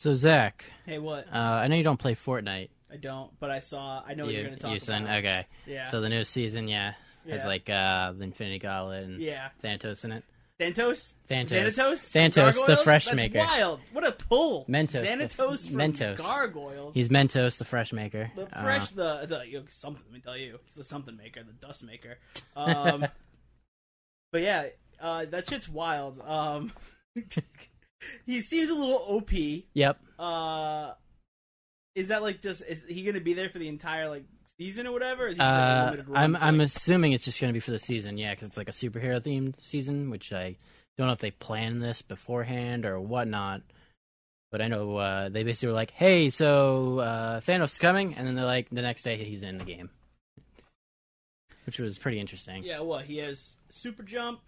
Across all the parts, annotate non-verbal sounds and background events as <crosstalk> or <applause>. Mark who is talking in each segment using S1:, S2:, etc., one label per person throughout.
S1: So Zach,
S2: Hey, what?
S1: uh, I know you don't play Fortnite.
S2: I don't, but I saw. I know what
S1: you,
S2: you're going to talk
S1: you said-
S2: about.
S1: okay.
S2: Yeah.
S1: So the new season, yeah, has
S2: Yeah.
S1: like uh, the Infinity Gauntlet and
S2: yeah.
S1: Thantos in it.
S2: Xantos?
S1: Xantos.
S2: Xanatos?
S1: Xantos,
S2: Gargoyles?
S1: the fresh
S2: That's
S1: maker.
S2: wild. What a pull.
S1: Mentos, the
S2: Xanatos
S1: f-
S2: from
S1: Mentos.
S2: Gargoyles.
S1: He's Mentos, the fresh maker.
S2: the
S1: Uh,
S2: fresh, the, the you know, something, let me tell you. He's the something maker, the dust maker.
S1: <laughs>
S2: Um, but yeah, uh, that shit's wild. Um, <laughs> he seems a little OP.
S1: yep.
S2: Uh, is that like just, is he going to be there for the entire like season or whatever? Is he just, like, a
S1: Uh,
S2: limited run
S1: I'm
S2: for,
S1: I'm
S2: like-
S1: assuming it's just going to be for the season, yeah, because it's like a superhero themed season, which I don't know if they planned this beforehand or whatnot. But I know uh, they basically were like, "Hey, so uh, Thanos is coming," and then they're like, the next day he's in the game, which was pretty interesting.
S2: Yeah, well, he has super jump.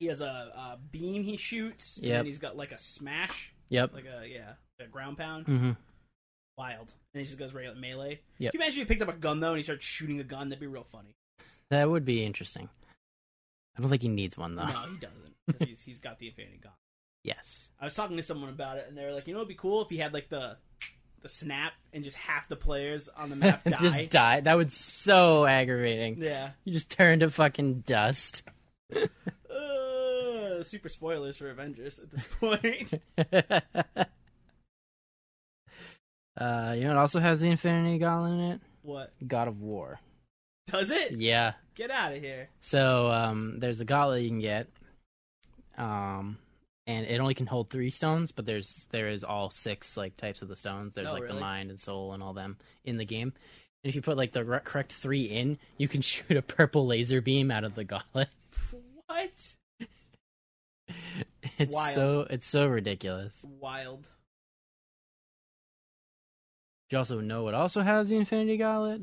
S2: He has a, a beam he shoots. And
S1: Yep.
S2: then he's got like a smash,
S1: Yep.
S2: like a yeah, a ground pound.
S1: hmm
S2: Wild. And he just goes regular melee.
S1: Yep.
S2: Can you imagine if he picked up a gun though and he starts shooting a gun? That'd be real funny.
S1: That would be interesting. I don't think he needs one though.
S2: No, he doesn't. 'cause he's he's got the infinity gun.
S1: <laughs>
S2: <laughs>
S1: Yes.
S2: I was talking to someone about it, and they were like, you know, it'd be cool if he had like the the snap and just half the
S1: <laughs>
S2: players on the map die.
S1: just die. That would so
S2: <laughs>
S1: aggravating.
S2: yeah.
S1: You just turn to fucking dust. <laughs>
S2: Uh, super spoilers for Avengers at this <laughs>
S1: <laughs>
S2: point.
S1: uh, you know, it also has the Infinity Gauntlet in it.
S2: what
S1: God of War.
S2: does it?
S1: Yeah.
S2: Get out of here.
S1: So um, there's a gauntlet you can get, um, and it only can hold three stones, but there's there is all six like types of the stones. There's
S2: Oh,
S1: like
S2: really?
S1: the mind and soul and all them in the game. And if you put like the re- correct three in, you can <laughs> shoot a purple laser beam out of the gauntlet. <laughs>
S2: What?
S1: It's
S2: Wild.
S1: so it's so ridiculous.
S2: Wild.
S1: You also know it also has the Infinity Gauntlet.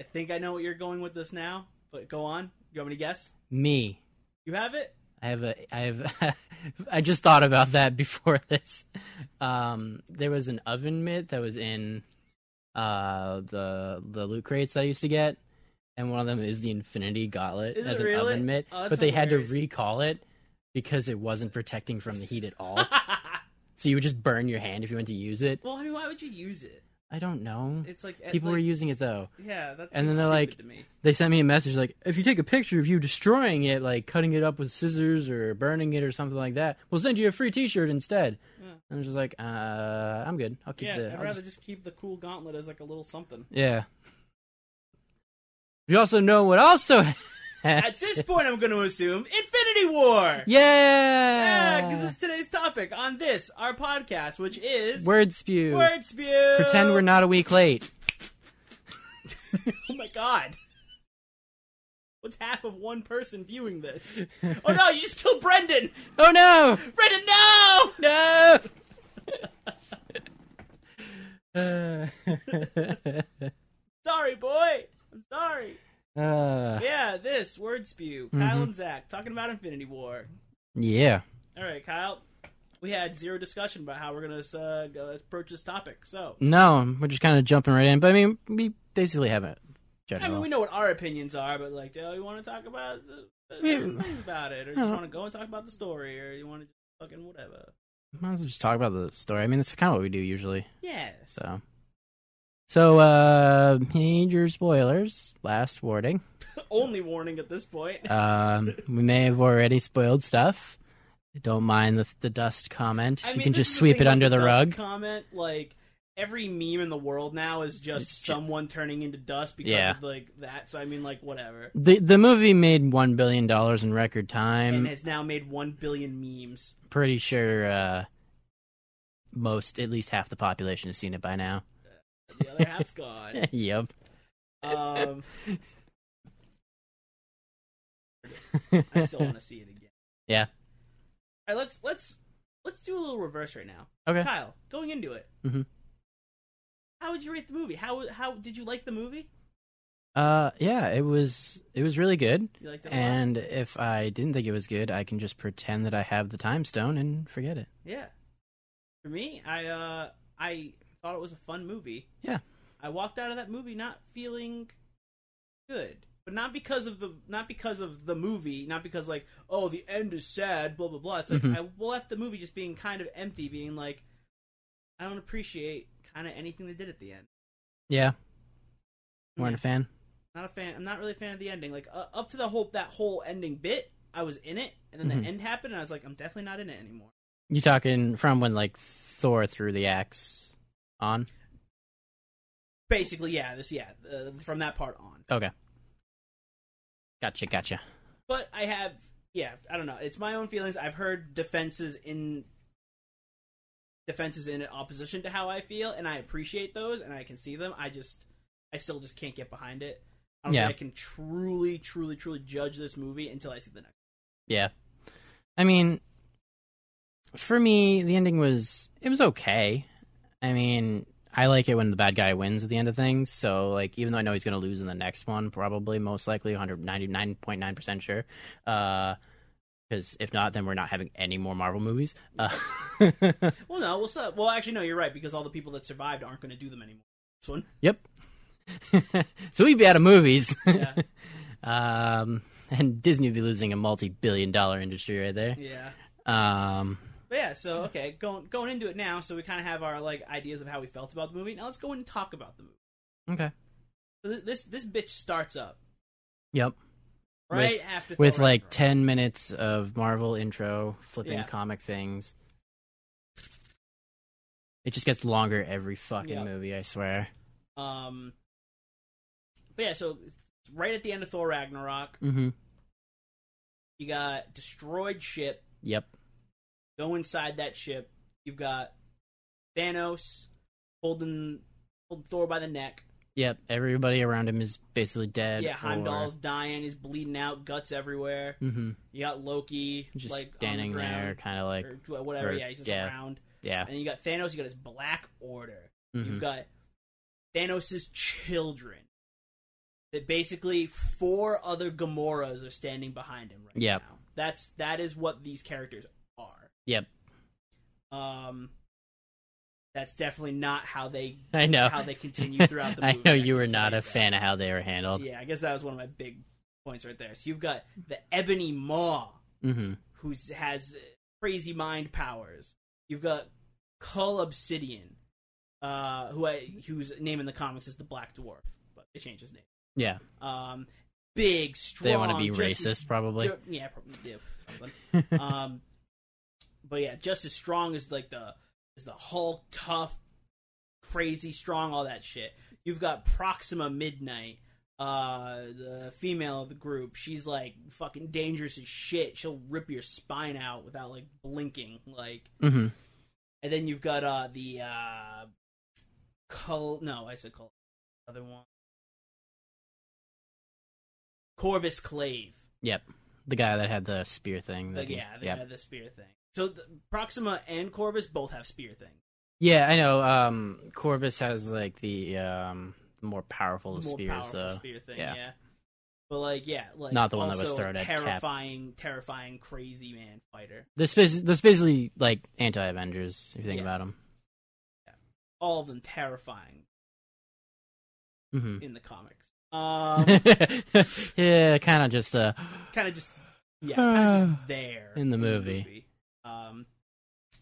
S2: I think I know what you're going with this now, but go on. You want me to guess?
S1: Me,
S2: You have it? <laughs>
S1: I have a I have <laughs> I just thought about that <laughs> before this. Um there was an oven mitt that was in uh the the loot crates that I used to get and one of them is the Infinity Gauntlet
S2: Is it
S1: as an
S2: really?
S1: oven mitt,
S2: Oh, that's
S1: but they had
S2: hilarious.
S1: to recall it because it wasn't protecting from the heat at
S2: <laughs>
S1: all. so you would just burn your hand if you went to use it.
S2: well, I mean, why would you use it?
S1: I don't know.
S2: It's like
S1: People
S2: like,
S1: were using it though.
S2: yeah, that's
S1: and then
S2: so
S1: they're
S2: stupid to me.
S1: They sent me a message like, if you take a picture of you destroying it, like cutting it up with scissors or burning it or something like that, we'll send you a free T-shirt instead.
S2: Yeah.
S1: And I was just like, uh, I'm good. I'll keep
S2: Yeah,
S1: the.
S2: I'd
S1: I'll
S2: rather
S1: just-
S2: just... keep the cool gauntlet as like a little something.
S1: <laughs> Yeah. You also know what also. <laughs>
S2: At
S1: Has... <laughs>
S2: this point, I'm going to assume Infinity War.
S1: Yeah.
S2: Yeah, because it's today's topic on this our podcast, which is
S1: Word spew.
S2: word spew.
S1: Pretend we're not a week late.
S2: Oh my god. What's half of one person
S1: <laughs>
S2: viewing this? Oh no, you just killed Brendan.
S1: Oh
S2: <laughs>
S1: no! <laughs>
S2: Brendan, no.
S1: No. Uh,
S2: Sorry, boy. I'm sorry.
S1: uh,
S2: Yeah, this word spew. Kyle and Zach talking about Infinity War.
S1: yeah.
S2: All right, Kyle. We had zero discussion about how we're gonna uh, go approach this topic. So
S1: No, we're just kind of jumping right in. But I mean, we basically haven't.
S2: I
S1: General.
S2: mean, we know what our opinions are, but like, do you want to talk about the, the certain
S1: Yeah.
S2: things about it, or just
S1: Yeah.
S2: want to go and talk about the story, or you want to just fucking whatever?
S1: Might as well just talk about the story. I mean, that's kind of what we do usually.
S2: Yeah.
S1: So, so uh, major spoilers. Last warning.
S2: Only warning at this point.
S1: Um, we may have already spoiled stuff. Don't mind the, the dust comment.
S2: I
S1: you
S2: mean,
S1: can
S2: this
S1: just
S2: is the
S1: sweep
S2: thing
S1: it
S2: about
S1: under the,
S2: dust
S1: rug.
S2: Comment like every meme in the world now is just
S1: It's ju-
S2: someone turning into dust because
S1: Yeah.
S2: of like that. So I mean, like whatever.
S1: The the movie made one billion dollars in record
S2: and
S1: time.
S2: has now made one billion memes.
S1: Pretty sure uh, most, at least half the population has seen it by now. <laughs>
S2: The other half's gone.
S1: yep.
S2: Um, I still want to see it again.
S1: Yeah.
S2: All right, let's let's let's do a little reverse right now.
S1: <laughs> Okay.
S2: Kyle, going into it,
S1: Mhm.
S2: how would you rate the movie? How how did you like the movie?
S1: Uh, yeah, it was it was really good.
S2: You liked it a lot?
S1: And if I didn't think it was good, I can just pretend that I have the time stone and forget it.
S2: Yeah. For me, I uh I thought it was a fun movie.
S1: Yeah.
S2: I walked out of that movie not feeling good. But not because of the not because of the movie, not because like, oh the end is sad, blah blah blah. It's like
S1: Mhm.
S2: I left the movie just being kind of empty, being like, I don't appreciate kind of anything they did at the end.
S1: Yeah. Weren't a fan.
S2: Not a fan. I'm not really a fan of the ending. Like uh, up to the whole that whole ending bit, I was in it, and then
S1: Mhm.
S2: the end happened, and I was like, I'm definitely not in it anymore.
S1: You talking from when like Thor threw the axe on?
S2: Basically, yeah, this yeah, uh, from that part on.
S1: Okay. Gotcha, gotcha.
S2: But I have yeah, I don't know. It's my own feelings. I've heard defenses in defenses in opposition to how I feel, and I appreciate those, and I can see them. I just I still just can't get behind it. I don't
S1: Yeah.
S2: think I can truly, truly, truly judge this movie until I see the next.
S1: Yeah. I mean, for me, the ending was it was okay. I mean, I like it when the bad guy wins at the end of things. So, like, even though I know he's going to lose in the next one, probably most likely 199.9 percent sure. Because if not, then we're not having any more Marvel movies. Uh, <laughs>
S2: Well, no, we'll still, well actually no, you're right because all the people that survived aren't going to do them anymore.
S1: <laughs>
S2: This one,
S1: yep. so we'd be out of movies. <laughs>
S2: yeah,
S1: um, and Disney would be losing a multi-billion-dollar industry right there.
S2: yeah.
S1: Um,
S2: But yeah, so okay, going going into it now, so we kind of have our like ideas of how we felt about the movie. Now let's go in and talk about the movie.
S1: okay.
S2: So th- this this bitch starts up
S1: Yep.
S2: right
S1: With-
S2: after
S1: with
S2: Thor
S1: like
S2: Ragnarok.
S1: 10 minutes of Marvel intro, flipping
S2: Yeah.
S1: comic things. It just gets longer every fucking
S2: Yeah.
S1: movie, I swear.
S2: Um, but yeah, so it's right at the end of Thor Ragnarok,
S1: Mm-hmm.
S2: you got destroyed ship.
S1: Yep.
S2: Go inside that ship. You've got Thanos holding holding Thor by the neck.
S1: Yep. Everybody around him is basically dead.
S2: yeah, Heimdall's dying. He's bleeding out. Guts everywhere.
S1: hmm
S2: You got Loki
S1: Just
S2: like
S1: standing
S2: on the
S1: there,
S2: ground,
S1: kind of like,
S2: or whatever.
S1: or-
S2: yeah, he's just
S1: yeah.
S2: around.
S1: yeah.
S2: And you got Thanos. You got his Black Order.
S1: hmm
S2: You've got Thanos' children. That basically four other Gamoras are standing behind him right
S1: Yep.
S2: now. That's that is what these characters are.
S1: Yep.
S2: Um that's definitely not how they
S1: <laughs> I know.
S2: how they continue
S1: <laughs>
S2: throughout the
S1: I
S2: movie.
S1: know you
S2: can
S1: were
S2: tell
S1: not a
S2: that.
S1: fan of how they were handled.
S2: Yeah, I guess that was one of my big points right there. So you've got the Ebony Maw
S1: hmm
S2: who has crazy mind powers. You've got Cull Obsidian, uh, who I, whose name in the comics is the Black Dwarf, but they changed his name.
S1: Yeah.
S2: Um, big, strong.
S1: They want to be
S2: just as-
S1: racist, probably.
S2: <laughs> ju- yeah, probably yeah, something. um, but yeah, just as strong as like the as the Hulk, tough, crazy, strong, all that shit. You've got Proxima Midnight, uh, the female of the group. She's like fucking dangerous as shit. She'll rip your spine out without like blinking. Like,
S1: hmm
S2: and then you've got uh the uh, Col. No, I said Col. Other one. Corvus Clave.
S1: Yep. The guy that had the spear thing.
S2: Like,
S1: that-
S2: yeah, they had the spear thing. So the, Proxima and Corvus both have spear thing.
S1: Yeah, I know. Um, Corvus has like the um more powerful of
S2: More
S1: spears,
S2: powerful
S1: though.
S2: spear thing,
S1: yeah.
S2: yeah. But like, yeah, like
S1: Not the one that was
S2: also
S1: thrown at Cap.
S2: terrifying, terrifying, crazy man fighter.
S1: This is this basically like anti Avengers if you think
S2: Yeah.
S1: about them.
S2: All of them terrifying
S1: hmm
S2: in the comics.
S1: <laughs>
S2: Um,
S1: yeah, kind of just uh,
S2: kind of just yeah,
S1: <sighs>
S2: kind of just there
S1: In the movie.
S2: Um,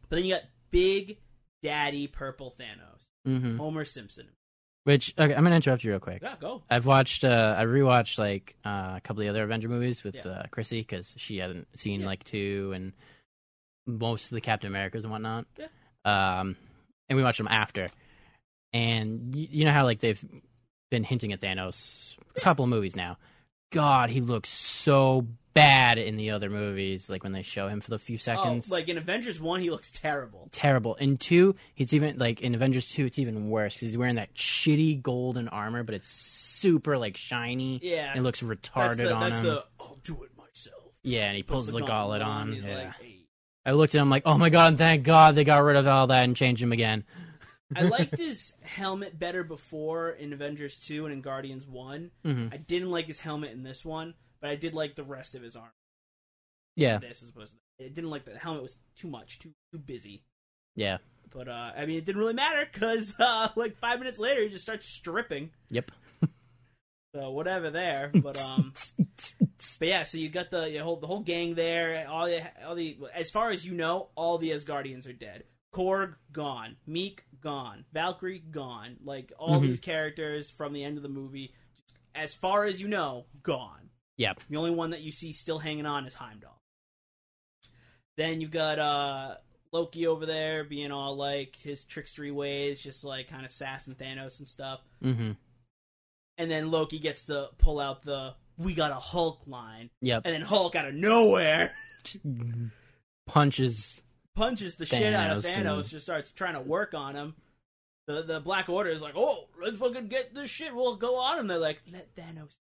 S2: but then you got Big Daddy Purple Thanos,
S1: mhm.
S2: Homer Simpson.
S1: which okay, I'm gonna interrupt you real quick.
S2: Yeah, go.
S1: I've watched, uh, I rewatched like uh, a couple of the other Avenger movies with
S2: Yeah.
S1: uh, Chrissy because she hadn't seen
S2: Yeah.
S1: like two and most of the Captain Americas and whatnot.
S2: Yeah.
S1: Um, and we watched them after, and you, you know how like they've been hinting at Thanos a couple of movies now. God, he looks so bad in the other movies. Like when they show him for the few
S2: Oh,
S1: seconds,
S2: like in Avengers one, he looks terrible.
S1: terrible. In two, he's even like in Avengers two, it's even worse because he's wearing that shitty golden armor, but it's super like shiny.
S2: Yeah,
S1: It looks retarded
S2: that's the,
S1: on
S2: that's
S1: him.
S2: the I'll do it myself.
S1: Yeah, and he pulls the,
S2: gauntlet
S1: gauntlet on.
S2: He's
S1: Yeah.
S2: like, "Hey."
S1: I looked at him like, oh my god, thank god they got rid of all that and changed him again.
S2: I liked his helmet better before in Avengers 2 and in Guardians 1.
S1: Mhm.
S2: I didn't like his helmet in this one, but I did like the rest of his arm.
S1: Yeah,
S2: This is supposed to. I didn't like that. The helmet was too much, too too busy.
S1: yeah,
S2: But uh, I mean, it didn't really matter because <laughs> uh, like five minutes later, he just starts stripping.
S1: yep.
S2: So
S1: <laughs>
S2: whatever there. But um, but yeah. So you got the you whole the whole gang there. All the all the as far as you know, all the Asgardians are dead. Korg gone, Meek gone, Valkyrie gone. Like all
S1: Mhm.
S2: these characters from the end of the movie, as far as you know, gone.
S1: Yep.
S2: The only one that you see still hanging on is Heimdall. Then you got uh Loki over there being all like his trickstery ways, just like kind of sassing Thanos and stuff.
S1: Mm-hmm.
S2: And then Loki gets the pull out the "We got a Hulk" line,
S1: Yep.
S2: and then Hulk out of nowhere <laughs>
S1: Punches.
S2: punches the shit out of
S1: Thanos
S2: Thanos,
S1: and-
S2: just starts trying to work on him. The the Black Order is like, oh, let's fucking get this shit. We'll go on him. They're like, let Thanos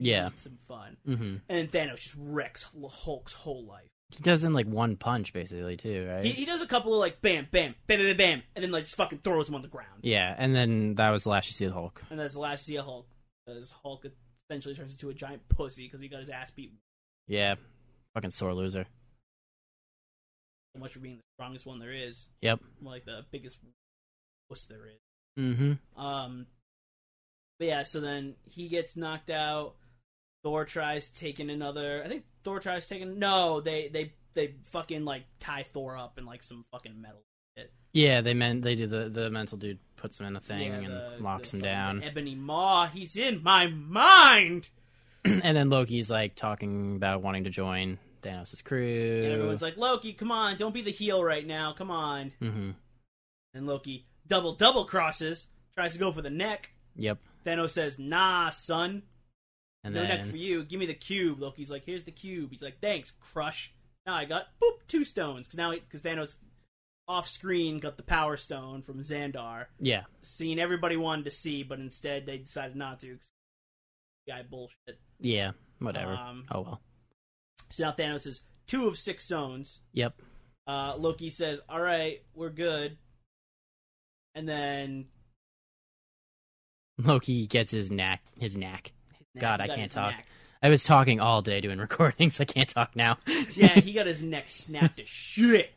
S1: Yeah.
S2: have some fun,
S1: Mm-hmm.
S2: and then Thanos just wrecks Hul- Hulk's whole life.
S1: He does in like one punch basically too, right?
S2: He, he does a couple of like bam, bam, bam, bam, bam, bam, and then like just fucking throws him on the ground.
S1: yeah, and then that was the last you see of the Hulk.
S2: And that's the last you see of Hulk, because Hulk essentially turns into a giant pussy because he got his ass beat
S1: Yeah. Fucking sore loser.
S2: so much for being the strongest one there is.
S1: Yep.
S2: More like the biggest wuss there is.
S1: Mm-hmm.
S2: Um, but yeah, so then he gets knocked out. Thor tries taking another. I think Thor tries taking. No, they they they fucking like tie Thor up in like some fucking metal
S1: Yeah, they meant they do the the mental dude puts him in a thing
S2: Yeah,
S1: and
S2: the-
S1: locks
S2: the
S1: him
S2: fucking
S1: down,
S2: Ebony Maw, he's in my mind.
S1: <clears throat> and then Loki's like talking about wanting to join Thanos' crew.
S2: And everyone's like, Loki, come on, don't be the heel right now, come on.
S1: mm-hmm.
S2: And Loki double double crosses, tries to go for the neck.
S1: Yep.
S2: Thanos says, Nah, son,
S1: And
S2: no neck
S1: then
S2: for you. Give me the cube. Loki's like, Here's the cube. He's like, Thanks, crush. Now I got boop two stones because now because Thanos off screen got the power stone from Xandar,
S1: yeah,
S2: scene everybody wanted to see, but instead they decided not to. 'cause Guy bullshit.
S1: yeah, whatever.
S2: Um,
S1: oh well.
S2: So now Thanos is two of six stones.
S1: Yep. <laughs>
S2: Uh, Loki says, "All right, we're good." And then
S1: Loki gets his knack. His knack. God,
S2: he
S1: I
S2: got
S1: can't
S2: his
S1: talk.
S2: neck-
S1: I was talking all day doing <laughs> recordings. I can't talk
S2: <laughs>
S1: now.
S2: Yeah, he got his neck
S1: <laughs>
S2: snapped to shit.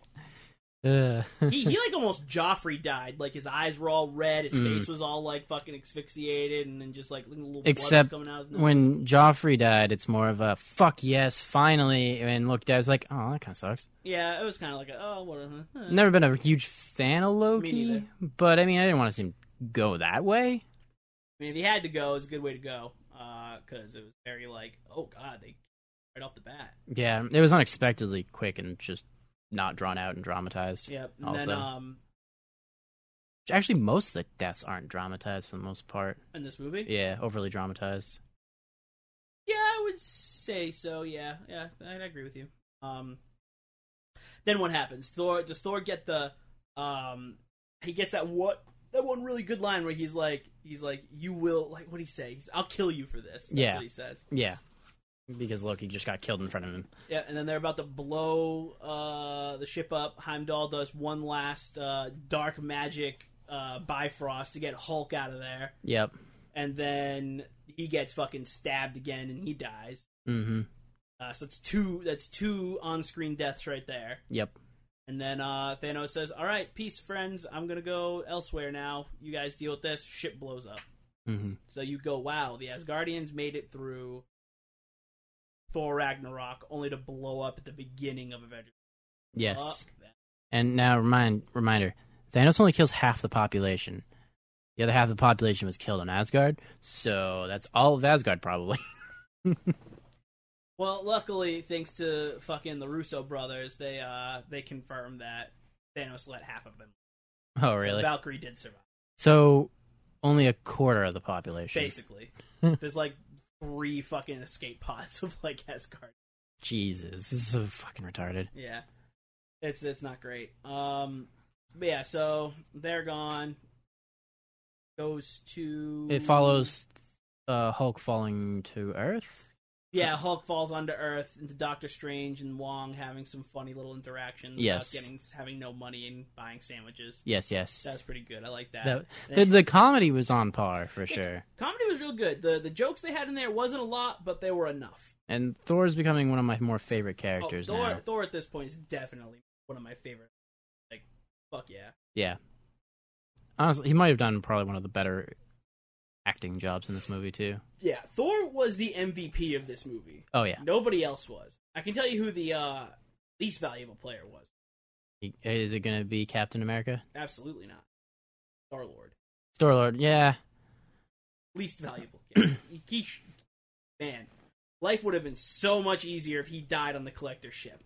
S1: Ugh. <laughs>
S2: He he like almost Joffrey died. Like his eyes were all red, his
S1: Mm.
S2: face was all like fucking asphyxiated, and then just like little blood was
S1: Except
S2: coming out. Of his nose.
S1: when Joffrey died, it's more of a fuck yes, finally. And Loki died. I was like, oh, that kind of sucks.
S2: yeah, it was kind of like a, oh what. A, huh.
S1: Never been a huge fan of
S2: Me
S1: Loki,
S2: neither.
S1: but I mean, I didn't want to see him go that way.
S2: I mean, if he had to go, it was a good way to go because it was very like oh god, they right off the bat.
S1: Yeah, it was unexpectedly quick and just not drawn out and dramatized.
S2: Yep. And then
S1: Also.
S2: um
S1: Actually, most of the deaths aren't dramatized for the most part.
S2: in this movie,
S1: Yeah, overly dramatized.
S2: Yeah, I would say so. Yeah, yeah, I'd agree with you. Um, then what happens? Thor does Thor get the um? He gets that what that one really good line where he's like he's like you will like what he say? He's, I'll kill you for this. That's
S1: Yeah.
S2: what he says.
S1: Yeah, because Loki just got killed in front of him.
S2: Yeah, and then they're about to blow uh the ship up. Heimdall does one last uh dark magic uh Bifrost to get Hulk out of there,
S1: Yep.
S2: and then he gets fucking stabbed again and he dies.
S1: Mm-hmm.
S2: Uh, so it's two. That's two on-screen deaths right there.
S1: Yep.
S2: And then uh, Thanos says, "All right, peace, friends. I'm gonna go elsewhere now. You guys deal with this." Ship blows up.
S1: Mm-hmm.
S2: So you go, "Wow, the Asgardians made it through Thor Ragnarok, only to blow up at the beginning of Avengers."
S1: Yes.
S2: Fuck that.
S1: And now remind reminder, Thanos only kills half the population. The other half of the population was killed in Asgard, so that's all of Asgard probably. <laughs>
S2: Well, luckily, thanks to fucking the Russo brothers, they uh they confirmed that Thanos let half of them.
S1: oh,
S2: So
S1: really?
S2: Valkyrie did survive.
S1: so only a quarter of the population. <laughs>
S2: Basically, there's like three fucking escape pods of like Asgard.
S1: Jesus, this is so fucking retarded.
S2: Yeah. It's it's not great. Um but yeah, so they're gone. Goes to
S1: It follows uh, Hulk falling to Earth.
S2: Yeah, Hulk falls onto Earth into Doctor Strange and Wong having some funny little interactions
S1: Yes.
S2: about getting having no money and buying sandwiches.
S1: Yes, yes.
S2: That was pretty good. I like that.
S1: That,
S2: And
S1: the, the comedy was on par for sure.
S2: comedy was real good. The the jokes they had in there wasn't a lot, but they were enough.
S1: And Thor's becoming one of my more favorite
S2: Oh,
S1: characters
S2: Thor
S1: now.
S2: Thor at this point is definitely one of my favorite. Like fuck yeah.
S1: Yeah. Honestly, he might have done probably one of the better acting jobs in this movie too.
S2: Yeah, Thor was the MVP of this movie.
S1: Oh yeah.
S2: Nobody else was. I can tell you who the uh, least valuable player was.
S1: Is it going to be Captain America?
S2: Absolutely not. Star Lord,
S1: Star Lord, yeah.
S2: least valuable. Kid. he, sh- man, life would have been so much easier if he died on the collector ship.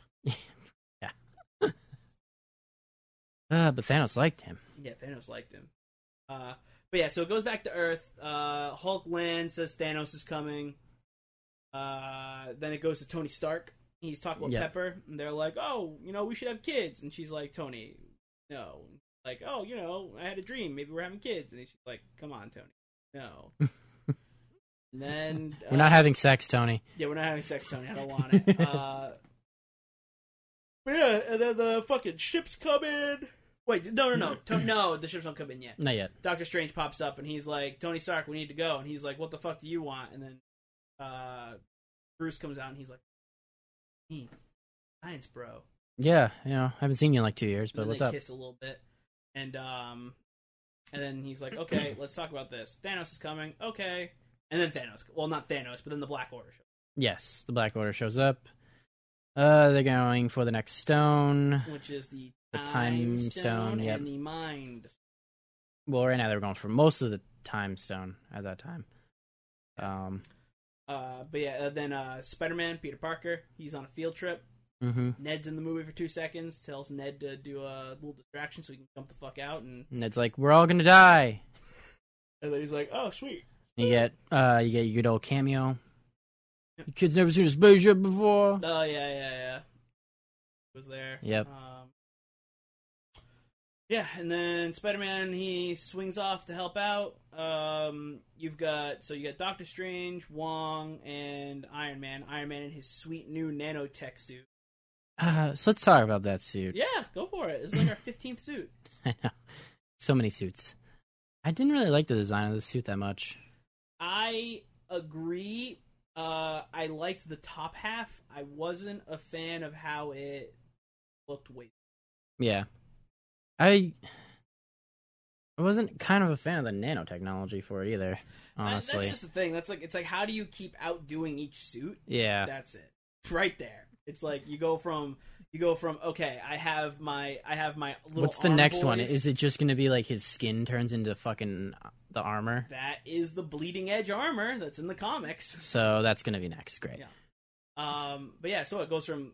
S1: Uh, but Thanos liked him.
S2: Yeah, Thanos liked him. Uh, but yeah, so it goes back to Earth. Uh, Hulk lands, says Thanos is coming. Uh, then it goes to Tony Stark. He's talking with
S1: Yeah.
S2: Pepper, and they're like, "Oh, you know, we should have kids." And she's like, "Tony, no." Like, "Oh, you know, I had a dream. Maybe we're having kids." And she's like, "Come on, Tony,
S1: <laughs>
S2: no." and then
S1: We're not having sex, Tony.
S2: yeah, we're not having sex, Tony. I don't
S1: <laughs>
S2: want it. Uh, but yeah, and then the fucking ships come in. Wait, no, no, no,
S1: <laughs>
S2: To- no. The ships don't come in yet.
S1: Not yet.
S2: Doctor Strange pops up and he's like, "Tony Stark, we need to go." And he's like, "What the fuck do you want?" And then uh, Bruce comes out and he's like, "Hmm, "Science, bro."
S1: Yeah, you know, I haven't seen you in like two years,
S2: And
S1: but
S2: then
S1: what's
S2: they
S1: up?
S2: kiss a little bit, and um, and then he's like, "Okay, let's talk about this. Thanos is coming. Okay." And then Thanos, well, not Thanos, but then the Black Order. shows
S1: Yes, the Black Order shows up. Uh, they're going for the next stone.
S2: up, which is the,
S1: The Time Stone, yep.
S2: and the Mind
S1: Well, right now they're going for most of the time stone at that time. Um,
S2: Uh, but yeah, uh, then uh, Spider Man, Peter Parker, he's on a field trip.
S1: hmm
S2: Ned's in the movie for two seconds, tells Ned to do a little distraction so he can jump the fuck out, and,
S1: and it's like we're all gonna die.
S2: and then he's like, oh, sweet.
S1: You get uh, you get your good old cameo. You kids never seen a spaceship before.
S2: Oh, yeah, yeah, yeah. Was there.
S1: Yep.
S2: Um, yeah, and then Spider Man, he swings off to help out. Um, you've got, so you got Doctor Strange, Wong, and Iron Man. Iron Man in his sweet new nanotech suit.
S1: Uh, so let's talk about that suit.
S2: Yeah, go for it. It's like our 15th suit.
S1: I know. <laughs> So many suits. I didn't really like the design of the suit that much.
S2: I agree. Uh, I liked the top half. I wasn't a fan of how it looked. Wait,
S1: Yeah. I I wasn't kind of a fan of the nanotechnology for it either, honestly.
S2: that's just the thing. That's like it's like how do you keep outdoing each suit?
S1: Yeah.
S2: That's it. It's right there. It's like you go from you go from okay, I have my I have my little.
S1: What's the
S2: arm
S1: next one?
S2: boys.
S1: Is it just going to be like his skin turns into fucking uh, the armor?
S2: that is the bleeding edge armor that's in the comics?
S1: So that's going to be next. Great.
S2: Yeah. Um, but yeah, so it goes from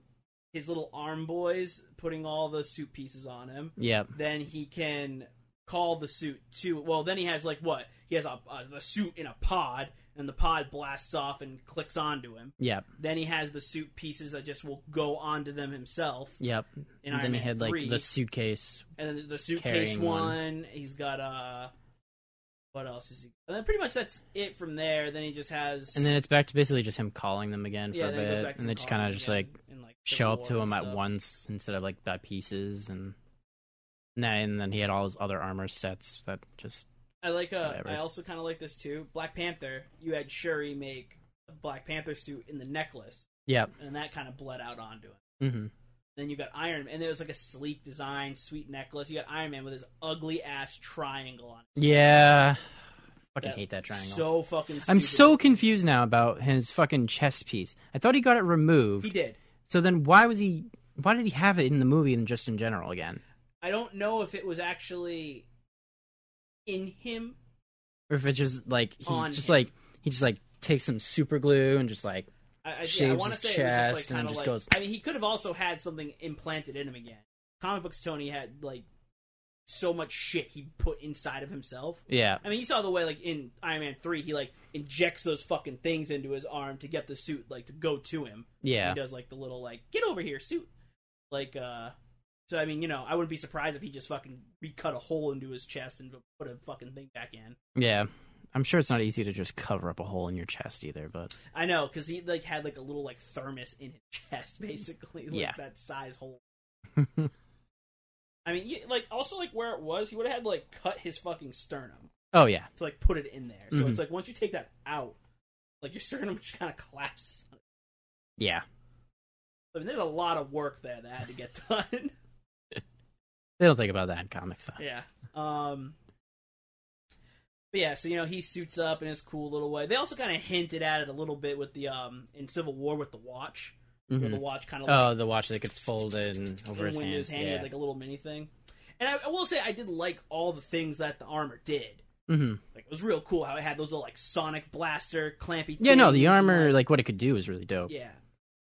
S2: his little arm boys putting all the suit pieces on him.
S1: Yep.
S2: then he can call the suit to well then he has like what he has a, a the suit in a pod and the pod blasts off and clicks onto him
S1: Yep.
S2: then he has the suit pieces that just will go onto them himself
S1: Yep.
S2: in
S1: and
S2: Iron
S1: then he
S2: Man
S1: had
S2: 3.
S1: like the suitcase.
S2: and then the suitcase
S1: carrying
S2: one.
S1: one.
S2: he's got uh what else is he and then pretty much that's it from there then he just has
S1: And then it's back to basically just him calling them again for
S2: yeah
S1: a
S2: then it goes back
S1: bit.
S2: to
S1: And they
S2: the
S1: just kind of
S2: colony
S1: just
S2: again
S1: like
S2: and, like the
S1: show up
S2: war
S1: to
S2: and
S1: him at
S2: stuff.
S1: once instead of like by pieces and Nah, and then he had all his other armor sets that just
S2: I like. Uh,
S1: Whatever.
S2: I also kind of like this too. Black Panther. You had Shuri make a Black Panther suit in the necklace,
S1: yep
S2: and that kind of bled out onto it.
S1: hmm
S2: Then you got Iron, Man, and there was like a sleek design, sweet necklace. You got Iron Man with his ugly ass triangle on. it.
S1: yeah fucking hate that triangle
S2: So fucking.
S1: i'm
S2: stupid.
S1: so confused now about his fucking chest piece i thought he got it removed
S2: He did.
S1: so then why was he why did he have it in the movie and just in general again
S2: I don't know if it was actually in him.
S1: or if it's just like he
S2: On
S1: just
S2: him.
S1: like he just like takes some super glue and just like
S2: I, I, yeah, I
S1: Shaves
S2: want to
S1: his
S2: say it was
S1: chest
S2: just
S1: and
S2: like
S1: then
S2: kind of
S1: just
S2: like.
S1: goes-
S2: I mean, he could have also had something implanted in him again. Comic books Tony had like so much shit he put inside of himself.
S1: yeah
S2: I mean, you saw the way, like in Iron Man three, he like injects those fucking things into his arm to get the suit like to go to him.
S1: yeah
S2: He does like the little like get over here suit, like uh. So I mean, you know, I wouldn't be surprised if he just fucking recut a hole into his chest and put a fucking thing back in.
S1: yeah i'm sure it's not easy to just cover up a hole in your chest either but
S2: I know because he like had like a little like thermos in his <laughs> chest, basically, like,
S1: Yeah.
S2: that size hole.
S1: <laughs>
S2: I mean, you, like also like where it was, he would have had to, like cut his fucking sternum.
S1: oh yeah
S2: to like put it in there. So
S1: Mhm.
S2: it's like once you take that out, like your <laughs> sternum just kind of collapses.
S1: yeah
S2: I mean, there's a lot of work there that had to get <laughs> done.
S1: they don't think about that in comics though.
S2: yeah. Um. But yeah, so you know he suits up in his cool little way. They also kind of hinted at it a little bit with the um in Civil War with the watch. where
S1: Mhm.
S2: the watch kind of
S1: Oh, the watch they could fold in over
S2: and
S1: his
S2: when
S1: hand.
S2: his hand
S1: yeah.
S2: had like a little mini thing. And I, I will say I did like all the things that the armor did.
S1: Mhm.
S2: Like it was real cool how it had those little like sonic blaster clampy.
S1: Yeah, no,
S2: things
S1: the
S2: and,
S1: armor, like what it could do, is really dope.
S2: uh, yeah,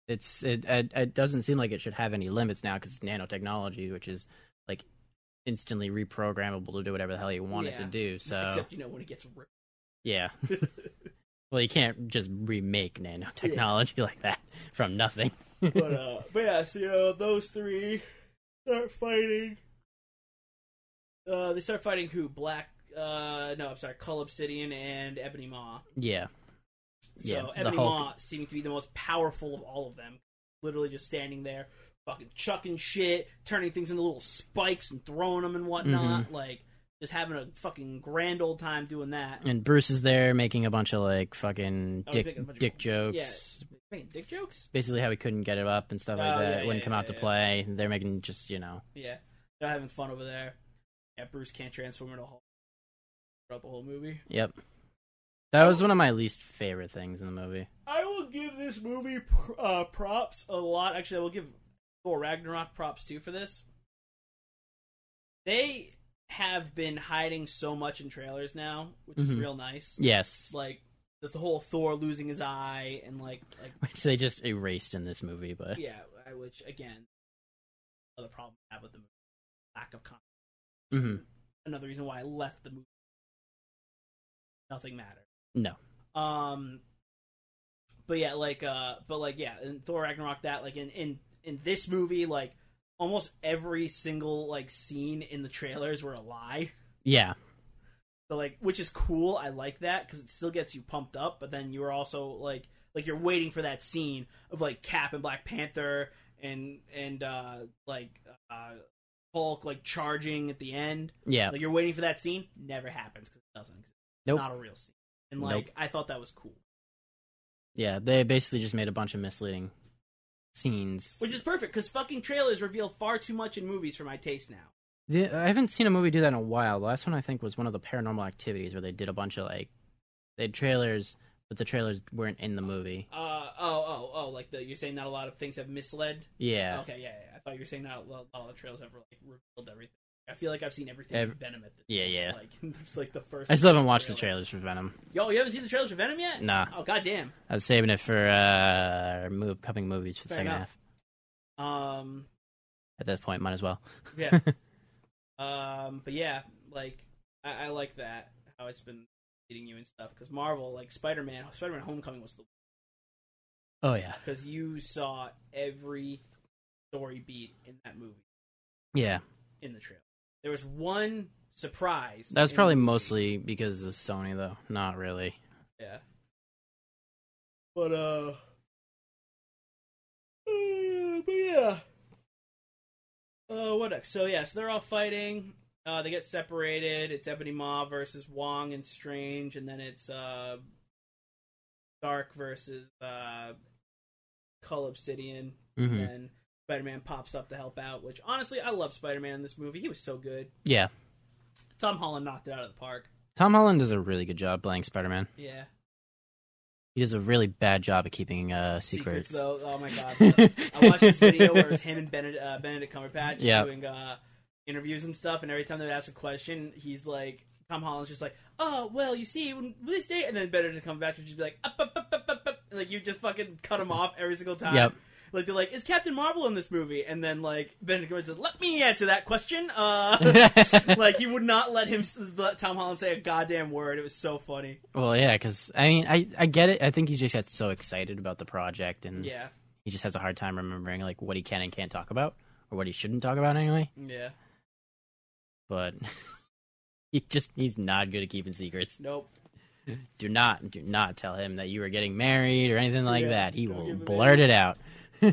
S1: It's it, it it doesn't seem like it should have any limits now because it's nanotechnology, which is like instantly reprogrammable to do whatever the hell you want it to
S2: Yeah. <laughs>
S1: do. So
S2: except you know when it gets
S1: <laughs>
S2: ripped. <laughs>
S1: yeah, well, you can't just remake nanotechnology <laughs> like that from nothing.
S2: but uh, but yeah, so you know those three start fighting. Uh, they start fighting who? Black. Uh, no, I'm sorry, Cull Obsidian and Ebony Maw.
S1: Yeah,
S2: So
S1: Yeah, the
S2: Ebony
S1: Hulk-
S2: Maw seeming to be the most powerful of all of them. Literally just standing there, fucking chucking shit, turning things into little spikes and throwing them and
S1: Mm-hmm.
S2: whatnot. Like just having a fucking grand old time doing that.
S1: and Bruce is there making a bunch of like fucking
S2: Oh, he's
S1: dick
S2: making a bunch of-
S1: dick jokes.
S2: Making dick jokes.
S1: Basically, how he couldn't get it up and stuff
S2: Oh,
S1: like that.
S2: yeah,
S1: it wouldn't
S2: yeah,
S1: come
S2: yeah,
S1: out to
S2: yeah.
S1: play. They're making just you know.
S2: Yeah, they're having fun over there. Yeah, Bruce can't transform into Hulk throughout the whole movie.
S1: Yep. That was one of my least favorite things in the movie.
S2: I will give this movie uh, props a lot. Actually, I will give Thor Ragnarok props too for this. They have been hiding so much in trailers now, which is
S1: Mhm.
S2: real nice.
S1: Yes. <laughs>
S2: Like the, the whole Thor losing his eye and like like
S1: Which they just erased in this movie, but
S2: yeah, I- which again, another problem I have with the movie, lack of content.
S1: Mhm.
S2: Another reason why I left the movie. Nothing mattered.
S1: no.
S2: Um, but yeah, like, uh, but like, yeah, in Thor Ragnarok, that like in in in this movie, like almost every single like scene in the trailers were a lie.
S1: Yeah.
S2: So like, which is cool. I like that because it still gets you pumped up, but then you're also like, like you're waiting for that scene of like Cap and Black Panther and and uh like uh Hulk like charging at the end.
S1: Yeah.
S2: Like you're waiting for that scene, never happens because it doesn't exist. It's
S1: Nope.
S2: not a real scene. And like, I thought that was cool.
S1: yeah. They basically just made a bunch of misleading scenes.
S2: Which is perfect because fucking trailers reveal far too much in movies for my taste now.
S1: The- I haven't seen a movie do that in a while. The last one I think was one of the paranormal activities where they did a bunch of like they had trailers, but the trailers weren't in the movie.
S2: Uh oh oh oh! Like the you're saying that a lot of things have misled.
S1: Yeah.
S2: Okay, yeah, yeah. I thought you were saying that a lot, a lot of the trailers have like revealed everything. I feel like I've seen everything in
S1: Ev-
S2: Venom at this.
S1: Yeah, yeah.
S2: Like <laughs> it's like the first.
S1: I still haven't watched the
S2: trailer.
S1: trailers for Venom.
S2: Yo, you haven't seen the trailers for Venom yet?
S1: Nah.
S2: Oh goddamn.
S1: I was saving it for uh our move coming movies for the
S2: Fair
S1: second
S2: enough.
S1: half.
S2: Um.
S1: At this point, might as well. <laughs>
S2: Yeah. um. But yeah, like I, I like that how it's been leading you and stuff because Marvel like Spider Man Spider Man Homecoming was the
S1: Oh yeah.
S2: because you saw every story beat in that movie.
S1: Yeah.
S2: in the trailer. There was one surprise.
S1: That was
S2: in
S1: probably
S2: the movie.
S1: mostly because of Sony, though. Not really.
S2: Yeah. But uh. uh, But yeah. Uh, what else? So yeah, so they're all fighting. Uh, they get separated. It's Ebony Maw versus Wong and Strange, and then it's uh, Dark versus uh, Cull Obsidian.
S1: hmm
S2: And then Spider Man pops up to help out. Which honestly, I love Spider Man in this movie. He was so good.
S1: Yeah.
S2: Tom Holland knocked it out of the park.
S1: Tom Holland does a really good job playing Spider Man.
S2: Yeah.
S1: He does a really bad job at keeping uh, secrets.
S2: though. Oh
S1: <laughs>
S2: my god. I watched this video where it was him and Benedict, uh, Benedict Cumberbatch
S1: Yeah.
S2: doing uh, interviews and stuff, and every time they would ask a question, he's like, Tom Holland's just like, oh, well, you see, when this day, and then Benedict Cumberbatch would just be like, up, up, up, up, up, up, and like you just fucking cut him off every single time.
S1: Yep.
S2: <laughs> Like they're like, is Captain Marvel in this movie? And then like Benedict Cumberbatch said, let me answer that question.
S1: <laughs>
S2: Uh, like he would not let him let Tom Holland say a goddamn word. It was so funny.
S1: well, yeah, because I mean, I I get it. I think he just got so excited about the project, and
S2: Yeah,
S1: he just has a hard time remembering like what he can and can't talk about, or what he shouldn't talk about anyway.
S2: yeah.
S1: But <laughs> he just he's not good at keeping secrets.
S2: Nope.
S1: Do not do not tell him that you were getting married or anything like
S2: Yeah,
S1: that. He
S2: don't
S1: will
S2: give him
S1: blurt it out. <laughs>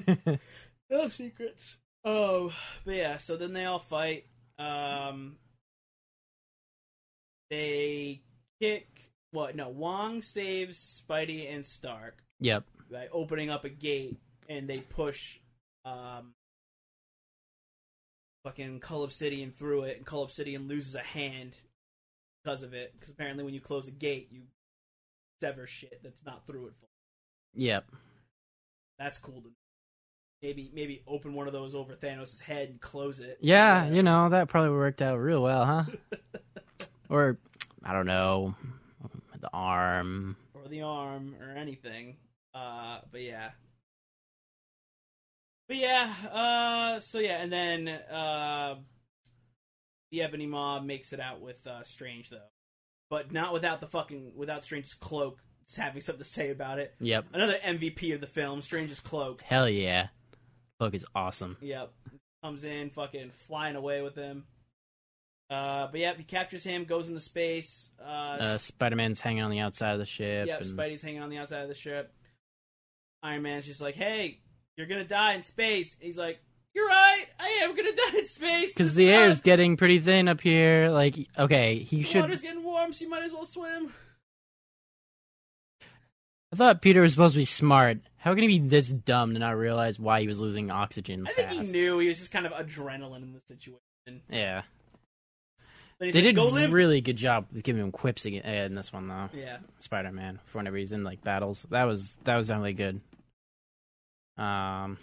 S2: No secrets. Oh, but yeah. So then they all fight. Um, they kick. What? No, Wong saves Spidey and Stark
S1: yep.
S2: by opening up a gate, and they push. Um, fucking Cull Obsidian through it, and Cull Obsidian loses a hand because of it. Because apparently, when you close a gate, you sever shit that's not through it.
S1: Yep.
S2: That's cool to know. maybe maybe open one of those over Thanos' head and close it.
S1: Yeah, you know that probably worked out real well, huh?
S2: <laughs>
S1: or I don't know, the arm.
S2: or the arm or anything. Uh, but yeah. But yeah, uh, so yeah, and then uh, the Ebony Mob makes it out with uh, Strange though, but not without the fucking without Strange's cloak having something to say about it.
S1: Yep.
S2: Another MVP of the film, Strange's cloak.
S1: Hell yeah, book is awesome.
S2: Yep, comes in fucking flying away with him. Uh, but yep, he captures him, goes into space. Uh,
S1: Uh, Spider Man's hanging on the outside of the ship.
S2: Yep,
S1: and
S2: Spidey's hanging on the outside of the ship. Iron Man's just like, "Hey, you're gonna die in space." He's like, "You're right. I am gonna die in space
S1: Because
S2: This
S1: the air's
S2: sucks.
S1: getting pretty thin up here. Like, okay, he
S2: The
S1: should.
S2: water's getting warm, so you might as well swim."
S1: I thought Peter was supposed to be smart. How can he be this dumb to not realize why he was losing oxygen?
S2: I think he
S1: fast?
S2: knew he was just kind of adrenaline in the situation. Then
S1: Yeah, they
S2: he's like,
S1: did
S2: "Go live."
S1: really good job with giving him quips again eh, in this one though.
S2: yeah,
S1: Spider Man for whenever he's in like battles. That was that was definitely good. Um,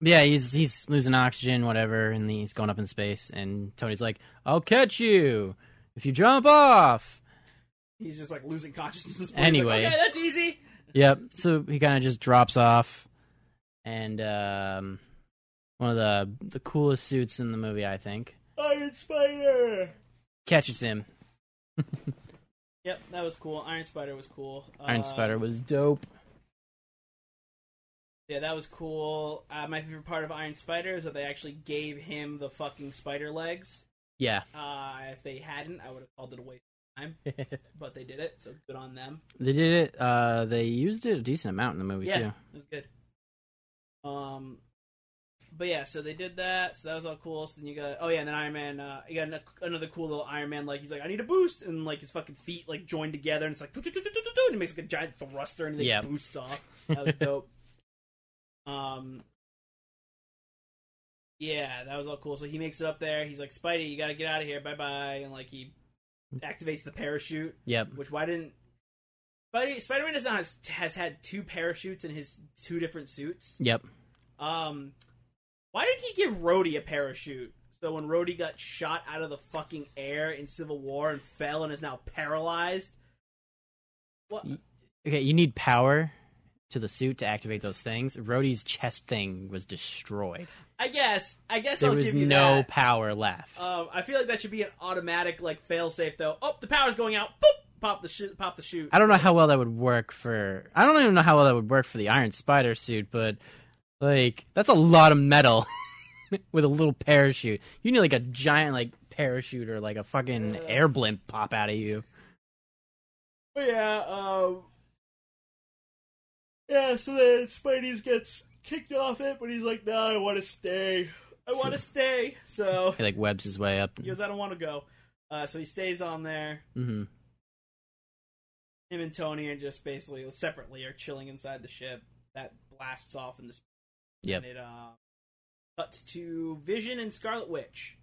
S1: yeah, he's he's losing oxygen, whatever, and he's going up in space. And Tony's like, "I'll catch you if you jump off."
S2: he's just like losing consciousness. <laughs> He's like,
S1: Anyway.
S2: okay, that's easy.
S1: Yep. So he kind of just drops off, and um, one of the the coolest suits in the movie, I think,
S2: Iron Spider.
S1: catches him.
S2: Yep, that was cool. Iron Spider was cool.
S1: Iron
S2: Uh,
S1: Spider was dope.
S2: Yeah, that was cool. Uh, my favorite part of Iron Spider is that they actually gave him the fucking spider legs <laughs>
S1: Yeah.
S2: Uh, if they hadn't, I would have called it a waste,
S1: they
S2: but they did it, so good on them.
S1: did it. Uh, they used it a decent amount in the movie
S2: yeah,
S1: too.
S2: it was good. Um, but yeah, so they did that, so that was all cool. So then you got, oh yeah, and then Iron Man, uh, you got ano- another cool little Iron Man, like he's like, I need a boost, and like his fucking feet like join together, and it's like, "Doo, doo, doo, doo, doo, doo," and he makes like a giant thruster, and then
S1: Yeah.
S2: he boosts off. That was dope. Um. Yeah, that was all cool. So he makes it up there. He's like, "Spidey, you gotta get out of here. Bye bye." And like he activates the parachute,
S1: Yep.
S2: which why didn't Spidey, Spider-Man has, not, has, has had two parachutes in his two different suits.
S1: Yep.
S2: Um, why did he give Rhodey a parachute? So when Rhodey got shot out of the fucking air in Civil War and fell and is now paralyzed, what?
S1: Y- Okay, you need power to the suit to activate those things. Rhodey's chest thing was destroyed.
S2: I guess I guess
S1: There
S2: I'll
S1: was
S2: give you
S1: no
S2: that.
S1: power left.
S2: Um, I feel like that should be an automatic like failsafe though. Oh, the power's going out. Boop, pop the shoot. Pop the chute.
S1: I don't know how well that would work for. I don't even know how well that would work for the Iron Spider suit, but like that's a lot of metal <laughs> with a little parachute. You need like a giant like parachute or like a fucking
S2: Yeah.
S1: air blimp pop out of you.
S2: But yeah, um, yeah. So then Spidey's gets kicked off it, but he's like, "No, I want to stay. I want to stay." So
S1: He like webs his way up.
S2: he goes, "I don't want to go." Uh, so he stays on there.
S1: hmm
S2: Him and Tony are just basically separately are chilling inside the ship. That blasts off in the space.
S1: Yep.
S2: And it uh, cuts to Vision and Scarlet Witch.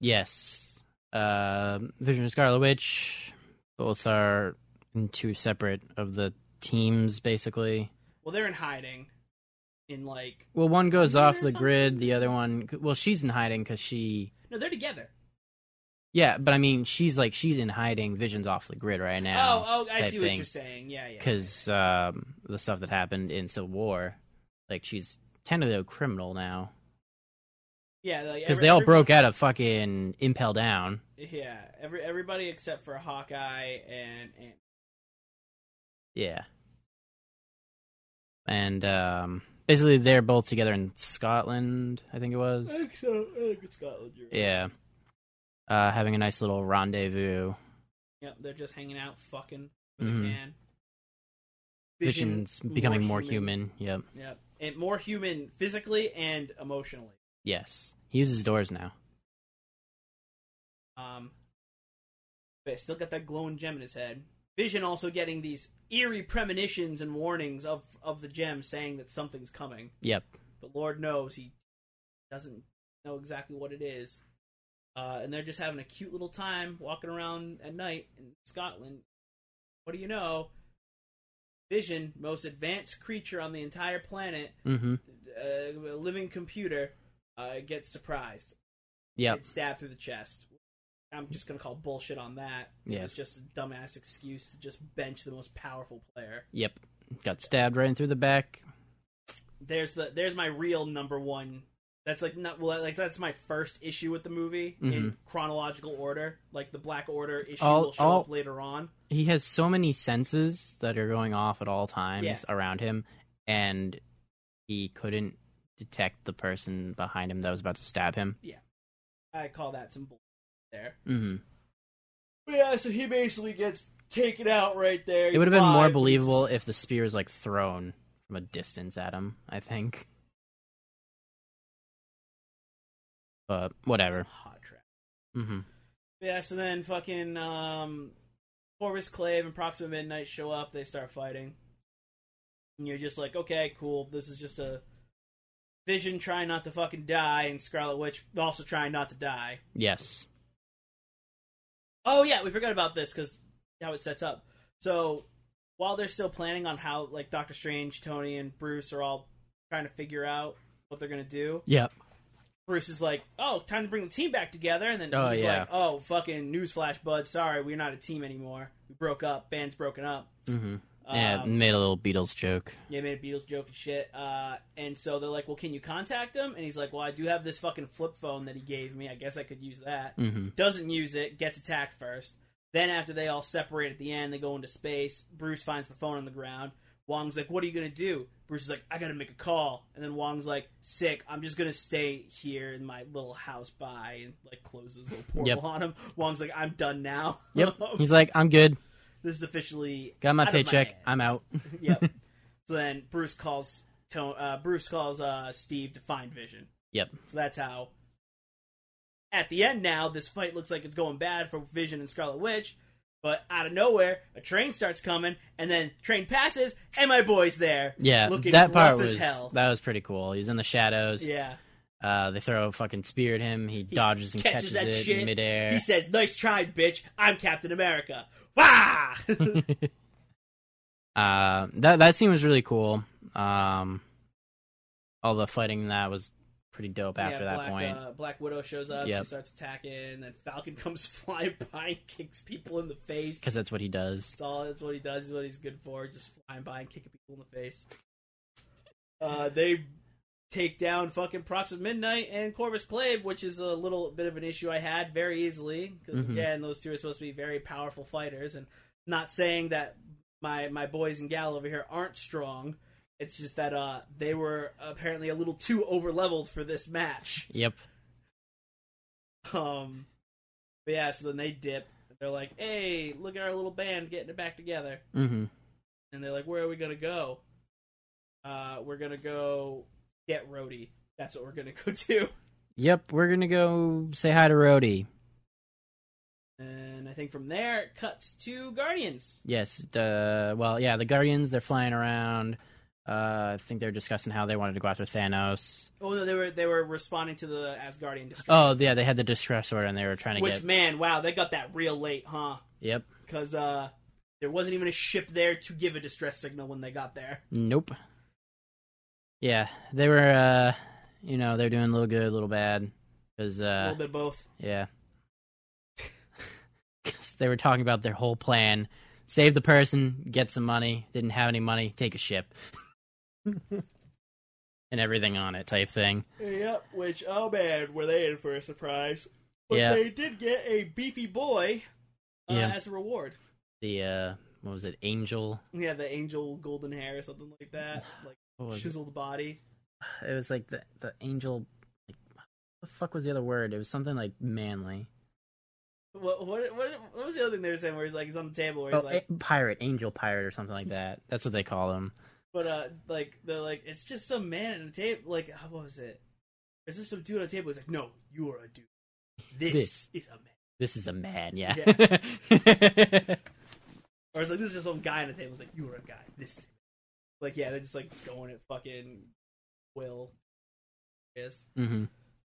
S1: Yes. Uh, Vision and Scarlet Witch both are in two separate of the teams, basically.
S2: Well, they're in hiding. In like,
S1: Well, one goes
S2: Under
S1: off the
S2: or something?
S1: grid, the other one. Well, she's in hiding because she
S2: no, they're together.
S1: Yeah, but I mean, she's like she's in hiding. Vision's off the grid right now
S2: oh, oh, I
S1: type
S2: see what
S1: thing.
S2: you're saying. Yeah, yeah.
S1: because um, the stuff that happened in Civil War, like she's technically a criminal now
S2: Yeah, like,
S1: because
S2: every-
S1: they all
S2: every-
S1: broke out of fucking Impel Down.
S2: Yeah, every everybody except for Hawkeye and, and
S1: Yeah, and um, basically they're both together in Scotland. I think it was.
S2: so. I
S1: eh,
S2: think it's Scotland. You're right.
S1: Yeah, uh, having a nice little rendezvous.
S2: Yep, they're just hanging out, fucking when they
S1: Mhm.
S2: can.
S1: Vision's
S2: Vision,
S1: becoming more human. Yep.
S2: Yep, and more human physically and emotionally.
S1: Yes, he uses doors now.
S2: Um, but still got that glowing gem in his head. Vision also getting these eerie premonitions and warnings of of the gem, saying that something's coming.
S1: Yep.
S2: but Lord knows he doesn't know exactly what it is. Uh, and they're just having a cute little time walking around at night in Scotland. What do you know? Vision, most advanced creature on the entire planet,
S1: Mm-hmm.
S2: uh, uh, a living computer uh, gets surprised,
S1: Yep.
S2: gets stabbed through the chest. I'm just gonna call bullshit on that.
S1: Yeah.
S2: It's just a dumbass excuse to just bench the most powerful player.
S1: Yep. Got stabbed right in through the back.
S2: There's the there's my real number one. That's like not well, like that's my first issue with the movie
S1: Mm-hmm.
S2: in chronological order. Like the Black Order issue
S1: All-
S2: will show
S1: all-
S2: up later on.
S1: He has so many senses that are going off at all times
S2: Yeah.
S1: around him, and he couldn't detect the person behind him that was about to stab him.
S2: I call that some bull there.
S1: hmm
S2: But yeah, so he basically gets taken out right there.
S1: It would have been more believable if the spear is like thrown from a distance at him. I think. But whatever.
S2: Hot trash.
S1: hmm
S2: Yeah, so then fucking um Corvus Clave and Proxima Midnight show up, they start fighting. And you're just like, okay, cool, this is just a Vision trying not to fucking die and Scarlet Witch also trying not to die.
S1: Yes.
S2: Oh yeah, we forgot about this because how it sets up. So while they're still planning on how like Doctor Strange, Tony, and Bruce are all trying to figure out what they're gonna do,
S1: Yep.
S2: Bruce is like, "Oh, time to bring the team back together," and then
S1: Oh,
S2: he's
S1: yeah.
S2: like, "Oh, fucking newsflash, bud. Sorry, we're not a team anymore. We broke up. Band's broken up."
S1: hmm yeah.
S2: Um,
S1: Made a little Beatles joke.
S2: yeah, made a Beatles joke and shit. Uh, and so they're like, "Well, can you contact him?" And he's like, "Well, I do have this fucking flip phone that he gave me. I guess I could use that."
S1: hmm
S2: Doesn't use it. Gets attacked first. Then after they all separate at the end, they go into space. Bruce finds the phone on the ground. Wong's like, "What are you gonna do?" Bruce is like, "I gotta make a call." And then Wong's like, "Sick. I'm just gonna stay here in my little house by and like
S1: <laughs>
S2: closes the portal
S1: Yep.
S2: on him." Wong's like, "I'm done now.
S1: Yep. He's like, I'm good.
S2: <laughs> this is officially
S1: Got my
S2: out of my
S1: paycheck. I'm
S2: ass."
S1: out.
S2: <laughs>
S1: <laughs>
S2: yep. So then Bruce calls Tone, uh, Bruce calls uh, Steve to find Vision.
S1: Yep.
S2: So that's how. At the end, now this fight looks like it's going bad for Vision and Scarlet Witch, but out of nowhere, a train starts coming, and then train passes, and my boy's there.
S1: Yeah,
S2: looking
S1: that
S2: rough
S1: part
S2: as
S1: was
S2: hell.
S1: that was pretty cool. He's in the shadows.
S2: Yeah,
S1: Uh, they throw a fucking spear at him. He, dodges and catches,
S2: catches that
S1: it
S2: shit.
S1: in midair. <laughs>
S2: he says, "Nice try, bitch. I'm Captain America." Wah! <laughs>
S1: uh, that that scene was really cool. Um, all the fighting in that was pretty dope. After
S2: yeah,
S1: that
S2: Black,
S1: point,
S2: uh, Black Widow shows up.
S1: Yep.
S2: She starts attacking, and then Falcon <laughs> comes flying by and kicks people in the face.
S1: because that's what he does.
S2: That's all. That's what he does. Is what he's good for. Just flying by and kicking people in the face. Uh, they take down fucking Proxima Midnight and Corvus Clave, which is a little bit of an issue I had very easily because
S1: Mhm.
S2: again, those two are supposed to be very powerful fighters, and not saying that my my boys and gal over here aren't strong. It's just that uh, they were apparently a little too over leveled for this match.
S1: Yep.
S2: Um, but yeah, so then they dip. They're like, "Hey, look at our little band getting it back together."
S1: hmm
S2: and they're like, "Where are we gonna go?" Uh, we're gonna go get Rhodey. That's what we're gonna go <laughs> do.
S1: Yep. We're gonna go say hi to Rhodey.
S2: And I think from there it cuts to Guardians.
S1: Yes. Uh, well, yeah. The Guardians. They're flying around. Uh, I think they're discussing how they wanted to go after Thanos.
S2: Oh no, they were they were responding to the Asgardian destruction.
S1: Oh, yeah. They had the distress order and they were trying to
S2: which
S1: get.
S2: man, wow, they got that real late, huh?
S1: Yep.
S2: Because uh, there wasn't even a ship there to give a distress signal when they got there.
S1: Nope. Yeah, they were, uh, you know, they're doing a little good, a little bad, because
S2: a
S1: uh,
S2: little bit of both.
S1: yeah, <laughs> 'Cause they were talking about their whole plan: save the person, get some money. Didn't have any money, take a ship, and everything on it, type thing.
S2: <laughs> Yep. Which oh man, were they in for a surprise?
S1: But Yeah.
S2: they did get a beefy boy
S1: uh, Yeah.
S2: as a reward.
S1: The uh, what was it, Angel?
S2: Yeah, the angel golden hair or something like that. Like
S1: What was it?
S2: chiseled body.
S1: it was like the the Angel. Like, what the fuck was the other word? It was something like manly.
S2: What, what what what was the other thing they were saying? Where he's like he's on the table, where
S1: Oh,
S2: he's like,
S1: a- pirate, angel pirate, or something like that. That's what they call him.
S2: but uh, like they're like it's just some man on the table. Like uh, what was it? Is this some dude on the table? He's like, no, you are a dude. This,
S1: This.
S2: is a man.
S1: This is a man, yeah. <laughs>
S2: Or it's like this is just some guy on the table. He's like, you are a guy. This, is a man." like yeah, they're just like going at fucking Will. Yes. <laughs>
S1: hmm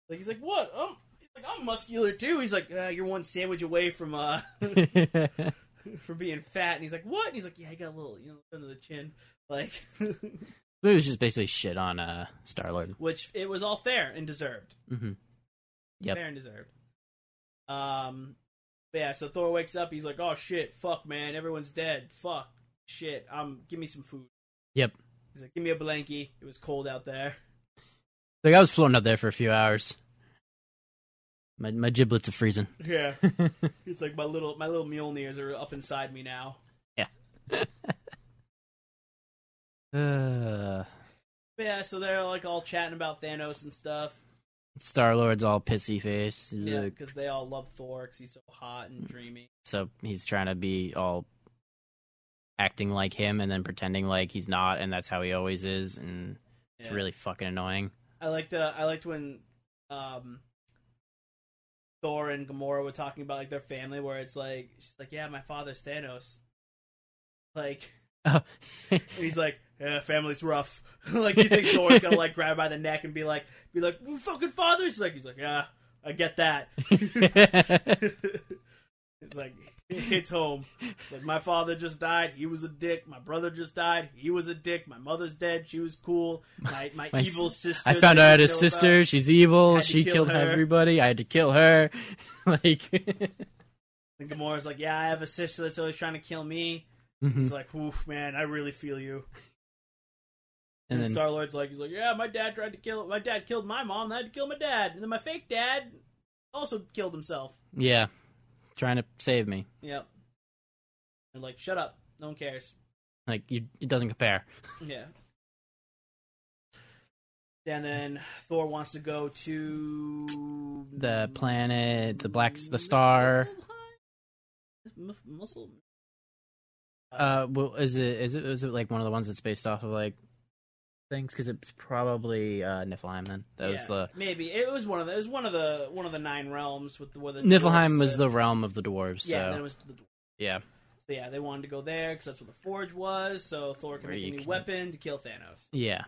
S2: Like he's like what? Um, he's like I'm muscular too. He's like uh, you're one sandwich away from uh for being fat. And he's like what? And he's like yeah, I got a little you know under the chin. Like
S1: But it was just basically shit on uh, Star Lord.
S2: <laughs> which it was all fair and deserved.
S1: hmm Yep.
S2: Fair and deserved. Um, but yeah. So Thor wakes up. He's like, "Oh shit, fuck, man, everyone's dead. Fuck, shit. Um, give me some food."
S1: Yep.
S2: He's like, "Give me a blankie. It was cold out there." <laughs>
S1: Like I was floating up there for a few hours. My my giblets are freezing. <laughs>
S2: Yeah. It's like my little my little Mjolnirs are up inside me now.
S1: uh,
S2: But yeah, so they're like all chatting about Thanos and stuff.
S1: Star Lord's all pissy face. He's
S2: Yeah,
S1: like-
S2: because they all love Thor because he's so hot
S1: Mm.
S2: and dreamy.
S1: so he's trying to be all acting like him and then pretending like he's not, and that's how he always is, and it's
S2: Yeah.
S1: really fucking
S2: <laughs>
S1: annoying.
S2: I liked uh, I liked when um Thor and Gamora were talking about like their family, where it's like she's like, "Yeah, my father's Thanos," like, <laughs>
S1: Oh.
S2: and he's like, "Yeah, family's rough." <laughs> like you think Thor's gonna like grab her by the neck and be like, be like, "Your "Fucking father," she's like, he's like, "Yeah, I get that." <laughs>
S1: <laughs>
S2: it's like it's home. It's like my father just died. He was a dick. My brother just died. He was a dick. My mother's dead. She was cool. My my,
S1: My
S2: evil sister.
S1: I
S2: that
S1: found out I had a
S2: didn't know about-
S1: sister. She's evil.
S2: Had to
S1: She
S2: kill
S1: killed
S2: her.
S1: everybody. I had to kill her. <laughs> like,
S2: And Gamora's like, yeah, I have a sister that's always trying to kill me.
S1: Mhm.
S2: He's like, oof, man, I really feel you. And,
S1: and then
S2: Star Lord's like, he's like, yeah, my dad tried to kill, my dad killed my mom, and I had to kill my dad, and then my fake dad also killed himself.
S1: yeah, trying to save me.
S2: Yep. And like, shut up, no one cares.
S1: Like, you, it doesn't compare.
S2: Yeah. And then Thor wants to go to
S1: The planet, the black, s- the star.
S2: Mus- Muscle.
S1: Uh, well, is it is it is it like one of the ones that's based off of like things? Because it's probably uh Niflheim. Then that was
S2: Yeah,
S1: the
S2: maybe it was one of the it was one of the one of the nine realms with the where the
S1: Niflheim
S2: dwarves,
S1: was the realm of the dwarves. So
S2: yeah and
S1: yeah,
S2: then it was the, so yeah they wanted to go there because that's where the forge was so Thor can
S1: Where
S2: make a
S1: you
S2: new
S1: can-
S2: weapon to kill Thanos
S1: yeah,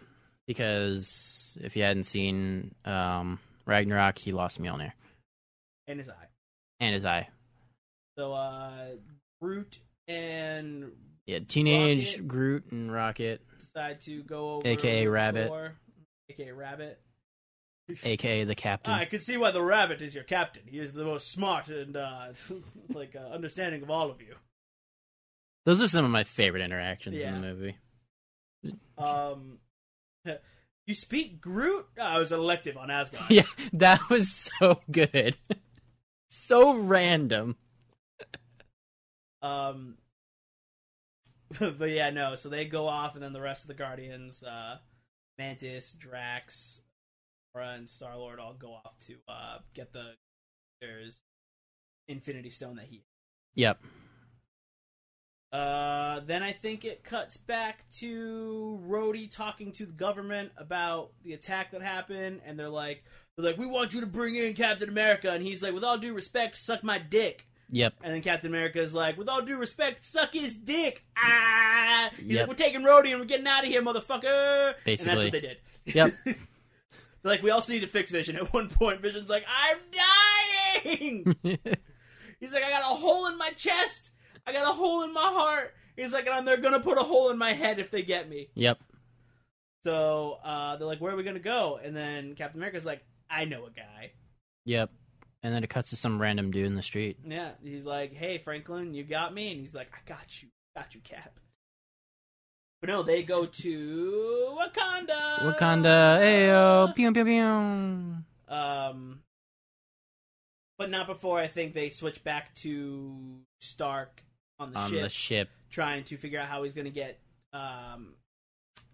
S1: because if you hadn't seen um Ragnarok, he lost Mjolnir
S2: and his eye
S1: and his eye.
S2: so uh Groot and
S1: Yeah, teenage
S2: Rocket.
S1: Groot and Rocket,
S2: decide to go over
S1: AKA
S2: with
S1: Rabbit.
S2: Thor, aka Rabbit <laughs> Ah,
S1: aka the Captain.
S2: I can see why the rabbit is your captain. He is the most smart and uh, <laughs> like uh, understanding of all of you.
S1: Those are some of my favorite interactions
S2: Yeah.
S1: in the
S2: <laughs>
S1: movie.
S2: Um, <laughs> you speak Groot. Oh, I was elective on Asgard.
S1: Yeah, that was so good, <laughs> so random.
S2: Um, <laughs> but yeah, no. So they go off, and then the rest of the Guardians, uh, Mantis, Drax, Gamora, and Star Lord, all go off to uh, get the there's Infinity Stone that he.
S1: Yep.
S2: Uh, then I think it cuts back to Rhodey talking to the government about the attack that happened, and they're like, they're like, we want you to bring in Captain America, and he's like, with all due respect, suck my dick.
S1: Yep. <laughs>
S2: And then Captain America is like, with all due respect, suck his dick. Ah! He's
S1: Yep.
S2: like, we're taking Rhodey and we're getting out of here, motherfucker. And that's
S1: Basically.
S2: what they did.
S1: Yep.
S2: <laughs> They're like, we also need to fix Vision. <laughs> At one point, Vision's like, I'm
S1: <laughs>
S2: dying! He's like, I got a hole in my chest. I got a hole in my heart. He's like, and they're going to put a hole in my head if they get me.
S1: yep.
S2: So uh, they're like, where are we going to go? And then Captain America's like, I know a guy.
S1: Yep. And then it cuts to some random dude in the street.
S2: Yeah, he's like, "Hey Franklin, you got me," and he's like, "I got you, got you, Cap." But no, they go to Wakanda. Ah.
S1: Wakanda, ayo, pew pew pew.
S2: Um, but not before I think they switch back to Stark on the
S1: On
S2: ship,
S1: the ship.
S2: trying to figure out how he's going to get um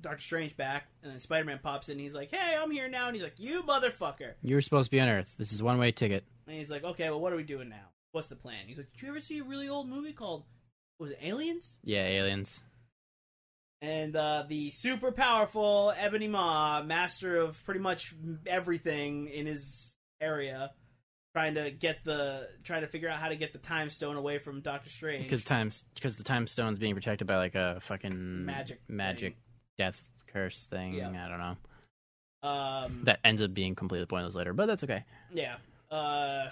S2: Doctor Strange back, and then Spider Man pops in. and He's like, "Hey, I'm here now," and he's like, "You motherfucker!"
S1: You were supposed to be on Earth. This is one way ticket.
S2: And he's like, "Okay, well, what are we doing now? What's the plan?" He's like, "Did you ever see a really old movie called was it Aliens?"
S1: Yeah, aliens.
S2: and uh, the super powerful Ebony Maw, master of pretty much everything in his area, trying to get the trying to figure out how to get the time stone away from Doctor Strange.
S1: Because times because the time stone's being protected by like a fucking
S2: Magic
S1: magic death curse thing.
S2: Yeah.
S1: I don't know.
S2: um,
S1: That ends up being completely pointless later, but that's okay.
S2: yeah, uh,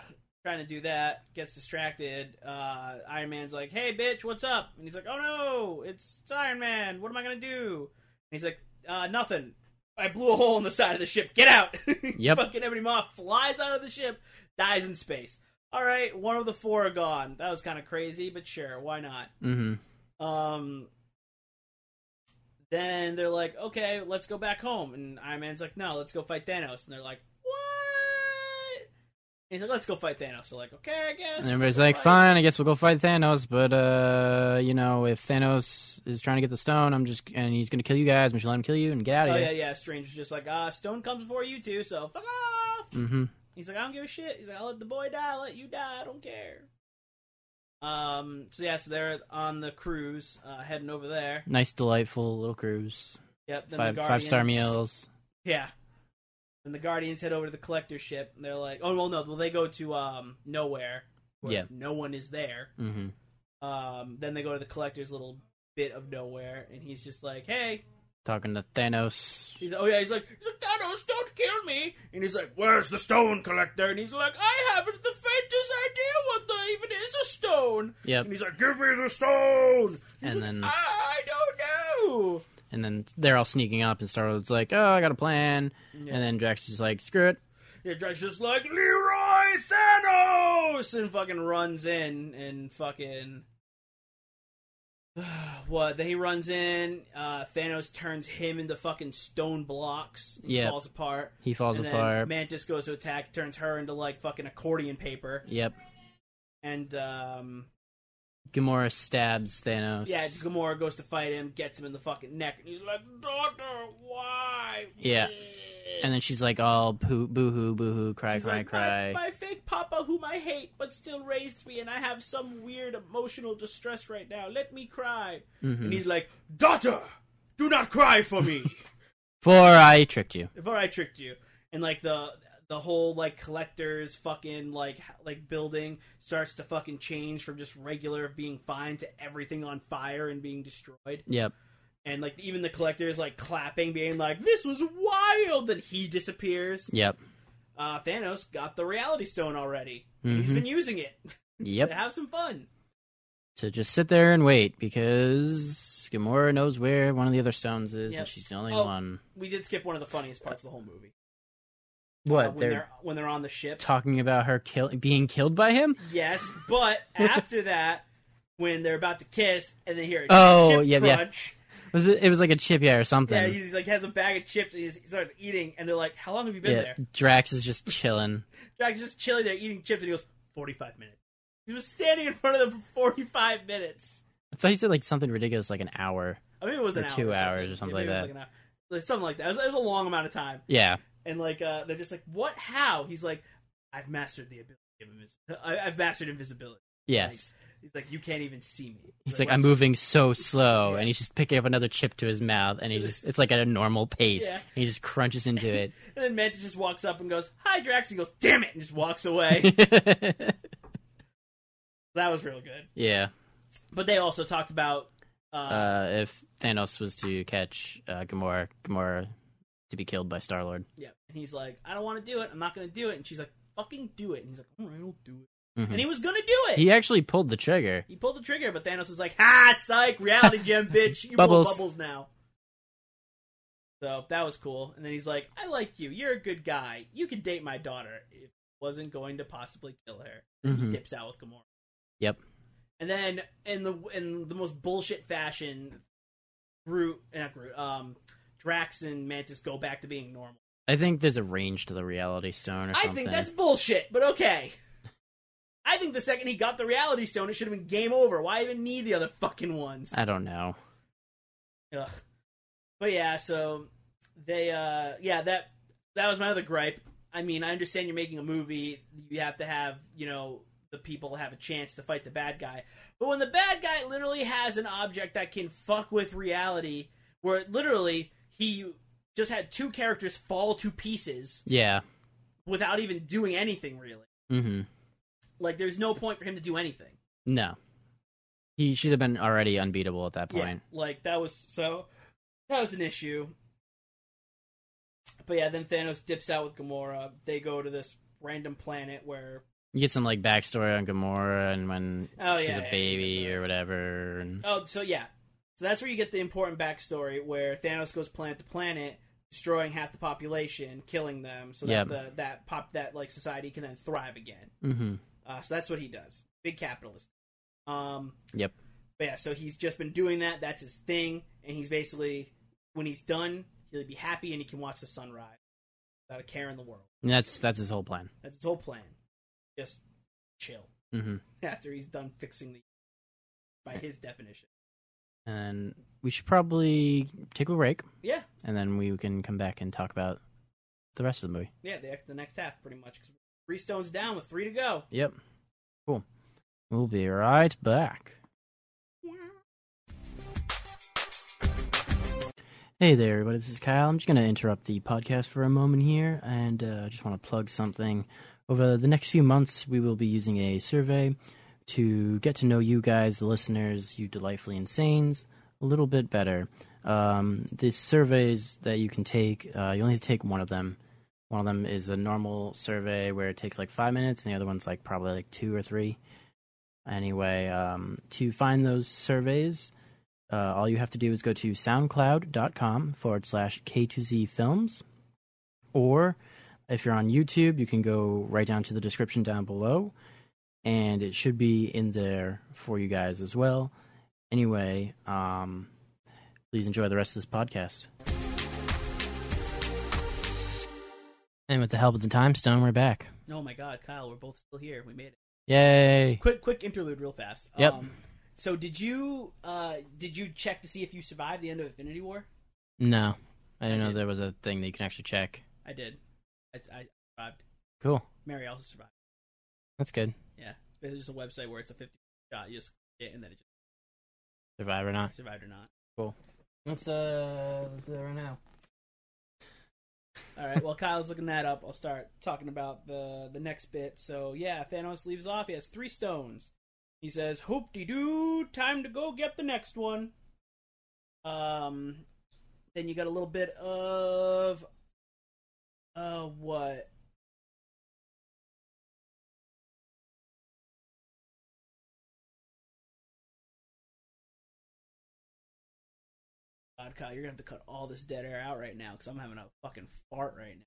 S2: trying to do that gets distracted. Uh, Iron Man's like, "Hey, bitch, what's up?" And he's like, "Oh no, it's, it's Iron Man. What am I gonna do?" And he's like, Uh, nothing. I blew a hole in the side of the ship. Get out. <laughs>
S1: Yep.
S2: Fucking Ebony Maw flies out of the ship, dies in space. All right, one of the four are gone. That was kind of crazy, but sure, why not?
S1: Mm-hmm.
S2: Um, then they're like, okay, let's go back home. And Iron Man's like, no, let's go fight Thanos. And they're like, what? And he's like, let's go fight Thanos. They're like, okay, I guess.
S1: And everybody's
S2: Let's
S1: like,
S2: go fight.
S1: fine, I guess we'll go fight Thanos, but, uh, you know, if Thanos is trying to get the stone, I'm just, and he's gonna kill you guys, we should let him kill you and get out of
S2: Oh,
S1: here.
S2: yeah, yeah. Stranger's just like, ah, Stone comes before you two, so fuck off.
S1: Mm-hmm.
S2: He's like, I don't give a shit. He's like, I'll let the boy die. I'll let you die. I don't care. Um. So yeah. So they're on the cruise, uh, heading over there.
S1: Nice, delightful little cruise.
S2: Yep. Then
S1: Five
S2: the
S1: five star
S2: Guardians-
S1: meals.
S2: Yeah. Then the Guardians head over to the collector ship. And they're like, oh well, no. Well, they go to um nowhere. Where
S1: Yeah.
S2: No one is there.
S1: Mm-hmm.
S2: Um. Then they go to the collector's little bit of nowhere, and he's just like, hey.
S1: Talking to Thanos.
S2: He's oh yeah. He's like, he's like Thanos, don't kill me. And he's like, where's the stone collector? And he's like, I haven't the faintest idea what the even is a stone.
S1: Yep.
S2: And he's like, "Give me the stone."
S1: And then,
S2: I don't know.
S1: and then they're all sneaking up, and Star-Lord's like, oh, I got a plan.
S2: Yeah.
S1: And then Drax is like, screw it.
S2: Yeah, Drax just like Leroy Thanos and fucking runs in and fucking <sighs> what? Then he runs in. Uh, Thanos turns him into fucking stone blocks. He
S1: Yeah.
S2: falls apart.
S1: He falls
S2: and
S1: apart.
S2: Then Mantis goes to attack, turns her into like fucking accordion paper,
S1: Yep.
S2: and um,
S1: Gamora stabs Thanos.
S2: yeah, Gamora goes to fight him, gets him in the fucking neck, and he's like, "Daughter, why?"
S1: Yeah. And then she's like, all boo hoo, boo hoo, cry,
S2: She's
S1: cry,
S2: like,
S1: cry.
S2: My, my fake papa, whom I hate, but still raised me, and I have some weird emotional distress right now. Let me cry. And
S1: hmm
S2: he's like, Daughter, do not cry for me.
S1: For I tricked you.
S2: <laughs> Before I tricked you. And like the the whole like collectors fucking like h- like building starts to fucking change from just regular being fine to everything on fire and being destroyed.
S1: Yep.
S2: And like even the collectors like clapping, being like, This was wild. Then he disappears.
S1: Yep.
S2: Uh, Thanos got the reality stone already. He's
S1: hmm
S2: been using it. <laughs>
S1: Yep.
S2: to have some fun.
S1: So just sit there and wait because Gamora knows where one of the other stones is,
S2: Yep.
S1: and she's the only
S2: Oh.
S1: one.
S2: We did skip one of the funniest parts of the whole movie.
S1: What
S2: Uh, when
S1: they're,
S2: they're... when they're on the ship.
S1: talking about her kill being killed by him?
S2: Yes, but
S1: <laughs>
S2: after that, when they're about to kiss and they hear a
S1: Oh,
S2: chip
S1: yeah, yeah.
S2: crunch,
S1: Was it? It was like a chip, yeah, or
S2: yeah,
S1: something.
S2: he's like has a bag of chips and he's- he starts eating, and they're like, "How long have you been there?"
S1: Drax is just chilling.
S2: Jack's just chilling there eating chips, and he goes, 45 minutes." He was standing in front of them for 45 minutes.
S1: I thought he said like something ridiculous, like an hour.
S2: I mean, it was
S1: Or
S2: an hour,
S1: two
S2: or
S1: hours or something
S2: Yeah, maybe
S1: like
S2: it was an hour. Like, something like that. It was, it was a long amount of time.
S1: Yeah,
S2: and like uh, they're just like, "What? How?" He's like, "I've mastered the ability of invis- I- I've mastered invisibility."
S1: yes.
S2: He's like, "You can't even see me."
S1: He's like, I'm
S2: "What?"
S1: moving so slow,
S2: Yeah.
S1: and he's just picking up another chip to his mouth, and he just, it's like at a normal pace.
S2: Yeah.
S1: And he just crunches into it.
S2: And then Mantis just walks up and goes, "Hi, Drax." He goes, "Damn it!" and just
S1: <laughs>
S2: walks away. <laughs>
S1: yeah.
S2: that was real good. But they also talked about uh,
S1: Uh, if Thanos was to catch uh, Gamora, Gamora to be killed by Star Lord.
S2: yeah, and he's like, "I don't want to do it. I'm not going to do it." And she's like, "Fucking do it!" And he's like, "All right, I'll do it." Mm-hmm. And he was going to do it.
S1: Hmm. He actually pulled the trigger.
S2: He pulled the trigger, but Thanos was like, "Ha,
S1: <laughs>
S2: psych, reality gem, bitch. You
S1: Bubbles.
S2: pull bubbles now." So that was cool. And then he's like, "I like you. You're a good guy. You could date my daughter." If he wasn't going to possibly kill her, then
S1: Mhm.
S2: he dips out with Gamora.
S1: Yep.
S2: And then in the in the most bullshit fashion, Groot eh, not Groot, um, Drax and Mantis go back to being normal.
S1: I think there's a range to the Reality Stone or
S2: I
S1: something.
S2: think that's bullshit, but okay. <laughs> I think the second he got the reality stone, it should have been game over. Why even need the other fucking ones?
S1: I don't know.
S2: Ugh. But yeah, so they uh yeah, that that was my other gripe. I mean, I understand you're making a movie, you have to have, you know, the people have a chance to fight the bad guy. But when the bad guy literally has an object that can fuck with reality where literally he just had two characters fall to pieces
S1: Yeah.
S2: without even doing anything really.
S1: Mm-hmm.
S2: Like there's no point for him to do anything.
S1: No. He should have been already unbeatable at that
S2: Yeah,
S1: point.
S2: like that was so that was an issue. But yeah, then Thanos dips out with Gamora. They go to this random planet where
S1: You get some like backstory on Gamora and when
S2: Oh,
S1: she's
S2: yeah,
S1: a
S2: yeah,
S1: baby
S2: yeah.
S1: or whatever. And
S2: oh, so yeah, So that's where you get the important backstory where Thanos goes planet to planet, destroying half the population, killing them, so that
S1: Yeah.
S2: the, that pop that like society can then thrive again.
S1: Mm-hmm.
S2: Uh, so that's what he does. Big capitalist. Um,
S1: Yep.
S2: but yeah, so he's just been doing that. That's his thing, and he's basically when he's done, he'll be happy and he can watch the sunrise without a care in the world.
S1: And that's that's his whole plan.
S2: That's his whole plan. Just chill <laughs>
S1: Mm-hmm.
S2: after he's done fixing the. By his definition,
S1: And we should probably take a break,
S2: yeah,
S1: and then we can come back and talk about the rest of the movie.
S2: yeah, the, the next half pretty much. 'cause three stones down with three to go.
S1: Yep. Cool. We'll be right back. Hey there, everybody. This is Kyle. I'm just going to interrupt the podcast for a moment here, and uh, I just want to plug something. Over the next few months, we will be using a survey to get to know you guys, the listeners, you delightfully insanes, a little bit better. Um, these surveys that you can take, uh, you only have to take one of them. One of them is a normal survey where it takes like five minutes, and the other one's like probably like two or three. Anyway, um, to find those surveys, uh, all you have to do is go to soundcloud.com forward slash K2Z films. Or if you're on YouTube, you can go right down to the description down below, and it should be in there for you guys as well. Anyway, um, please enjoy the rest of this podcast. And with the help of the time stone, we're back.
S2: Oh my God, Kyle, we're both still here. We made it.
S1: Yay!
S2: Quick, quick interlude, real fast. Um,
S1: Yep.
S2: so did you uh did you check to see if you survived the end of Infinity War?
S1: No, I didn't know
S2: did.
S1: there was a thing that you can actually check.
S2: I did. I, I survived.
S1: Cool.
S2: Mary also survived.
S1: That's good.
S2: Yeah, there's just a website where it's a 50 shot. You just click it and then it
S1: Survive or not.
S2: just survived or not.
S1: Let's uh let's do it right now.
S2: All right. Well, Kyle's looking that up. I'll start talking about the the next bit. So yeah, Thanos leaves off. He has three stones. He says, "Hoop de doo, time to go get the next one." Um, then you got a little bit of uh what? God, Kyle, you're gonna have to cut all this dead air out right now because I'm having a fucking fart right now.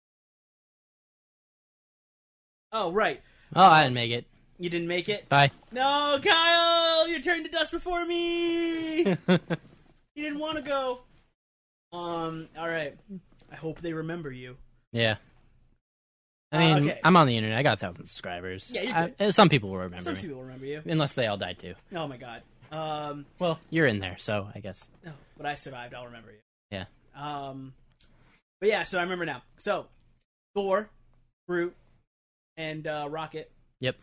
S2: Oh right,
S1: Oh, I didn't make it.
S2: you didn't make it. <laughs>
S1: Bye.
S2: No, Kyle, you turned to dust before
S1: <laughs>
S2: me. you didn't want to go. Um. All right. I hope they remember you.
S1: yeah. I
S2: Uh,
S1: mean,
S2: okay.
S1: I'm on the internet. I got a thousand subscribers.
S2: Yeah, you're
S1: I- uh, some people will remember
S2: Some
S1: me,
S2: people remember you.
S1: unless they all died too.
S2: Oh my god. Um.
S1: Well, you're in there, so I guess.
S2: No, but I survived. I'll remember you.
S1: Yeah.
S2: Um. But yeah, so I remember now. So, Thor, Groot, and uh, Rocket,
S1: Yep.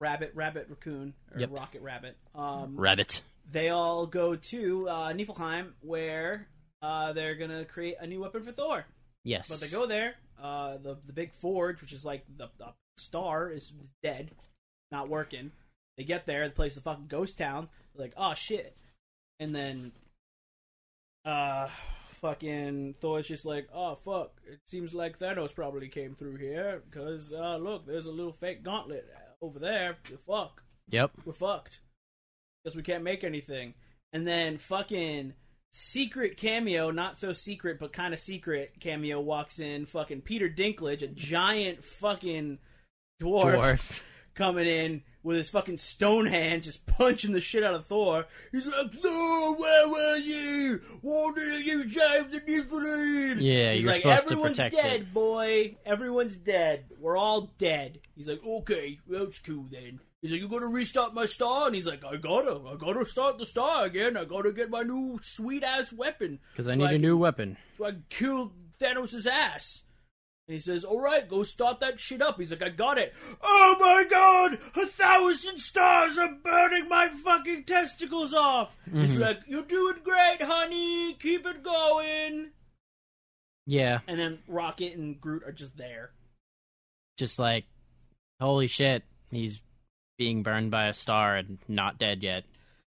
S2: Rabbit, Rabbit, Raccoon, or
S1: Yep.
S2: Rocket, Rabbit. Um.
S1: Rabbit.
S2: They all go to uh, Niflheim, where uh, they're gonna create a new weapon for Thor.
S1: Yes.
S2: But they go there. Uh, the the big forge, which is like the, the star, is dead, not working. They get there. The place is a fucking ghost town. They're like, oh shit. And then, uh, fucking Thor's just like, oh fuck. It seems like Thanos probably came through here because uh, look, there's a little fake gauntlet over there. Fuck,
S1: Yep.
S2: we're fucked because we can't make anything. And then fucking secret cameo, not so secret, but kind of secret cameo walks in. Fucking Peter Dinklage, a giant fucking dwarf,
S1: Dwarf.
S2: coming in with his fucking stone hand, just punching the shit out of Thor. He's like, Thor, where were you? Why did you save the Niflheim?
S1: Yeah,
S2: He's
S1: you're
S2: like,
S1: supposed to
S2: everyone's
S1: protect
S2: dead,
S1: it.
S2: boy. Everyone's dead. We're all dead. He's like, okay, that's cool then. He's like, you gonna restart my star? And he's like, I gotta, I gotta start the star again. I gotta get my new sweet ass weapon.
S1: Because I
S2: So
S1: need a
S2: can-
S1: new weapon.
S2: so I can kill Thanos' ass. And he says, All right, go start that shit up. He's like, I got it. Oh my god! A thousand stars are burning my fucking testicles off! He's like, You're doing great, honey! Keep it going!
S1: Yeah.
S2: And then Rocket and Groot are just there.
S1: Just like, holy shit, he's being burned by a star and not dead yet.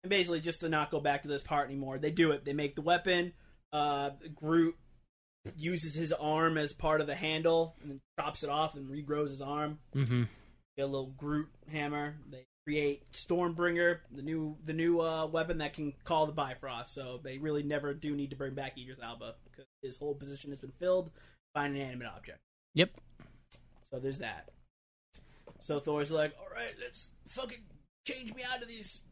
S2: And basically, just to not go back to this part anymore, they do it. They make the weapon. Uh, Groot uses his arm as part of the handle and then chops it off and regrows his arm.
S1: Mm-hmm.
S2: Get a little Groot hammer. They create Stormbringer, the new the new uh, weapon that can call the Bifrost. So they really never do need to bring back Idris Alba because his whole position has been filled by an inanimate object.
S1: Yep.
S2: So there's that. So Thor's like, all right, let's fucking change me out of these.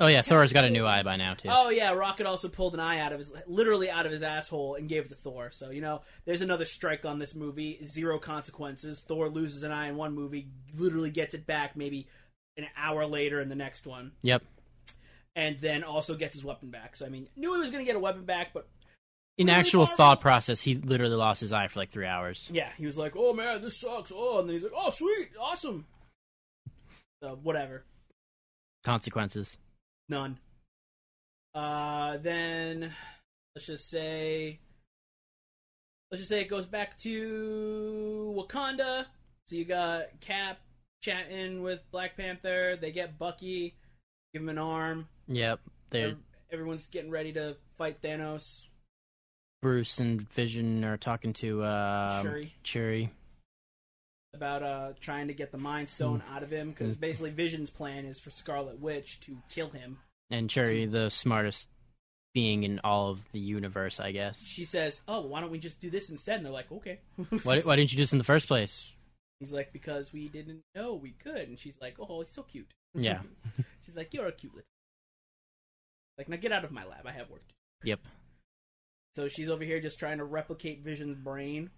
S1: Oh yeah,
S2: fucking
S1: Thor's got a new
S2: tentacles."
S1: eye by now too.
S2: Oh yeah, Rocket also pulled an eye out of his, literally out of his asshole, and gave it to Thor. So you know, there's another strike on this movie. Zero consequences. Thor loses an eye in one movie, literally gets it back maybe an hour later in the next one,
S1: Yep.
S2: and then also gets his weapon back. So I mean, knew he was going to get a weapon back, but
S1: In
S2: Really,
S1: actual
S2: Marvel?
S1: thought process, he literally lost his eye for like three hours.
S2: yeah, he was like, "Oh man, this sucks." Oh, and then he's like, "Oh sweet, awesome." So whatever.
S1: Consequences.
S2: None. Uh, then let's just say, let's just say it goes back to Wakanda. So you got Cap chatting with Black Panther. They get Bucky, give him an arm.
S1: Yep. They
S2: Ev- Everyone's getting ready to fight Thanos.
S1: Bruce and Vision are talking to um,
S2: Shuri
S1: Churi.
S2: about uh trying to get the Mind Stone
S1: Hmm.
S2: out of him because basically Vision's plan is for Scarlet Witch to kill him.
S1: And Churi, the smartest being in all of the universe, I guess.
S2: She says, "Oh, why don't we just do this instead?" And they're like, "Okay."
S1: Why, why didn't you do this in the first place?
S2: He's like, because we didn't know we could. And she's like, oh, he's so cute. <laughs>
S1: Yeah.
S2: she's like, you're a cute little. Like, now get out of my lab. I have work. to do."
S1: Yep.
S2: So she's over here just trying to replicate Vision's brain.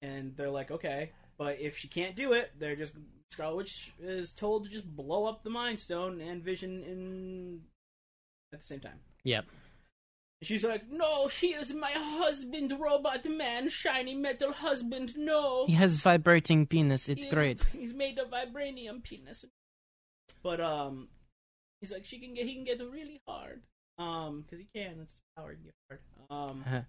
S2: And they're like, okay. But if she can't do it, they're just. Scarlet Witch is told to just blow up the Mind Stone and Vision in. at the same time.
S1: Yep.
S2: She's like, no, he is my husband, robot man, shiny metal husband, no.
S1: He has vibrating penis. It's
S2: He's-
S1: great.
S2: <laughs> He's made of vibranium penis. But um, he's like she can get he can get really hard. Um, because he can. That's his power. He can get hard. Um,
S1: Uh-huh.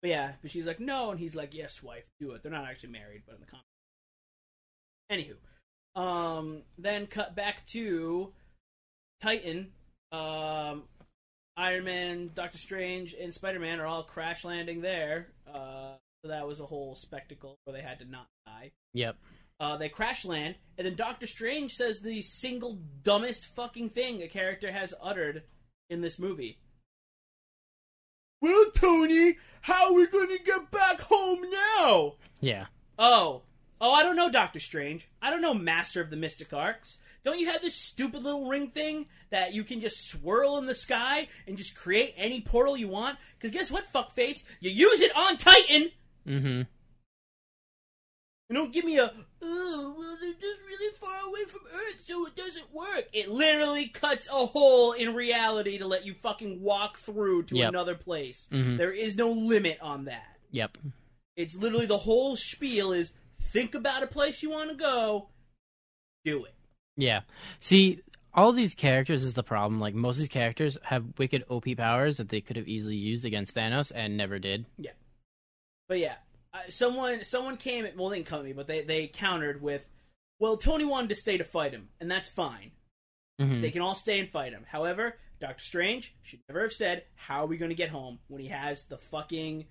S2: but yeah, but she's like no, and he's like yes, wife, do it. They're not actually married, but in the comic. Anywho, um, then cut back to Titan. Um, Iron Man, Doctor Strange, and Spider Man are all crash landing there. Uh, so that was a whole spectacle where they had to not die.
S1: <laughs> Yep.
S2: Uh, they crash land, and then Doctor Strange says the single dumbest fucking thing a character has uttered in this movie. Well, Tony, how are we gonna get back home now?
S1: Yeah.
S2: Oh, oh, I don't know, Doctor Strange. I don't know, Master of the Mystic Arcs. Don't you have this stupid little ring thing that you can just swirl in the sky and just create any portal you want? Because guess what, fuckface? You use it on Titan!
S1: Mm-hmm.
S2: And don't give me a, oh, well, they're just really far away from Earth, so it doesn't work. It literally cuts a hole in reality to let you fucking walk through to
S1: Yep.
S2: another place.
S1: Mhm.
S2: There is no limit on that.
S1: Yep.
S2: It's literally the whole spiel is think about a place you want to go, do it.
S1: Yeah. See, all these characters is the problem. Like most of these characters have wicked OP powers that they could have easily used against Thanos and never did.
S2: But yeah, uh, someone someone came at well, they didn't come at me, but they they countered with, well, Tony wanted to stay to fight him, and that's fine.
S1: hmm
S2: They can all stay and fight him. However, Doctor Strange should never have said, "How are we going to get home?" when he has the fucking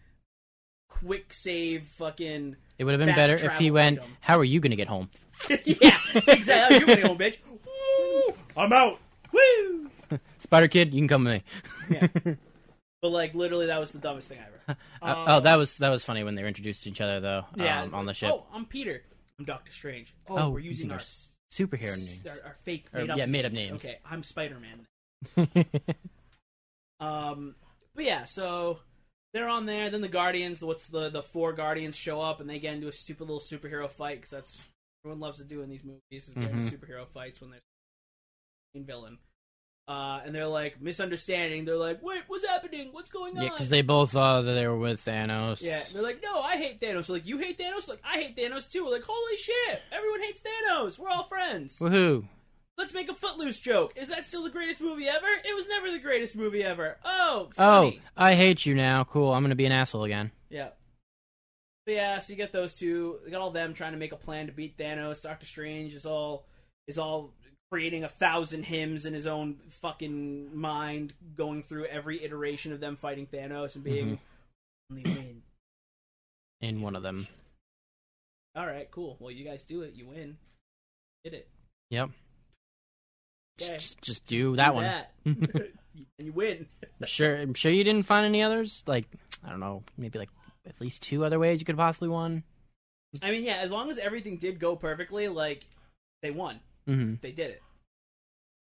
S2: quick save
S1: <laughs>
S2: fucking
S1: It would have been
S2: fast
S1: better if he
S2: travel
S1: went,
S2: item.
S1: "How are you going to get home?"
S2: yeah, exactly. You're going home, bitch. Woo! I'm out. Woo!
S1: Spider Kid, you can come with me.
S2: Yeah. but like literally, that was the dumbest thing I ever.
S1: Uh,
S2: Um,
S1: <laughs> oh, that was that was funny when they were introduced to each other though.
S2: yeah.
S1: um, on the ship.
S2: Oh, I'm Peter. I'm Doctor Strange. Oh, we're using, our,
S1: s- superhero
S2: <laughs>
S1: names.
S2: our our fake
S1: Or,
S2: made up
S1: yeah, made-up names.
S2: Okay, I'm Spider Man. Um, but yeah, so they're on there. Then the Guardians, what's the the four Guardians show up and they get into a stupid little superhero fight because that's everyone loves to do in these movies is get
S1: Mm-hmm.
S2: into superhero fights when they're in villain. Uh, and they're like misunderstanding. They're like, "Wait, what's happening? What's going on?"
S1: yeah, because they both thought that they were with Thanos.
S2: Yeah, they're like, "No, I hate Thanos." We're like, "You hate Thanos?" Like, I hate Thanos too. We're like, "Holy shit! Everyone hates Thanos. We're all friends."
S1: Woohoo!
S2: Let's make a Footloose joke. Is that still the greatest movie ever? It was never the greatest movie ever. Oh,
S1: Oh,
S2: funny.
S1: I hate you now. Cool. I'm gonna be an asshole again.
S2: Yeah. But yeah, so you get those two. You got all them trying to make a plan to beat Thanos. Doctor Strange is all is all creating a thousand hymns in his own fucking mind, going through every iteration of them fighting Thanos and being
S1: Mm-hmm.
S2: only win.
S1: In one of them.
S2: All right, cool. Well, you guys do it. You win. Did it.
S1: Yep.
S2: Okay.
S1: Just, just, just do that
S2: Do
S1: one.
S2: that.
S1: <laughs>
S2: <laughs> and you win.
S1: I'm sure, I'm sure you didn't find any others. Like, I don't know, maybe like at least two other ways you could possibly won.
S2: I mean, yeah, as long as everything did go perfectly, like they won,
S1: hmm
S2: they did it.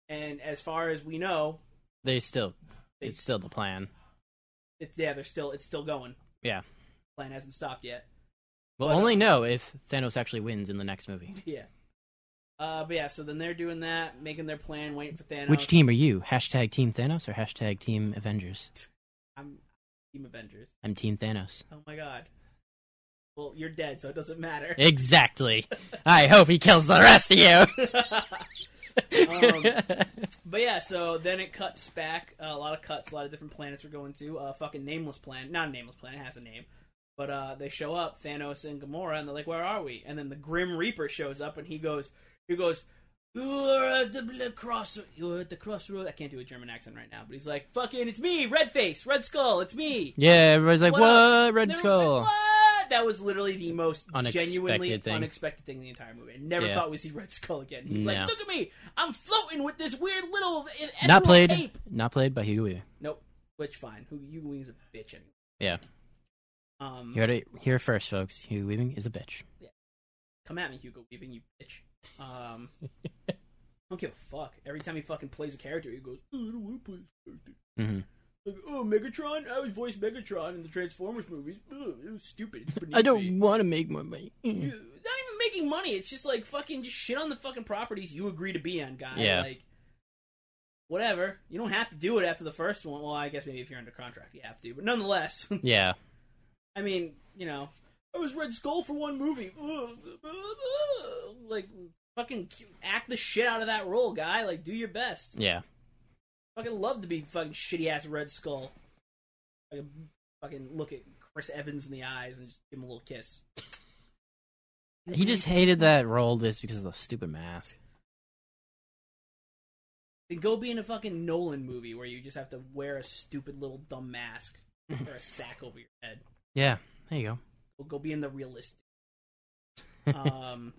S2: And as far as we know,
S1: They still,
S2: they,
S1: it's still the plan.
S2: it's yeah, they're still it's still going.
S1: Yeah.
S2: plan hasn't stopped yet. <laughs>
S1: We'll
S2: But- uh,
S1: only know if Thanos actually wins in the next movie.
S2: Yeah. Uh, but yeah, so then they're doing that, making their plan, waiting for Thanos.
S1: Which team are you? Hashtag Team Thanos or hashtag Team Avengers?
S2: I'm Team Avengers.
S1: I'm Team Thanos.
S2: Oh my god. Well, you're dead, so it doesn't matter.
S1: Exactly. I hope he kills the rest of you.
S2: <laughs> Um, But yeah, so then it cuts back. Uh, a lot of cuts, a lot of different planets we're going to. Uh, fucking nameless planet. Not a nameless planet, it has a name. But uh, they show up, Thanos and Gamora, and they're like, where are we? And then the Grim Reaper shows up, and he goes, he goes, you're at the bl- cross, you're at the crossroad. I can't do a German accent right now, but he's like, fucking, it's me, Red Face, Red Skull, it's me.
S1: <laughs> yeah, everybody's like,
S2: What
S1: "What,
S2: up?"
S1: Red
S2: And everyone's like,
S1: Skull?"
S2: "What?" That was literally the most
S1: Unexpected
S2: genuinely
S1: thing.
S2: unexpected thing in the entire movie. I never
S1: Yeah.
S2: thought we'd see Red Skull again. He's
S1: No.
S2: like, look at me, I'm floating with this weird little e- emerald
S1: Not played.
S2: Cape.
S1: Not played by Huey. Lewis.
S2: Nope. Which fine. Who you is a bitch anyway.
S1: Yeah,
S2: Um,
S1: you heard it here first, folks. Huey Weaving is a bitch.
S2: come at me, Hugo Weaving, you bitch.
S1: <laughs>
S2: Um, I don't give a fuck. Every time he fucking plays a character, he goes, oh, "I don't want to play this character."
S1: hmm
S2: Like, oh, Megatron! I was voiced Megatron in the Transformers movies. Ugh, it was stupid. It's
S1: <laughs>
S2: beneath
S1: I
S2: me."
S1: don't want to make more money. Mm.
S2: You- not even making money. It's just like fucking just shit on the fucking properties you agree to be on, guy.
S1: Yeah.
S2: Like whatever. You don't have to do it after the first one. Well, I guess maybe if you're under contract you have to. But nonetheless, <laughs>
S1: Yeah,
S2: I mean, you know, I was Red Skull for one movie. <laughs> Like fucking act the shit out of that role, guy. Like do your best.
S1: yeah.
S2: Fucking love to be fucking shitty ass Red Skull. Fucking fucking look at Chris Evans in the eyes and just give him a little kiss.
S1: He just hated that role just because of the stupid mask.
S2: Then go be in a fucking Nolan movie where you just have to wear a stupid little dumb mask or a sack over your head.
S1: Yeah, there you go. <laughs>
S2: Go- go be in the realistic. Um,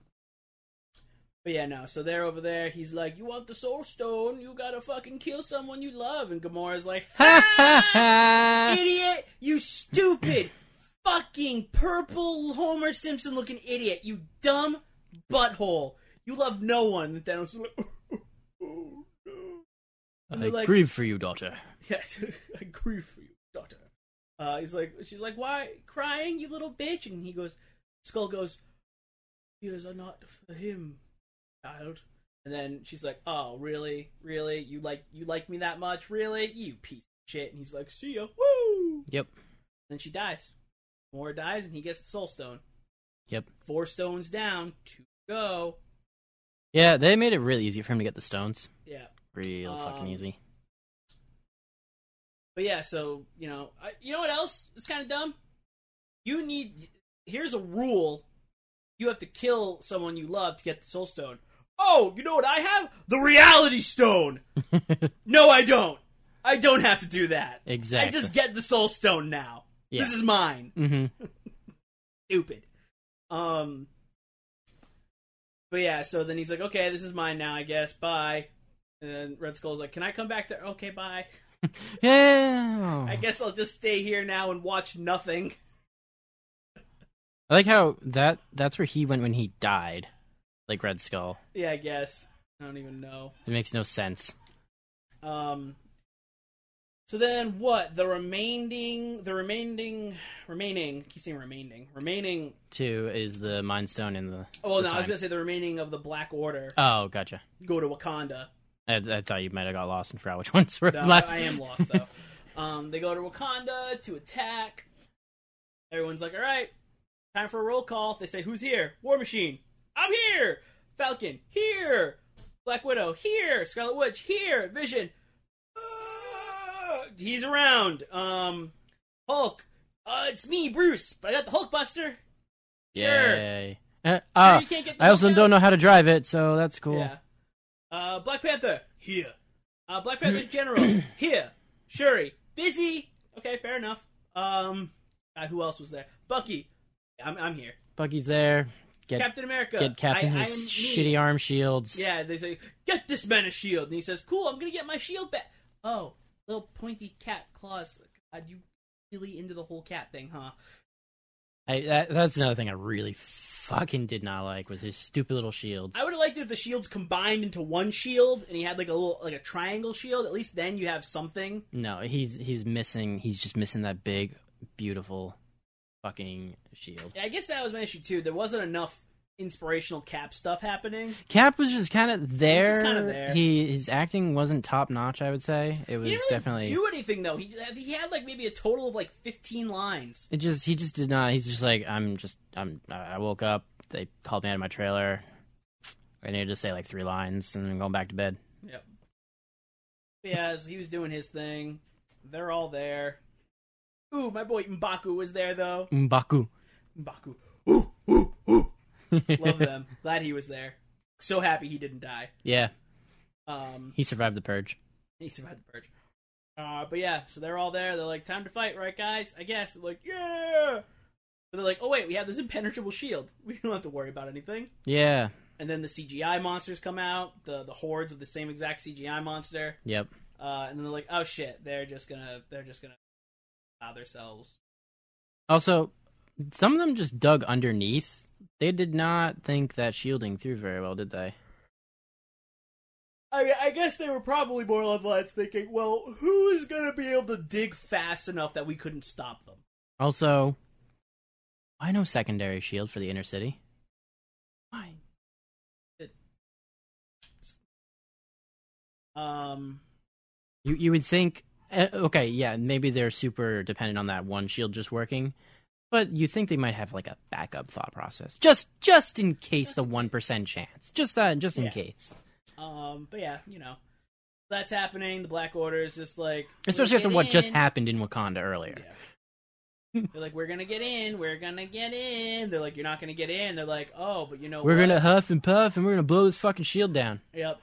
S2: but yeah, no. So they're over there. He's like, "You want the Soul Stone? You gotta fucking kill someone you love." And Gamora's like, "Ha! idiot! You stupid <clears throat> fucking purple Homer Simpson looking idiot! You dumb butthole! You love no one." And Thanos is like, <laughs> "Oh no."
S1: I
S2: like-
S1: grieve for you, daughter.
S2: Yeah, <laughs> I grieve for you, daughter. Uh, he's like, she's like, why crying, you little bitch? And he goes, Skull goes, tears are not for him, child. And then she's like, oh, really, really, you like you like me that much, really, you piece of shit. And he's like, see ya, woo.
S1: Yep.
S2: Then she dies. Mora dies, and he gets the Soul Stone.
S1: Yep.
S2: Four stones down, two to go.
S1: Yeah, they made it really easy for him to get the stones.
S2: Yeah.
S1: Real
S2: Um,
S1: fucking
S2: <laughs>
S1: easy.
S2: But yeah, so you know, I, you know what else is kind of dumb? You need here's a rule: you have to kill someone you love to get the Soul Stone. Oh, you know what I have? The Reality Stone. no, I don't. I don't have to do that.
S1: Exactly.
S2: I just get the Soul Stone now.
S1: yeah.
S2: This is mine.
S1: mm-hmm.
S2: Stupid. Um. But yeah, so then he's like, "Okay, this is mine now, I guess. Bye." And then Red Skull's like, "Can I come back there?" Okay, bye.
S1: Yeah.
S2: I guess I'll just stay here now and watch nothing.
S1: I like how that that's where he went when he died. Like Red Skull.
S2: Yeah, I guess. I don't even know.
S1: It makes no sense.
S2: Um So then what? The remaining the remaining remaining I keep saying remaining. Remaining
S1: Two is the Mind Stone in the
S2: Oh well,
S1: the
S2: no, I was
S1: time.
S2: gonna say the remaining of the Black Order
S1: Oh, gotcha.
S2: go to Wakanda.
S1: I, I thought you might have got lost and forgot which <laughs> ones were
S2: No,
S1: left.
S2: I am lost though. um they go to Wakanda to attack. Everyone's like, Alright, time for a roll call. They say, Who's here? War Machine. I'm here. Falcon, here. Black Widow, here. Scarlet Witch, here. Vision. "Ah!" he's around. Um Hulk. Uh, it's me, Bruce, but I got the Hulk Buster. Sure.
S1: Yay. Uh,
S2: Sure,
S1: ah,
S2: you can't get the
S1: I also
S2: Hulk
S1: don't
S2: out.
S1: know how to drive it, so that's cool.
S2: Yeah. Uh, Black Panther, here. Uh,
S1: <clears throat>
S2: Black Panther's general, here. Shuri, busy. Okay, fair uh, enough. Um, God, who else was there? Bucky, I'm, I'm here.
S1: Bucky's there. Get-
S2: Captain America.
S1: Get Captain
S2: I-
S1: his
S2: Iron Me.
S1: shitty arm shields.
S2: Yeah, they say, get this man a shield. And he says, cool, I'm going to get my shield back. Oh, little pointy cat claws. God, you really into the whole cat thing, huh?
S1: I, that, that's another thing I really fucking did not like was his stupid little shields.
S2: I would have liked it if the shields combined into one shield and he had like a little, like a triangle shield. At least then you have something.
S1: No, he's he's missing. He's just missing that big, beautiful, fucking shield.
S2: Yeah, I guess that was my issue too. There wasn't enough inspirational cap stuff happening.
S1: Cap was just kind of there.
S2: kinda there.
S1: He his acting wasn't top notch. I would say it was
S2: He didn't really
S1: definitely.
S2: do anything though. He, he had like maybe a total of like 15 lines.
S1: It just he just did not. He's just like I'm just I'm. I woke up. They called me out of my trailer. I needed to say like three lines and then going back to bed.
S2: Yep. But yeah, so he was doing his thing. They're all there. Ooh, my boy Mbaku was there though.
S1: Mbaku.
S2: Mbaku. Ooh, ooh, ooh. Love them. Glad he was there. So happy he didn't die.
S1: <laughs> yeah,
S2: Um,
S1: he survived the purge.
S2: <laughs> he survived the purge. Uh, but yeah, so they're all there. They're like, time to fight, right, guys? I guess. They're like, yeah. But they're like, oh wait, we have this impenetrable shield. <laughs> We don't have to worry about anything.
S1: Yeah.
S2: And then the CGI monsters come out. The the hordes of the same exact CGI monster.
S1: Yep.
S2: Uh, and then they're like, oh shit, they're just gonna, they're just gonna allow themselves.
S1: Also, some of them just dug underneath. They did not think that shielding through very well, did they?
S2: I, I guess they were probably more or less thinking, well, who is gonna be able to dig fast enough that we couldn't stop them?
S1: Also, why no secondary shield for the inner city? Why?
S2: Um,
S1: You you would think eh, okay, yeah, maybe they're super dependent on that one shield just working, but you think they might have like a backup thought process. Just just in case the 1% chance. Just that just in
S2: Yeah.
S1: case.
S2: um, but yeah, you know, that's happening. The Black Order is just like,
S1: Especially
S2: "We're
S1: after
S2: gonna
S1: what
S2: get
S1: just
S2: in."
S1: happened in Wakanda earlier.
S2: Yeah. They're like, we're gonna get in, we're gonna get in. They're like, you're not gonna get in. They're like, oh, but you know,
S1: We're
S2: what?
S1: going to huff and puff and we're going to blow this fucking shield down.
S2: Yep.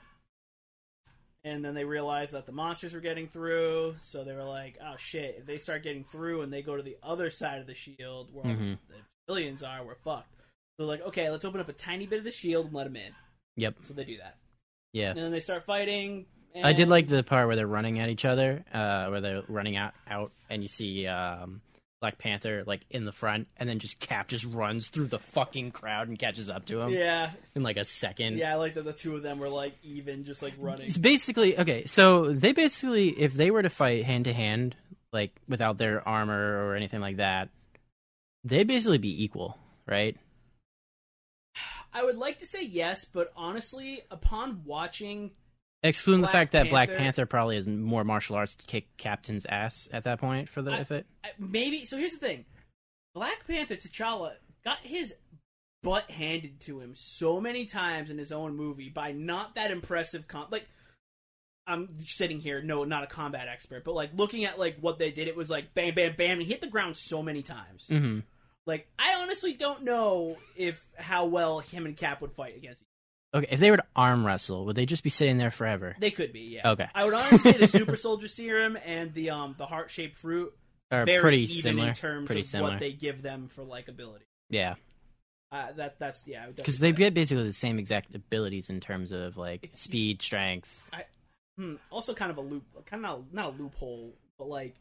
S2: And then they realized that the monsters were getting through, so they were like, "Oh shit! If they start getting through and they go to the other side of the shield where all
S1: Mhm.
S2: the civilians are, we're fucked." So like, okay, let's open up a tiny bit of the shield and let them in.
S1: Yep.
S2: So they do that,
S1: Yeah.
S2: and then they start fighting. And
S1: I did like the part where they're running at each other, uh, where they're running out, out, and you see um, Black Panther like in the front, and then just Cap just runs through the fucking crowd and catches up to him
S2: yeah,
S1: in like a second.
S2: yeah. I like that the two of them were like even, just like running.
S1: It's basically okay. So they basically, if they were to fight hand to hand, like without their armor or anything like that, they'd basically be equal, right?
S2: I would like to say yes, but honestly, upon watching,
S1: Excluding
S2: Black
S1: the fact that Black
S2: Panther-
S1: Panther probably is more martial arts to kick Captain's ass at that point for the
S2: I-
S1: if it.
S2: I- maybe. So here's the thing: Black Panther T'Challa got his butt handed to him so many times in his own movie by not that impressive. Com- like, I'm sitting here, no, not a combat expert, but like looking at like what they did, it was like bam, bam, bam. and He hit the ground so many times.
S1: hmm
S2: Like, I honestly don't know if how well him and Cap would fight against. Each-
S1: Okay, if they were to arm wrestle, would they just be sitting there forever?
S2: they could be, yeah.
S1: Okay.
S2: I would honestly say the Super Soldier Serum and the um the heart shaped fruit
S1: are
S2: very
S1: pretty
S2: even
S1: similar.
S2: in terms
S1: pretty
S2: of
S1: similar.
S2: what they give them for like ability.
S1: yeah,
S2: Uh, that that's yeah.
S1: because they get basically the same exact abilities in terms of like speed, strength.
S2: hmm, also kind of a loop, kind of not, not a loophole, but like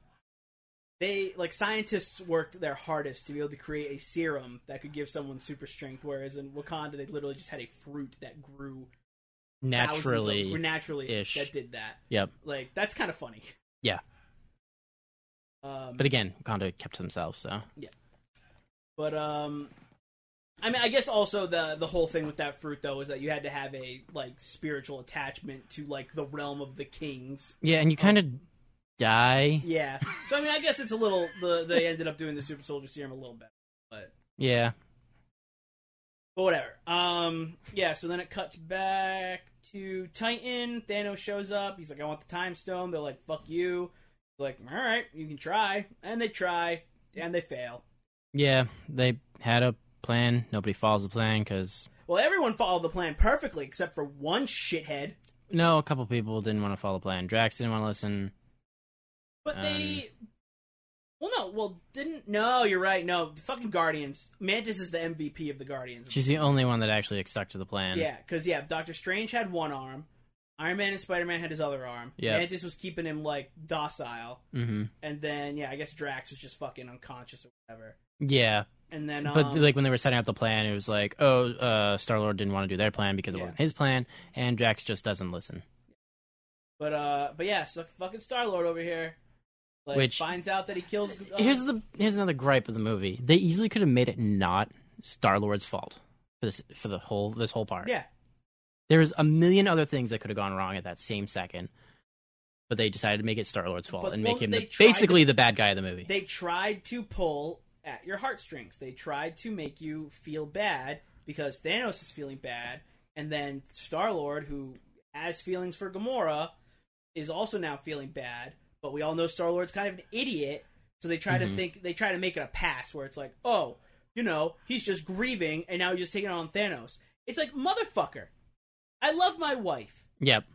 S2: they like scientists worked their hardest to be able to create a serum that could give someone super strength. Whereas in Wakanda, they literally just had a fruit that grew thousands of-
S1: Naturally,
S2: grew naturally
S1: ish.
S2: that did that.
S1: Yep.
S2: Like that's kind of funny.
S1: Yeah.
S2: Um,
S1: but again, Wakanda kept to themselves. So
S2: But um, I mean, I guess also the the whole thing with that fruit though is that you had to have a like spiritual attachment to like the realm of the kings.
S1: yeah, and you kind of die.
S2: Yeah. So I mean, I guess it's a little the they ended up doing the super soldier serum a little better, but
S1: Yeah,
S2: but whatever. Um, yeah. So then it cuts back to Titan. Thanos shows up. He's like, I want the time stone. They're like, fuck you. He's like, all right, you can try, and they try, and they fail.
S1: yeah. They had a plan. Nobody follows the plan because
S2: Well, everyone followed the plan perfectly except for one shithead.
S1: no, a Um, couple people didn't want to follow the plan. Drax didn't want to listen.
S2: But they Well, no. Well, didn't. No, you're right. No, fucking Guardians. Mantis is the MVP of the Guardians.
S1: She's the only one that actually stuck to the plan.
S2: Yeah, because yeah, Doctor Strange had one arm. Iron Man and Spider Man had his other arm.
S1: Yeah.
S2: Mantis was keeping him like docile,
S1: hmm
S2: and then yeah, I guess Drax was just fucking unconscious or whatever.
S1: Yeah.
S2: And then um,
S1: But like when they were setting up the plan, it was like, oh, uh, Star Lord didn't want to do their plan because it
S2: Yeah.
S1: wasn't his plan, and Drax just doesn't listen.
S2: but uh, but yeah, so fucking Star Lord over here, like
S1: Which-
S2: finds out that he kills. Uh,
S1: here's the here's another gripe of the movie. They easily could have made it not Star Lord's fault for this for the whole this whole part.
S2: yeah,
S1: There was a million other things that could have gone wrong at that same second, but they decided to make it Star Lord's fault
S2: But
S1: and make
S2: won't
S1: him
S2: they
S1: the,
S2: try
S1: basically the bad guy of the movie.
S2: they tried to pull at your heartstrings. They tried to make you feel bad because Thanos is feeling bad, and then Star Lord, who has feelings for Gamora, is also now feeling bad. But we all know Star Lord's kind of an idiot, so they try to
S1: Mhm.
S2: think they try to make it a pass where it's like, oh, you know, he's just grieving, and now he's just taking it on Thanos. It's like motherfucker. I love my wife
S1: yep.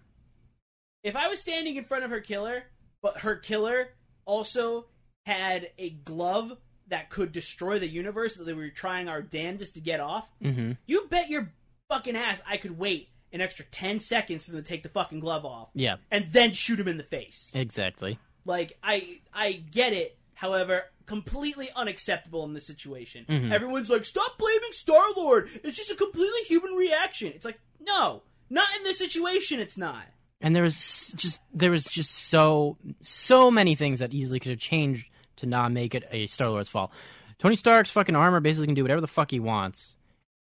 S2: if I was standing in front of her killer, but her killer also had a glove that could destroy the universe that they were trying our damnedest to get off,
S1: Mm-hmm.
S2: you bet your fucking ass I could wait an extra 10 seconds for them to take the fucking glove off
S1: Yeah.
S2: and then shoot him in the face.
S1: Exactly.
S2: Like I I get it, however, completely unacceptable in this situation.
S1: Mhm.
S2: Everyone's like, "Stop blaming Star-Lord. It's just a completely human reaction." It's like, "No, not in this situation it's not."
S1: And there was s- just there was just so so many things that easily could have changed to not make it a Star Lord's fault. Tony Stark's fucking armor basically can do whatever the fuck he wants.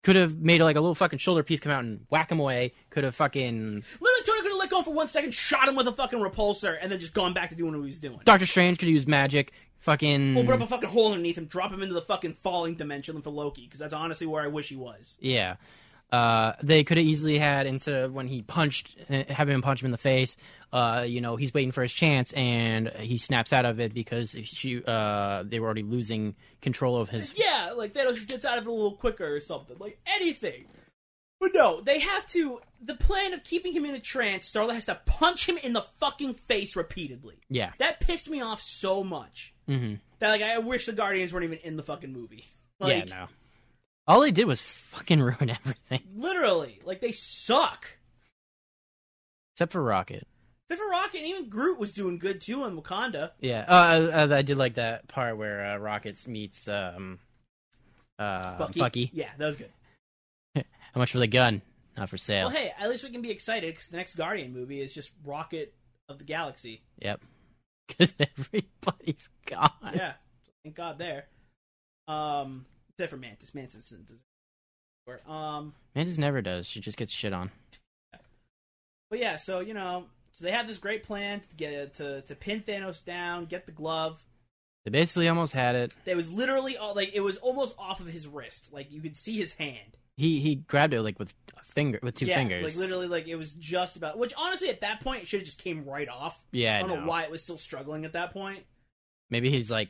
S1: Could have made like a little fucking shoulder piece come out and whack him away. Could have fucking
S2: Literally, Tony could have let go for one second, shot him with a fucking repulsor, and then just gone back to doing what he was doing.
S1: Doctor Strange could use magic. Fucking
S2: Open up a fucking hole underneath him, drop him into the fucking falling dimension for Loki, because that's honestly where I wish he was.
S1: yeah. Uh, they could have easily had instead of when he punched, uh, having him punch him in the face. Uh, you know, he's waiting for his chance and he snaps out of it because she, uh, they were already losing control of his.
S2: Yeah, like Thanos just gets out of it a little quicker or something, like anything. But no, they have to. The plan of keeping him in a trance, Starla has to punch him in the fucking face repeatedly.
S1: Yeah.
S2: That pissed me off so much
S1: hmm
S2: that like I wish the Guardians weren't even in the fucking movie. Like,
S1: yeah. No. All they did was fucking <laughs> ruin everything
S2: literally, like they suck.
S1: except for Rocket.
S2: Except for Rocket, and even Groot was doing good too in Wakanda.
S1: Yeah. Uh, I, I did like that part where uh, Rockets meets um, uh, Bucky.
S2: Yeah, that was good.
S1: How much for the gun? Not for sale.
S2: Well, hey, at least we can be excited because the next Guardian movie is just Rocket of
S1: <laughs>
S2: the Galaxy.
S1: Yep. Because everybody's gone.
S2: Yeah, thank God there. Um, except for Mantis. Mantis doesn't deserve it. Or, Um,
S1: Mantis never does. She just gets shit on.
S2: but yeah, so you know, so they have this great plan to get to to pin Thanos down, get the glove.
S1: They basically almost had it.
S2: That was literally all, like it was almost off of his wrist. Like you could see his hand.
S1: He he grabbed it like with a finger, with two
S2: yeah,
S1: fingers.
S2: Like literally, like it was just about. Which honestly, at that point, it should have just came right off.
S1: Yeah, I
S2: I don't
S1: know.
S2: know why it was still struggling at that point.
S1: Maybe he's like,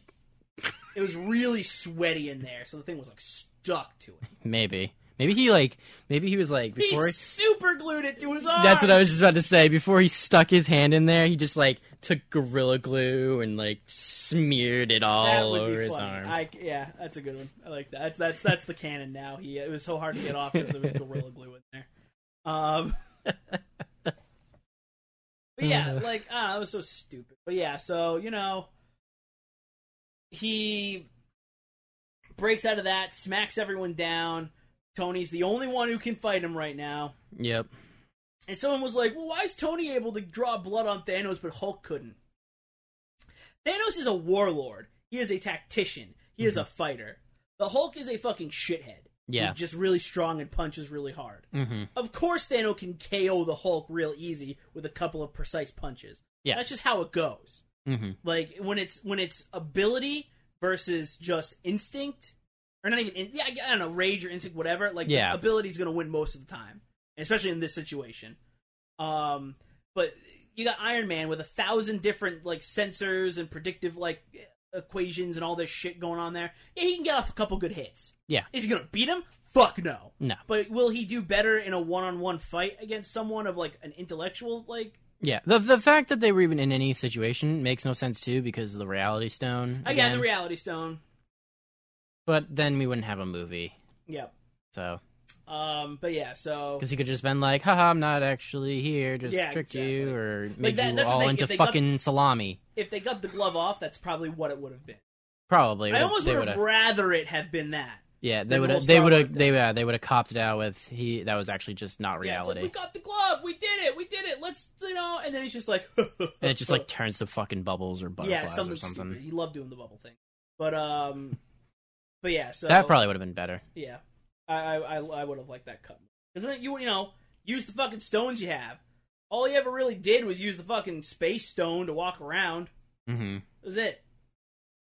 S2: It was really sweaty in there, so the thing was like stuck to it.
S1: maybe, maybe he like, maybe he was like before.
S2: he super glued it to his arm.
S1: That's what I was just about to say. Before he stuck his hand in there, he just like took gorilla glue and like smeared it
S2: That
S1: all
S2: would
S1: over
S2: be
S1: his
S2: funny.
S1: arm.
S2: I, yeah, that's a good one. I like that. That's that's that's the canon now. He it was so hard to get off because
S1: <laughs>
S2: there was gorilla glue in there. Um.
S1: <laughs>
S2: But yeah,
S1: Uh.
S2: like ah, that was so stupid. But yeah, so you know, he breaks out of that, smacks everyone down. Tony's the only one who can fight him right now.
S1: Yep.
S2: And someone was like, well, why is Tony able to draw blood on Thanos but Hulk couldn't? Thanos is a warlord. He is a tactician. He is a fighter. The Hulk is a fucking shithead.
S1: Mhm. Yeah.
S2: He's just really strong and punches really hard.
S1: Mm-hmm.
S2: Of course, Thanos can KO the Hulk real easy with a couple of precise punches.
S1: Yeah.
S2: That's just how it goes.
S1: Mm-hmm.
S2: Like when it's when it's ability versus just instinct, or not even in, yeah, I don't know, rage or instinct, whatever. Like
S1: Yeah.
S2: ability's going to win most of the time, especially in this situation. Um, but you got Iron Man with a thousand different like sensors and predictive like equations and all this shit going on there. Yeah, he can get off a couple good hits.
S1: Yeah.
S2: is he going to beat him? Fuck no.
S1: No.
S2: But will he do better in a one-on-one fight against someone of like an intellectual like
S1: Yeah, the the fact that they were even in any situation makes no sense too because of the Reality Stone.
S2: Again, Oh, the Reality Stone.
S1: but then we wouldn't have a movie.
S2: Yep.
S1: So
S2: Um, but yeah, so
S1: because he could just been like, "Haha, I'm not actually here. Just
S2: Yeah,
S1: tricked you,
S2: exactly.
S1: or make
S2: that-
S1: you
S2: that's the
S1: all
S2: thing,
S1: into
S2: if they got-
S1: fucking salami."
S2: if they got the glove off, that's probably what it would have been.
S1: Probably.
S2: I
S1: They-
S2: almost
S1: they
S2: would have
S1: would've-
S2: rather it have been that.
S1: Yeah,
S2: they
S1: they would
S2: would've
S1: have. They would
S2: started
S1: have.
S2: with
S1: They yeah, they would have copped it out with he. That was actually just not
S2: Yeah, it's like,
S1: reality.
S2: we got the glove. We did it. We did it. Let's you know. And then he's just like, <laughs>
S1: and it just like <laughs> turns to fucking bubbles or butterflies
S2: yeah, something,
S1: or something.
S2: stupid. He loved doing the bubble thing, but um, but yeah, so
S1: That probably would have been better.
S2: yeah, I I, I, I would have liked that cut because then you you know use the fucking stones you have. All he ever really did was use the fucking space stone to walk around.
S1: Mm-hmm.
S2: That was it.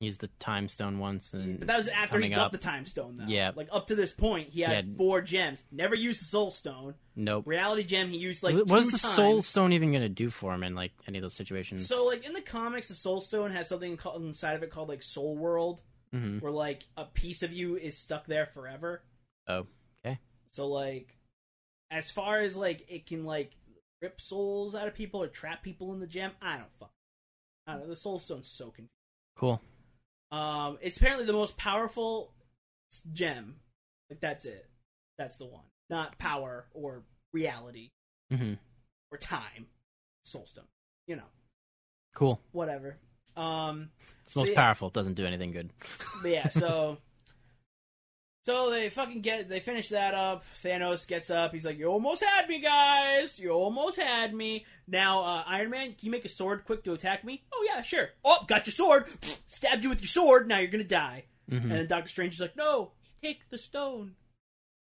S1: Use the time stone once, and
S2: But that was after
S1: Coming
S2: he got
S1: up.
S2: the time stone, though.
S1: Yeah.
S2: like up to this point, he had,
S1: He had-
S2: four gems. Never used the soul stone.
S1: nope.
S2: Reality gem he used like
S1: what
S2: two
S1: was the
S2: times.
S1: soul stone even going to do for him in like any of those situations?
S2: So, like in the comics, the Soul Stone has something called, inside of it called like Soul World,
S1: hmm
S2: where like a piece of you is stuck there forever.
S1: Oh, okay.
S2: So, like, as far as like it can like rip souls out of people or trap people in the gem, I don't fuck. I don't know. The Soul Stone's so confusing.
S1: Cool.
S2: Um, it's apparently the most powerful gem. Like that's it. That's the one. Not power or reality
S1: hmm
S2: or time. Soul Stone. You know,
S1: Cool.
S2: whatever. Um.
S1: It's
S2: So,
S1: most
S2: yeah.
S1: powerful. It doesn't do anything
S2: <laughs>
S1: good.
S2: But yeah, so <laughs> so they fucking get they finish that up. Thanos gets up. He's like, "You almost had me, guys. You almost had me." Now, uh, Iron Man, can you make a sword quick to attack me? Oh yeah, sure. Oh, got your sword. <laughs> Stabbed you with your sword. Now you're gonna die.
S1: Mhm.
S2: And then Doctor Strange is like, "No, take the stone."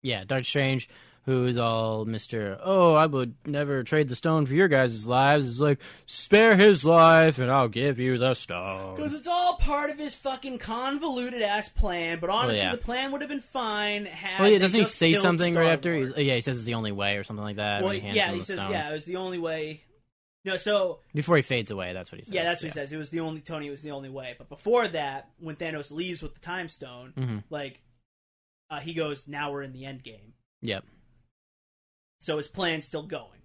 S1: Yeah, Doctor Strange, who is all Mister. Oh, I would never trade the stone for your guys' lives. Is like spare his life, and I'll give you the
S2: Because
S1: stone.
S2: it's all part of his fucking convoluted ass plan. But honestly,
S1: yeah.
S2: the plan would have been fine. Had
S1: Well, yeah,
S2: they
S1: doesn't he
S2: just
S1: say
S2: killed
S1: something right after?
S2: Star-Lord.
S1: He's, yeah, he says it's the only way or something like that.
S2: Well,
S1: when he hands
S2: yeah,
S1: him
S2: he
S1: the
S2: says,
S1: stone.
S2: yeah, it was the only way. No, so
S1: Before he fades away, that's what he says.
S2: Yeah, that's what he says. It was the only Tony. It was the only way. But before that, when Thanos leaves with the Time Stone,
S1: Mhm.
S2: like uh, he goes, "Now we're in the End Game."
S1: Yep.
S2: So his plan's still going.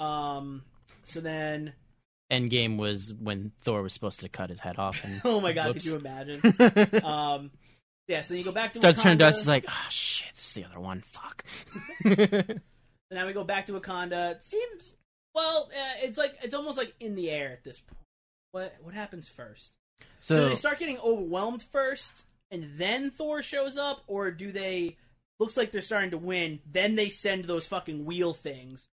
S2: Um. So then, <laughs>
S1: Endgame was when Thor was supposed to cut his head off. And,
S2: <laughs> oh my god,
S1: Whoops.
S2: could you imagine?
S1: <laughs> Starts
S2: um. Yeah. So then you go back to
S1: turning
S2: Wakanda.
S1: dust. He's like, ah, shit, this is the other one. Fuck. <laughs>
S2: And now we go back to Wakanda. It seems well. Uh, it's like it's almost like in the air at this point. What what happens first? So,
S1: so
S2: they start getting overwhelmed first, and then Thor shows up, or do they? Looks like they're starting to win. Then they send those fucking wheel things.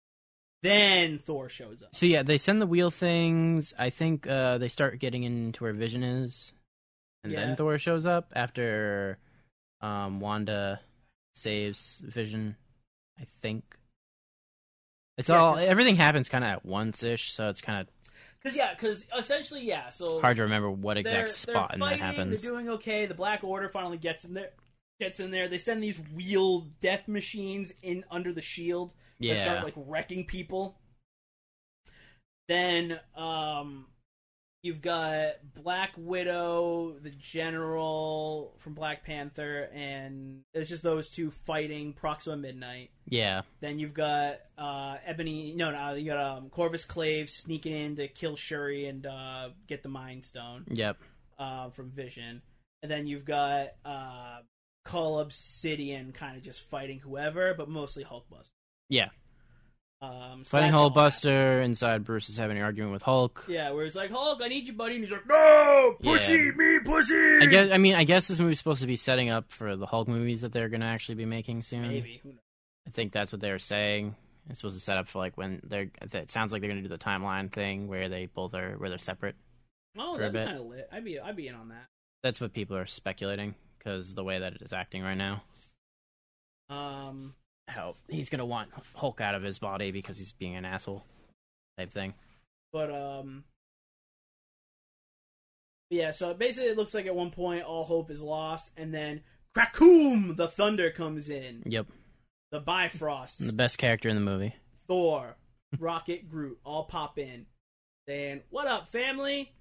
S2: Then Thor shows up.
S1: So yeah, they send the wheel things. I think uh, they start getting into where Vision is, and
S2: Yeah.
S1: then Thor shows up after um, Wanda saves Vision. I think it's
S2: Yeah,
S1: all
S2: 'cause-
S1: everything happens kind of at once ish, so it's kind
S2: Because yeah, because essentially yeah. So
S1: of hard to remember what
S2: they're-
S1: exact spot
S2: they're
S1: and that
S2: fighting,
S1: happens.
S2: They're doing okay. The Black Order finally gets in there. Gets in there. They send these wheel death machines in under the shield. that
S1: yeah,
S2: start like wrecking people. Then um you've got Black Widow, the general from Black Panther, and it's just those two fighting Proxima Midnight.
S1: yeah,
S2: Then you've got uh Ebony no no you got um Corvus Clave sneaking in to kill Shuri and uh get the Mind Stone
S1: yep,
S2: uh, from Vision, and then you've got uh, Call Obsidian kind of just fighting whoever, but mostly Hulkbuster.
S1: Yeah.
S2: Um, so
S1: fighting
S2: that's all that.
S1: Hulkbuster inside. Bruce is having an argument with Hulk.
S2: Yeah, where it's like Hulk, I need you, buddy, and he's like, no,
S1: Yeah.
S2: pussy, me, pussy.
S1: I guess. I mean, I guess this movie's supposed to be setting up for the Hulk movies that they're going to actually be making soon.
S2: maybe. Who knows?
S1: I think that's what they were saying. It's supposed to set up for like when they're. It sounds like they're going to do the timeline thing where they both are where they're separate.
S2: Oh,
S1: For a
S2: that'd be
S1: bit.
S2: kind of lit. I'd be, I'd be in on that.
S1: That's what people are speculating because the way that it is acting right now,
S2: Um,
S1: how he's going to want Hulk out of his body because he's being an asshole type thing.
S2: but um, yeah. So basically, it looks like at one point all hope is lost, and then Krakoom, the thunder comes in,
S1: Yep,
S2: the Bifrost.
S1: And the best character in the movie.
S2: Thor, Rocket, Groot all pop in, saying, "What up, family?"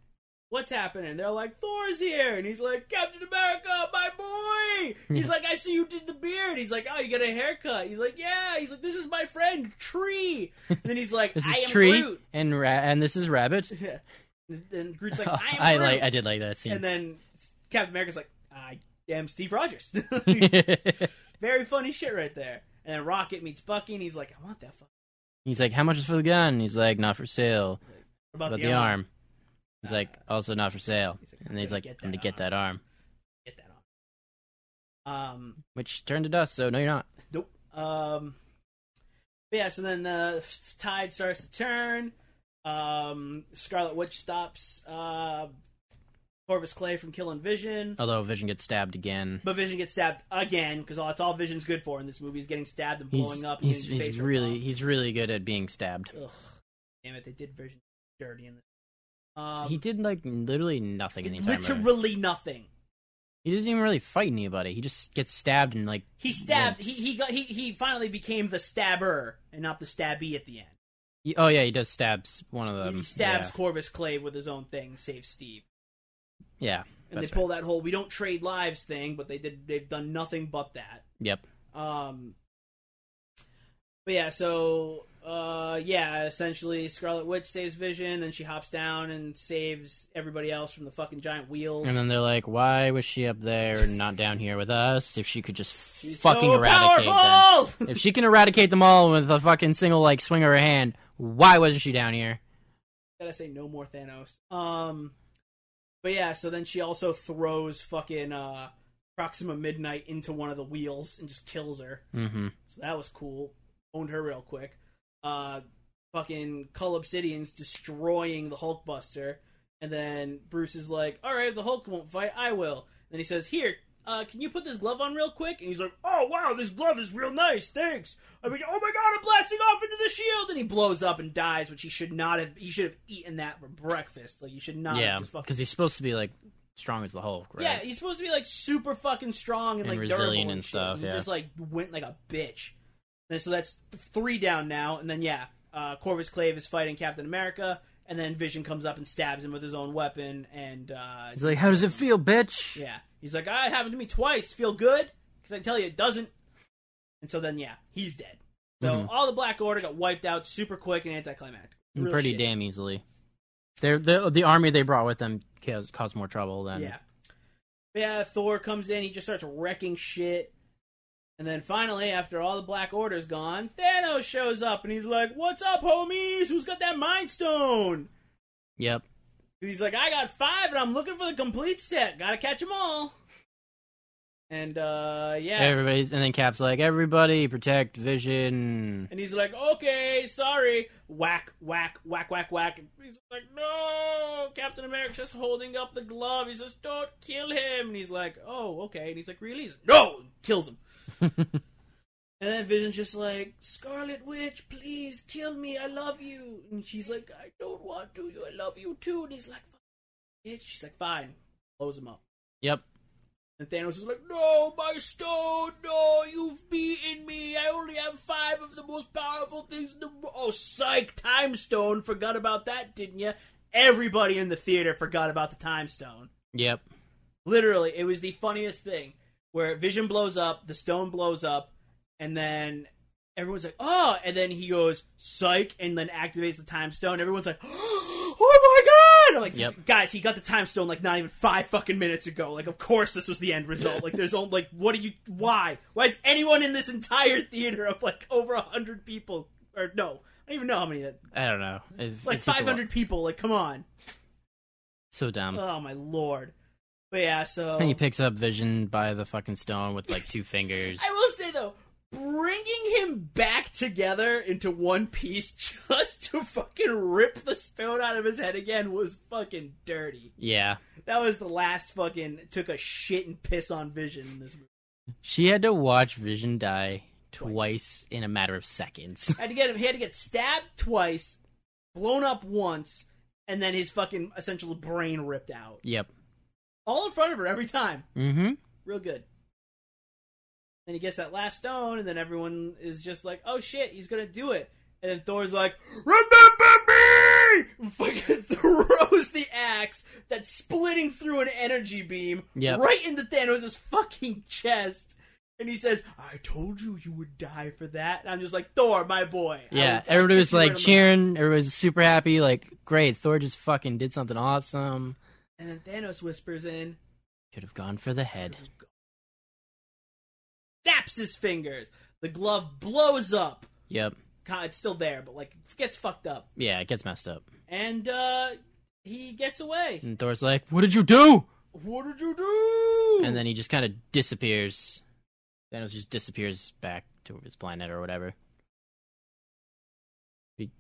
S2: what's happening? They're like, Thor's here. And he's like, Captain America, my boy. He's like, I see you did the beard. He's like, oh, you got a haircut. He's like, yeah. He's like, this is my friend, Tree. And then he's like,
S1: This <laughs> is
S2: I am
S1: Tree
S2: Groot.
S1: and ra- and this is Rabbit.
S2: Yeah. <laughs> And Groot's like, I am
S1: <laughs> I
S2: Groot.
S1: like I did like that scene. <laughs>
S2: And then Captain America's like, I am
S1: <laughs>
S2: Steve Rogers. <laughs> Very funny shit right there. And then Rocket meets Bucky, and he's like, I want that fuck.
S1: He's like, "How much is for the gun?" And he's like, "Not for sale."
S2: What about
S1: But
S2: the, arm?
S1: He's like, "Also not for sale."
S2: He's like,
S1: And he's like, "I'm gonna get
S2: arm.
S1: that arm,"
S2: Get that arm. Um,
S1: which turned to dust. So no, you're not.
S2: Nope. Um. but yeah. So then the tide starts to turn. Um. Scarlet Witch stops uh, Corvus Clay from killing Vision,
S1: Although Vision gets stabbed again.
S2: but Vision gets stabbed again because all that's all Vision's good for in this movie is getting stabbed and
S1: He's
S2: blowing up. And
S1: he's,
S2: getting his
S1: he's
S2: face ripped
S1: really
S2: off.
S1: he's really good at being stabbed.
S2: Ugh. Damn it! They did Vision dirty in this. Um,
S1: he did like literally nothing in the
S2: did
S1: entire movie.
S2: literally nothing.
S1: He doesn't even really fight anybody. He just gets stabbed and like
S2: He stabbed.
S1: Once.
S2: He he got he he finally became the stabber and not the stabby at the end.
S1: he- oh yeah, he does stabs one of them.
S2: he stabs Corvus Clave with his own thing, save Steve.
S1: Yeah. yeah
S2: and
S1: that's
S2: they pull that whole "we don't trade lives" thing, but they did they've done nothing but that.
S1: right. Yep.
S2: Um, but yeah, so uh, yeah, essentially, Scarlet Witch saves Vision, then she hops down and saves everybody else from the fucking giant wheels.
S1: And then they're like, "Why was she up there and not down here with us? If she could just
S2: <laughs> She's
S1: fucking
S2: so
S1: eradicate them,
S2: powerful! <laughs>
S1: if she can eradicate them all with a fucking single like swing of her hand, why wasn't she down here?"
S2: Gotta say, no more Thanos. Um, but yeah, so then she also throws fucking uh, Proxima Midnight into one of the wheels and just kills her.
S1: Mm-hmm.
S2: So that was cool. Owned her real quick. Uh, fucking Cull Obsidian's destroying the Hulkbuster, and then Bruce is like, "All right, the Hulk won't fight. I will." then he says, "Here, uh, can you put this glove on real quick?" And he's like, "Oh wow, this glove is real nice. Thanks." I mean, oh my god, I'm blasting off into the shield, and he blows up and dies, which he should not have. He should have eaten that for breakfast. Like you should not.
S1: yeah,
S2: have Um, just fucking...
S1: because he's supposed to be like strong as the Hulk, right?
S2: Yeah, he's supposed to be like super fucking strong and,
S1: And
S2: like durable
S1: resilient
S2: and,
S1: and
S2: shit,
S1: stuff,
S2: He
S1: yeah.
S2: just like went like a bitch. And so that's th- three down now. And then yeah, uh, Corvus Clave is fighting Captain America, and then Vision comes up and stabs him with his own weapon. And uh,
S1: He's like, "How does it feel, bitch?"
S2: yeah, he's like, "Ah, it happened to me twice. Feel good?" Because I tell you, it doesn't. And so then yeah, he's dead. So
S1: Mhm.
S2: all the Black Order got wiped out super quick and anticlimactic.
S1: And
S2: Real
S1: pretty
S2: shit.
S1: damn easily. They're, the the army they brought with them caused, caused more trouble than
S2: Yeah. But yeah, Thor comes in, he just starts wrecking shit. And then finally, after all the Black Order's gone, Thanos shows up and he's like, What's up, homies? Who's got that Mind Stone?
S1: Yep.
S2: And He's like, I got five and I'm looking for the complete set. Gotta catch 'em all. And, uh, yeah.
S1: Everybody's and then Cap's like, "Everybody protect Vision."
S2: And he's like, okay, sorry. Whack, whack, whack, whack, whack. And he's like, no! Captain America's just holding up the glove. He says, don't kill him. And he's like, oh, okay. And he's like, really? He's like, no! And kills him. and then Vision's just like, Scarlet Witch, please kill me. I love you. And she's like, I don't want to. I love you too. And he's like, "Fuck, bitch. She's like, fine. Blows him up.
S1: Yep.
S2: And Thanos is like, No, my stone, no, you've beaten me. I only have five of the most powerful things in the world. Oh, psych, Time Stone. Forgot about that, didn't you? Everybody in the theater forgot about the Time Stone.
S1: Yep.
S2: Literally, it was the funniest thing where Vision blows up, the stone blows up, and then everyone's like, oh, and then he goes, psych, and then activates the time stone. Everyone's like, <gasps> oh my god! I'm like,
S1: Yep.
S2: guys, he got the time stone like not even five fucking minutes ago. Like, of course this was the end result. Like, there's only, like, what do you, why? Why is anyone in this entire theater of like over 100 people, or no, I don't even know how many, that
S1: I don't know. It's,
S2: like
S1: it's just a lot-
S2: 500 people, like, come on.
S1: So dumb.
S2: Oh my lord. But yeah, so.
S1: Hmm. And he picks up Vision by the fucking stone with like
S2: <laughs>
S1: two fingers.
S2: I will say though, bringing him back together into one piece <laughs> just to fucking rip the stone out of his head again was fucking dirty.
S1: yeah.
S2: That was the last fucking took a shit and piss on Vision in this movie.
S1: She had to watch Vision die
S2: Twice.
S1: twice, in a matter of seconds. <laughs>
S2: Had to get him. He had to get stabbed twice, blown up once, and then his fucking essential brain ripped out.
S1: yep.
S2: All in front of her every time.
S1: Mm-hmm.
S2: real good. Then he gets that last stone, and then everyone is just like, "Oh shit, he's gonna do it!" And then Thor's like, "Remember me!" <laughs> Fury fucking throws the axe that's splitting through an energy beam
S1: Yep.
S2: right into Thanos' fucking chest. And he says, I told you you would die for that. And I'm just like, Thor, my boy. I
S1: Yeah,
S2: will- I'll
S1: everybody
S2: kick
S1: was
S2: you right
S1: like
S2: on the-
S1: cheering. Everybody was super happy. Like, great, Thor just fucking did something awesome.
S2: And then Thanos whispers in,
S1: Could have gone for the head.
S2: snaps his fingers. The glove blows up.
S1: Yep.
S2: Ca- It's still there, but like gets fucked up.
S1: Yeah, it gets messed up.
S2: And uh he gets away.
S1: And Thor's like, "What did you do?"
S2: What did you do?
S1: And then he just kind of disappears. Thanos just disappears back to his planet or whatever. He-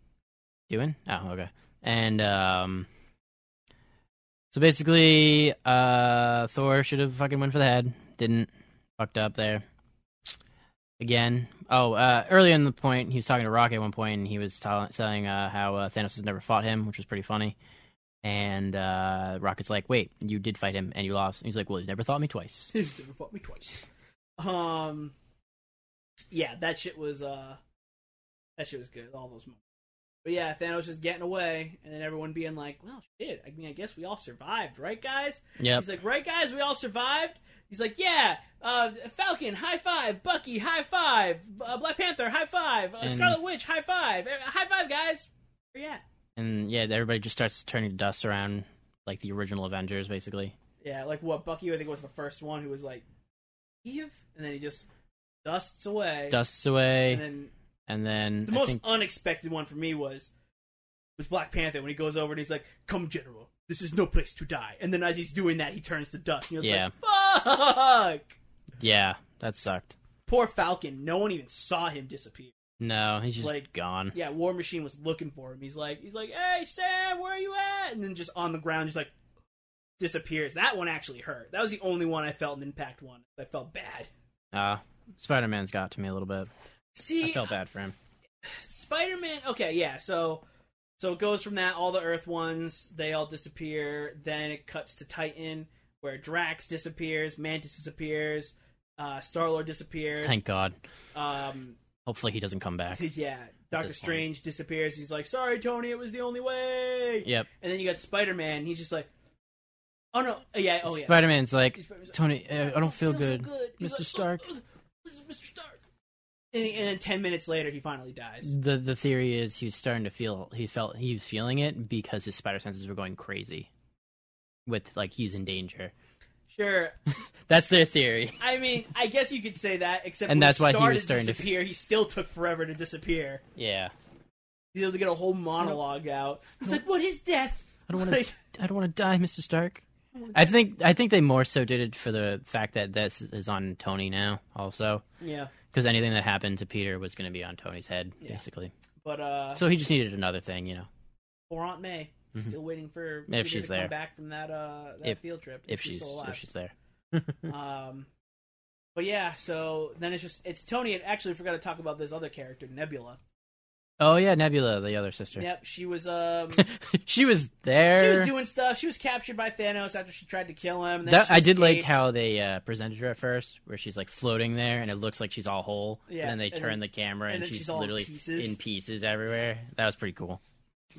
S1: Doing? Oh, okay. And um, so basically, uh, Thor should have fucking went for the head. Didn't. Fucked up there. Again. Oh, uh, earlier in the point, he was talking to Rocket at one point, and he was tell- telling uh, how uh, Thanos has never fought him, which was pretty funny. And uh, Rocket's like, "Wait, you did fight him and you lost." And he's like, "Well, he's never thought me twice."
S2: He's never fought me twice. Um, yeah, that shit was uh, that shit was good. All those moments. But yeah, Thanos just getting away, and then everyone being like, "Well, shit. I mean, I guess we all survived, right, guys?"
S1: Yep.
S2: He's like, "Right, guys, we all survived." He's like, "Yeah, uh, Falcon, high five. Bucky, high five. Uh, Black Panther, high five. Uh,
S1: And-
S2: Scarlet Witch, high five. Eh, High five, guys. Where you at?"
S1: And yeah, everybody just starts turning to dust around like the original Avengers, basically.
S2: Yeah, like what Bucky I think was the first one who was like, "Eve," and then he just dusts away.
S1: Dusts away,
S2: And then
S1: and then
S2: the
S1: I
S2: most
S1: think,
S2: unexpected one for me was was Black Panther when he goes over and he's like, "Come, General, this is no place to die." And then as he's doing that, he turns to dust. And you're just like, "Fuck!"
S1: yeah, that sucked.
S2: Poor Falcon. No one even saw him disappear.
S1: No, he's just
S2: Like-
S1: gone.
S2: Yeah, War Machine was looking for him. He's like, he's like, "Hey, Sam, where are you at?" And then just on the ground, just like disappears. That one actually hurt. That was the only one I felt an impact one. I felt bad.
S1: Uh, Spider Man's got to me a little bit. I
S2: See,
S1: felt bad for him.
S2: Spider Man. Okay, yeah. So, so it goes from that. All the Earth ones they all disappear. Then it cuts to Titan, where Drax disappears, Mantis disappears, uh, Star Lord disappears.
S1: Thank God.
S2: Um,
S1: Hopefully, he doesn't come back.
S2: <laughs> yeah, Doctor
S1: this point.
S2: Strange disappears. He's like, "Sorry, Tony, it was the only way."
S1: Yep.
S2: And then you got Spider Man. He's just like, "Oh no, yeah, oh yeah."
S1: Spider Man's like,
S2: Spider-Man's like,
S1: Tony, uh, I don't feel
S2: so
S1: good.
S2: He's
S1: Mr.
S2: like,
S1: Stark.
S2: "Ugh, this is Mr. Stark. And, and then ten minutes later, he finally dies.
S1: The the theory is he was starting to feel he felt he was feeling it because his spider senses were going crazy. With like he's in danger.
S2: Sure,
S1: That's their theory.
S2: I mean, I guess you could say that, except
S1: And
S2: when
S1: that's why he
S2: started
S1: was starting to-
S2: disappear. He still took forever to disappear.
S1: <laughs> Yeah.
S2: He's able to get a whole monologue out. He's like, "What is death?"
S1: I don't want
S2: Like,
S1: to. I don't want to die, Mister Stark.
S2: Oh,
S1: I think. I think they more so did it for the fact that this is on Tony now, also,
S2: yeah,
S1: because anything that happened to Peter was going to be on Tony's head,
S2: Yeah.
S1: basically.
S2: but uh,
S1: So he just needed another thing, you know.
S2: for Aunt May,
S1: Mhm.
S2: still waiting for
S1: If
S2: Peter
S1: she's
S2: to
S1: there.
S2: come back from that uh that
S1: If-
S2: field trip.
S1: If she's
S2: still alive.
S1: if she's hmm. there, <laughs>
S2: um, but yeah, so then it's just it's Tony, and actually, I forgot to talk about this other character, Nebula.
S1: oh yeah, Nebula, the other sister,
S2: Yep, she was um.
S1: <laughs> she was
S2: She
S1: there.
S2: was doing stuff. She was captured by Thanos after she tried to kill him. and then
S1: that,
S2: she
S1: I did like
S2: escaped.
S1: how they uh, presented her at first, where she's like floating there, and it looks like she's all whole.
S2: Yeah,
S1: and then they
S2: and
S1: turn
S2: then-
S1: the camera,
S2: and
S1: and,
S2: then
S1: she's,
S2: she's all in
S1: literally
S2: pieces.
S1: in pieces everywhere. That was pretty cool.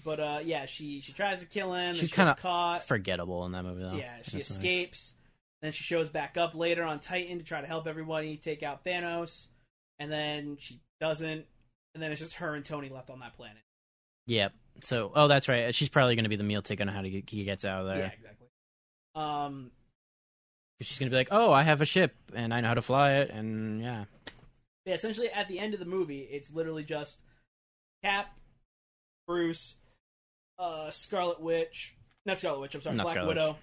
S2: But uh, yeah, she she tries to kill him.
S1: She's
S2: She's kind
S1: kinda
S2: of caught.
S1: Forgettable in that movie, though.
S2: Uh, yeah, she
S1: That's nice.
S2: escapes. Then she shows back up later on Titan to try to help everybody take out Thanos, and then she doesn't. And then it's just her and Tony left on that planet.
S1: Yep. So, oh, that's right. She's probably going to be the meal ticket on how to get, he gets out of
S2: Yeah,
S1: there.
S2: exactly. Um,
S1: She's going to be like, "Oh, I have a ship and I know how to fly it." And
S2: <laughs>
S1: yeah,
S2: yeah, essentially at the end of the movie, it's literally just Cap, Bruce, uh, Scarlet Witch, not Scarlet Witch. I'm sorry,
S1: Not
S2: Black
S1: Scarlet
S2: Widow,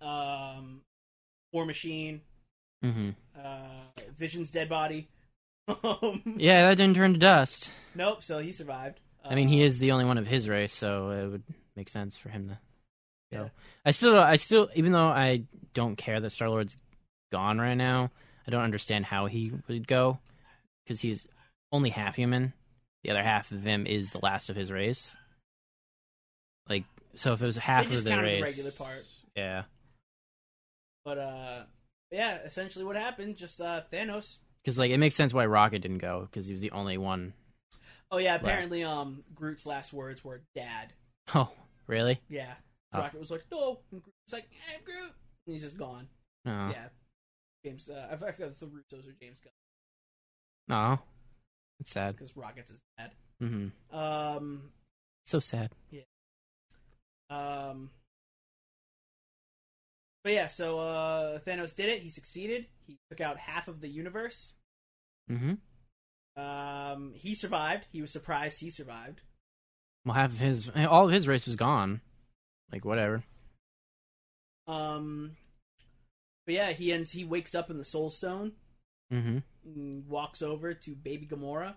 S2: um, War Machine,
S1: hmm
S2: uh, Vision's dead body. <laughs> Um,
S1: yeah, that didn't turn to dust.
S2: Nope. So he survived.
S1: I mean, he
S2: Uh,
S1: is the only one of his race, so it would make sense for him to go.
S2: Yeah.
S1: I still, I still, even though I don't care that Star Lord's gone right now, I don't understand how he would go because he's only half human. The other half of him is the last of his race. Like, so if it was half
S2: just
S1: of the
S2: counted the
S1: race,
S2: regular part.
S1: yeah.
S2: But uh, yeah. Essentially, what happened? Just uh, Thanos.
S1: Because like it makes sense why Rocket didn't go because he was the only one <laughs>
S2: Oh yeah, apparently um Groot's last words were dad.
S1: Oh, really?
S2: Yeah.
S1: Oh.
S2: Rocket was like, no. And Groot's like, I'm Groot. And he's just gone.
S1: Oh,
S2: Yeah. James, uh, I I forgot it's the Russos or James Gunn
S1: oh, it's sad.
S2: because Rocket's his dad.
S1: hmm
S2: Um,
S1: So sad.
S2: um, but yeah, so uh, Thanos did it. He succeeded. He took out half of the universe.
S1: hmm
S2: Um, he survived. He was surprised he survived.
S1: Well, half of his, eh, all of his race was gone. Like whatever.
S2: Um, but yeah, he ends. He wakes up in the Soul Stone.
S1: hmm
S2: and walks over to baby Gamora,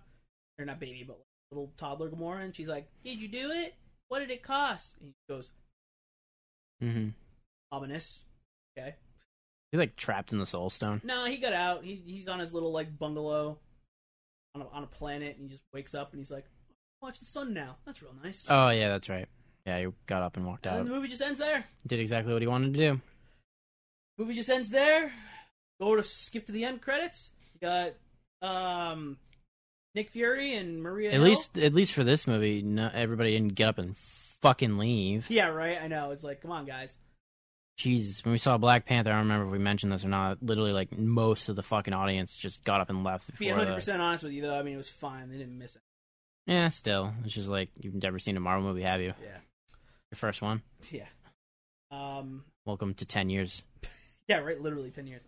S2: or not baby, but little toddler Gamora, and she's like, "Did you do it? What did it cost?" And he goes,
S1: hmm
S2: "Ominous." Okay.
S1: He's like trapped in the Soul Stone.
S2: No, he got out. He, he's on his little like bungalow on a, on a planet, and he just wakes up and he's like, "Watch the sun now. That's real nice."
S1: Oh yeah, that's right. Yeah, he got up and walked
S2: and then
S1: out.
S2: the movie just ends there.
S1: Did exactly what he wanted to do.
S2: Movie just ends there. Go to skip to the end credits. You got um Nick Fury and Maria.
S1: At
S2: Hill.
S1: least, at least for this movie, no, everybody didn't get up and fucking leave.
S2: Yeah, right. I know. It's like, come on, guys.
S1: Jesus, when we saw Black Panther, I don't remember if we mentioned this or not. Literally, like most of the fucking audience just got up and left.
S2: To be
S1: Before the-
S2: 100 percent honest with you, though, I mean it was fine. They didn't miss it.
S1: Yeah, still, it's just like you've never seen a Marvel movie, have you?
S2: Yeah,
S1: Your first one.
S2: yeah, um,
S1: Welcome to ten years.
S2: yeah, right. Literally 10 years.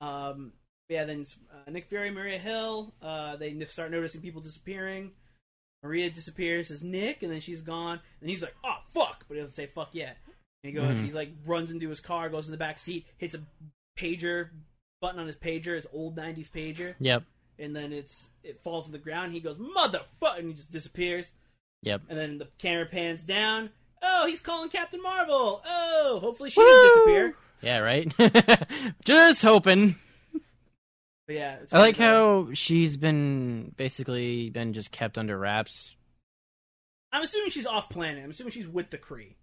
S2: Um, but yeah. Then uh, Nick Fury, Maria Hill. Uh, they n- start noticing people disappearing. Maria disappears as Nick, and then she's gone. And he's like, "Oh fuck!" But he doesn't say "fuck" yet. And he goes,
S1: Mhm.
S2: he's like, runs into his car, goes in the back seat, hits a pager button on his pager, his old '90s pager,
S1: Yep.
S2: and then it's it falls to the ground. He goes, "Motherfucker!" and he just disappears.
S1: Yep.
S2: And then the camera pans down. Oh, he's calling Captain Marvel. Oh, hopefully she
S1: Woo!
S2: doesn't disappear.
S1: Yeah, right. <laughs> just hoping.
S2: But yeah, it's
S1: I like
S2: funny, though.
S1: how she's been basically been just kept under wraps.
S2: I'm assuming she's off planet. I'm assuming she's with the Kree.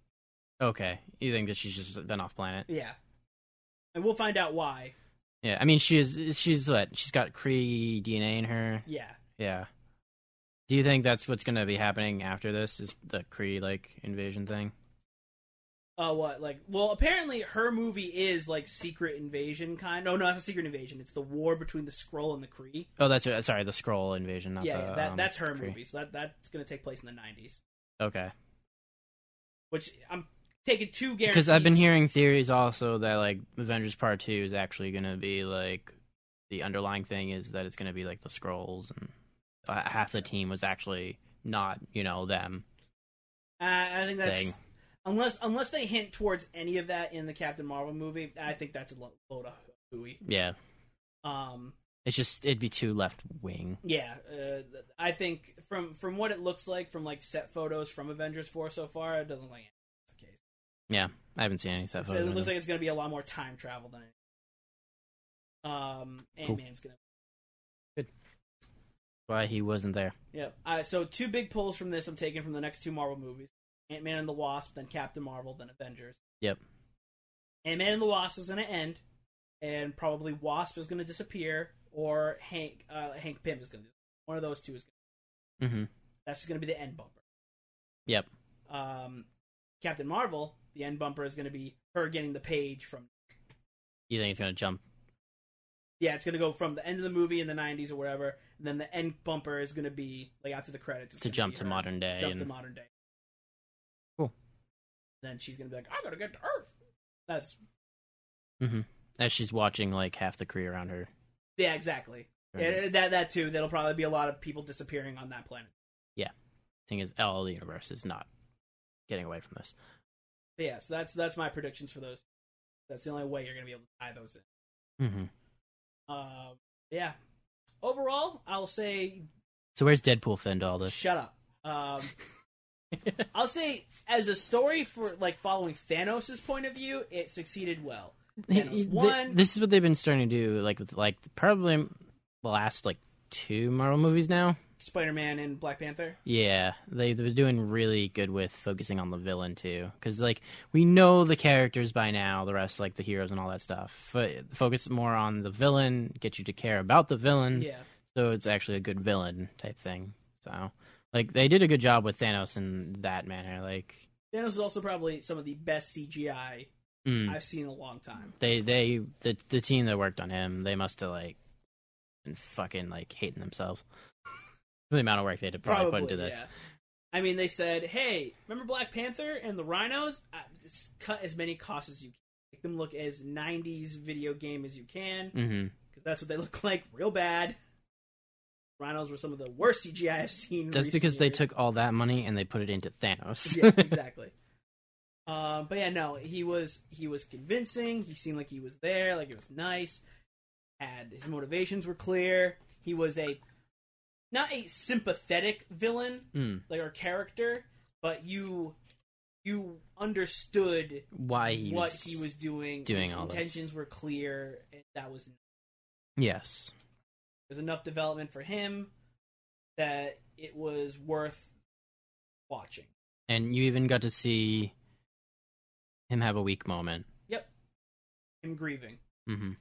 S1: Okay, you think that she's just been off planet?
S2: Yeah, and we'll find out why.
S1: Yeah, I mean she is. She's what? She's got Kree DNA in her.
S2: Yeah,
S1: Yeah. Do you think that's what's going to be happening after this? Is the Kree like invasion thing?
S2: uh, what? Like, well, apparently her movie is like Secret Invasion kind. oh, No, no, it's a Secret Invasion. It's the war between the Skrull and the Kree.
S1: Oh, that's right. Sorry, the scroll invasion. Not
S2: yeah,
S1: the,
S2: yeah, that,
S1: um,
S2: that's her
S1: Kree.
S2: movie. So that that's going to take place in the '90s,
S1: Okay,
S2: which I'm taking two guarantees.
S1: because I've been hearing theories also that like Avengers Part Two is actually going to be like the underlying thing is that it's going to be like the scrolls and uh, half the team was actually not you know them
S2: Uh, I think that's
S1: thing.
S2: unless unless they hint towards any of that in the Captain Marvel movie, I think that's a lo- load of hooey.
S1: Yeah,
S2: Um,
S1: it's just it'd be too left wing.
S2: yeah, uh, th- I think from from what it looks like from like set photos from Avengers Four so far, it doesn't look like that's the case.
S1: I haven't seen any of that.
S2: It's- it looks like it's going to be a lot more time travel than. Anything. Um,
S1: Cool.
S2: Ant Man's gonna.
S1: why he wasn't there.
S2: Yep. Uh, so two big pulls from this I'm taking from the next two Marvel movies: Ant Man and the Wasp, then Captain Marvel, then Avengers.
S1: Yep.
S2: Ant Man and the Wasp is going to end, and probably Wasp is going to disappear, or Hank uh, Hank Pym is going to. One of those two is. Gonna,
S1: hmm
S2: that's going to be the end bumper.
S1: Yep.
S2: Um, Captain Marvel, the end bumper is going to be her getting the page from.
S1: You think it's going to jump?
S2: Yeah, it's going to go from the end of the movie in the '90s or whatever, and then the end bumper is going to be like after the credits. it's
S1: To
S2: gonna
S1: jump
S2: be
S1: to
S2: her
S1: modern day
S2: Jump
S1: and-
S2: to modern day.
S1: Cool.
S2: Then she's going to be like, "I got to get to Earth." That's
S1: As she's watching like half the Kree around her.
S2: yeah, exactly.
S1: Right.
S2: Yeah, that that too. That'll probably be a lot of people disappearing on that planet.
S1: thing is all the universe is not getting away from this.
S2: But yeah, so that's that's my predictions for those. That's the only way you're going to be able to tie those in.
S1: Mm-hmm.
S2: Uh, yeah. Overall, I'll say
S1: So where's Deadpool fit into all this?
S2: shut up.
S1: <laughs>
S2: Um, I'll say as a story for like following Thanos' point of view, it succeeded well. Thanos
S1: Th-
S2: won.
S1: This is what they've been starting to do, like with like probably the last like two Marvel movies now.
S2: Spider-Man and Black Panther.
S1: Yeah, they they're doing really good with focusing on the villain too, because like we know the characters by now, the rest like the heroes and all that stuff. But focus more on the villain, get you to care about the villain.
S2: Yeah.
S1: So it's actually a good villain type thing. So Like they did a good job with Thanos in that manner. Like
S2: Thanos is also probably some of the best CGI
S1: mm,
S2: I've seen in a long time.
S1: they they the the team that worked on him, they must have like been fucking like hating themselves. <laughs> the amount of work they had to probably, put into this.
S2: yeah. I mean, they said, "Hey, remember Black Panther and the Rhinos? Uh, just cut as many costs as you can. Make them look as '90s video game as you can, because
S1: Mm-hmm.
S2: that's what they <laughs> look like, real bad." Rhinos were some of the worst CGI I've seen. in
S1: That's
S2: recent
S1: because they
S2: years.
S1: took all that money and they put it into Thanos. <laughs>
S2: <laughs> yeah, exactly. Um, but yeah, no, he was he was convincing. He seemed like he was there, like it was nice. Had his motivations were clear. He was a not a sympathetic villain,
S1: Mm,
S2: like our character, but you you understood
S1: Why he
S2: what
S1: was,
S2: he was doing.
S1: doing
S2: His
S1: all this.
S2: intentions were clear, and that was
S1: Yes.
S2: there's enough development for him that it was worth watching.
S1: And you even got to see him have a weak moment.
S2: Him grieving
S1: Mm-hmm.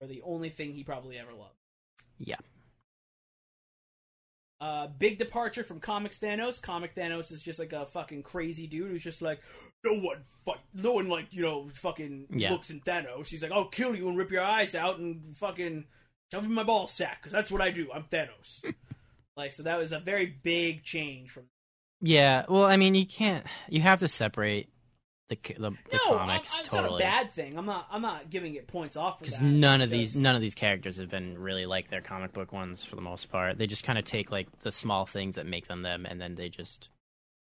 S2: for the only thing he probably ever loved.
S1: Yeah.
S2: Uh, big departure from Comic Thanos. Comic Thanos is just like a fucking crazy dude who's just like, no one fight, no one like you know fucking
S1: Yeah.
S2: looks in Thanos. He's like, I'll kill you and rip your eyes out and fucking shove in my ball sack because that's what I do. I'm Thanos.
S1: <laughs>
S2: like so, that was a very big change from.
S1: Yeah. Well, I mean, you can't. You have to separate the c- the, the
S2: no,
S1: comics
S2: I'm, I'm, it's not a
S1: totally
S2: bad thing. I'm not. I'm not giving it points off for
S1: because
S2: that.
S1: none
S2: It's
S1: of these
S2: just-
S1: none of these characters have been really like their comic book ones for the most part. They just kind of take like the small things that make them them, and then they just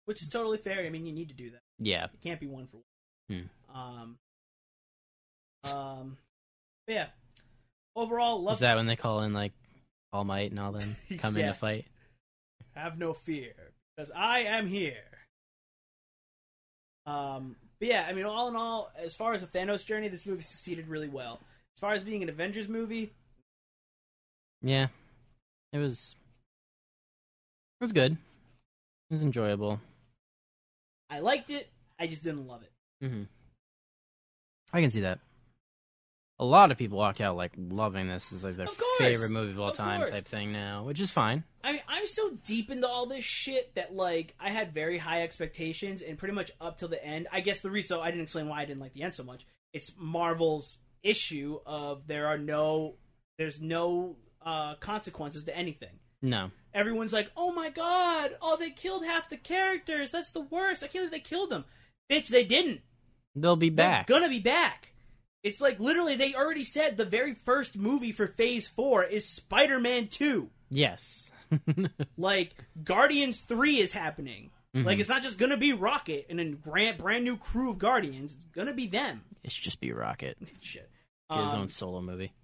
S2: which is totally fair. I mean, you need to do that.
S1: yeah.
S2: It can't be one for one.
S1: Hmm.
S2: Um. Um. But yeah. Overall, love
S1: Is that when they call in like All Might and all
S2: <laughs>
S1: them come in
S2: Yeah.
S1: to fight?
S2: Have no fear, because I am here. Um, but yeah, I mean, all in all, as far as the Thanos journey, this movie succeeded really well. As far as being an Avengers movie,
S1: Yeah. It was. It was good. It was enjoyable.
S2: I liked it. I just didn't love it.
S1: Mm-hmm. I can see that. A lot of people walked out like loving this as like their
S2: Of course!
S1: favorite movie of all
S2: Of
S1: time
S2: course!
S1: type thing now, which is fine.
S2: I mean, I'm so deep into all this shit that like I had very high expectations, and pretty much up till the end. I guess the reason so I didn't explain why I didn't like the end so much. It's Marvel's issue of there are no, there's no uh, consequences to anything.
S1: No,
S2: everyone's like, "Oh my god! Oh, they killed half the characters. That's the worst. I can't believe they killed them." Bitch, they didn't.
S1: they'll be back.
S2: They're gonna be back. It's like literally they already said the very first movie for Phase Four is Spider-Man Two.
S1: Yes. <laughs>
S2: Like Guardians Three is happening. Like it's not just gonna be Rocket and a grand brand new crew of Guardians. It's gonna be them. <laughs>
S1: it should just be Rocket.
S2: Shit.
S1: Get his
S2: Um,
S1: own solo movie.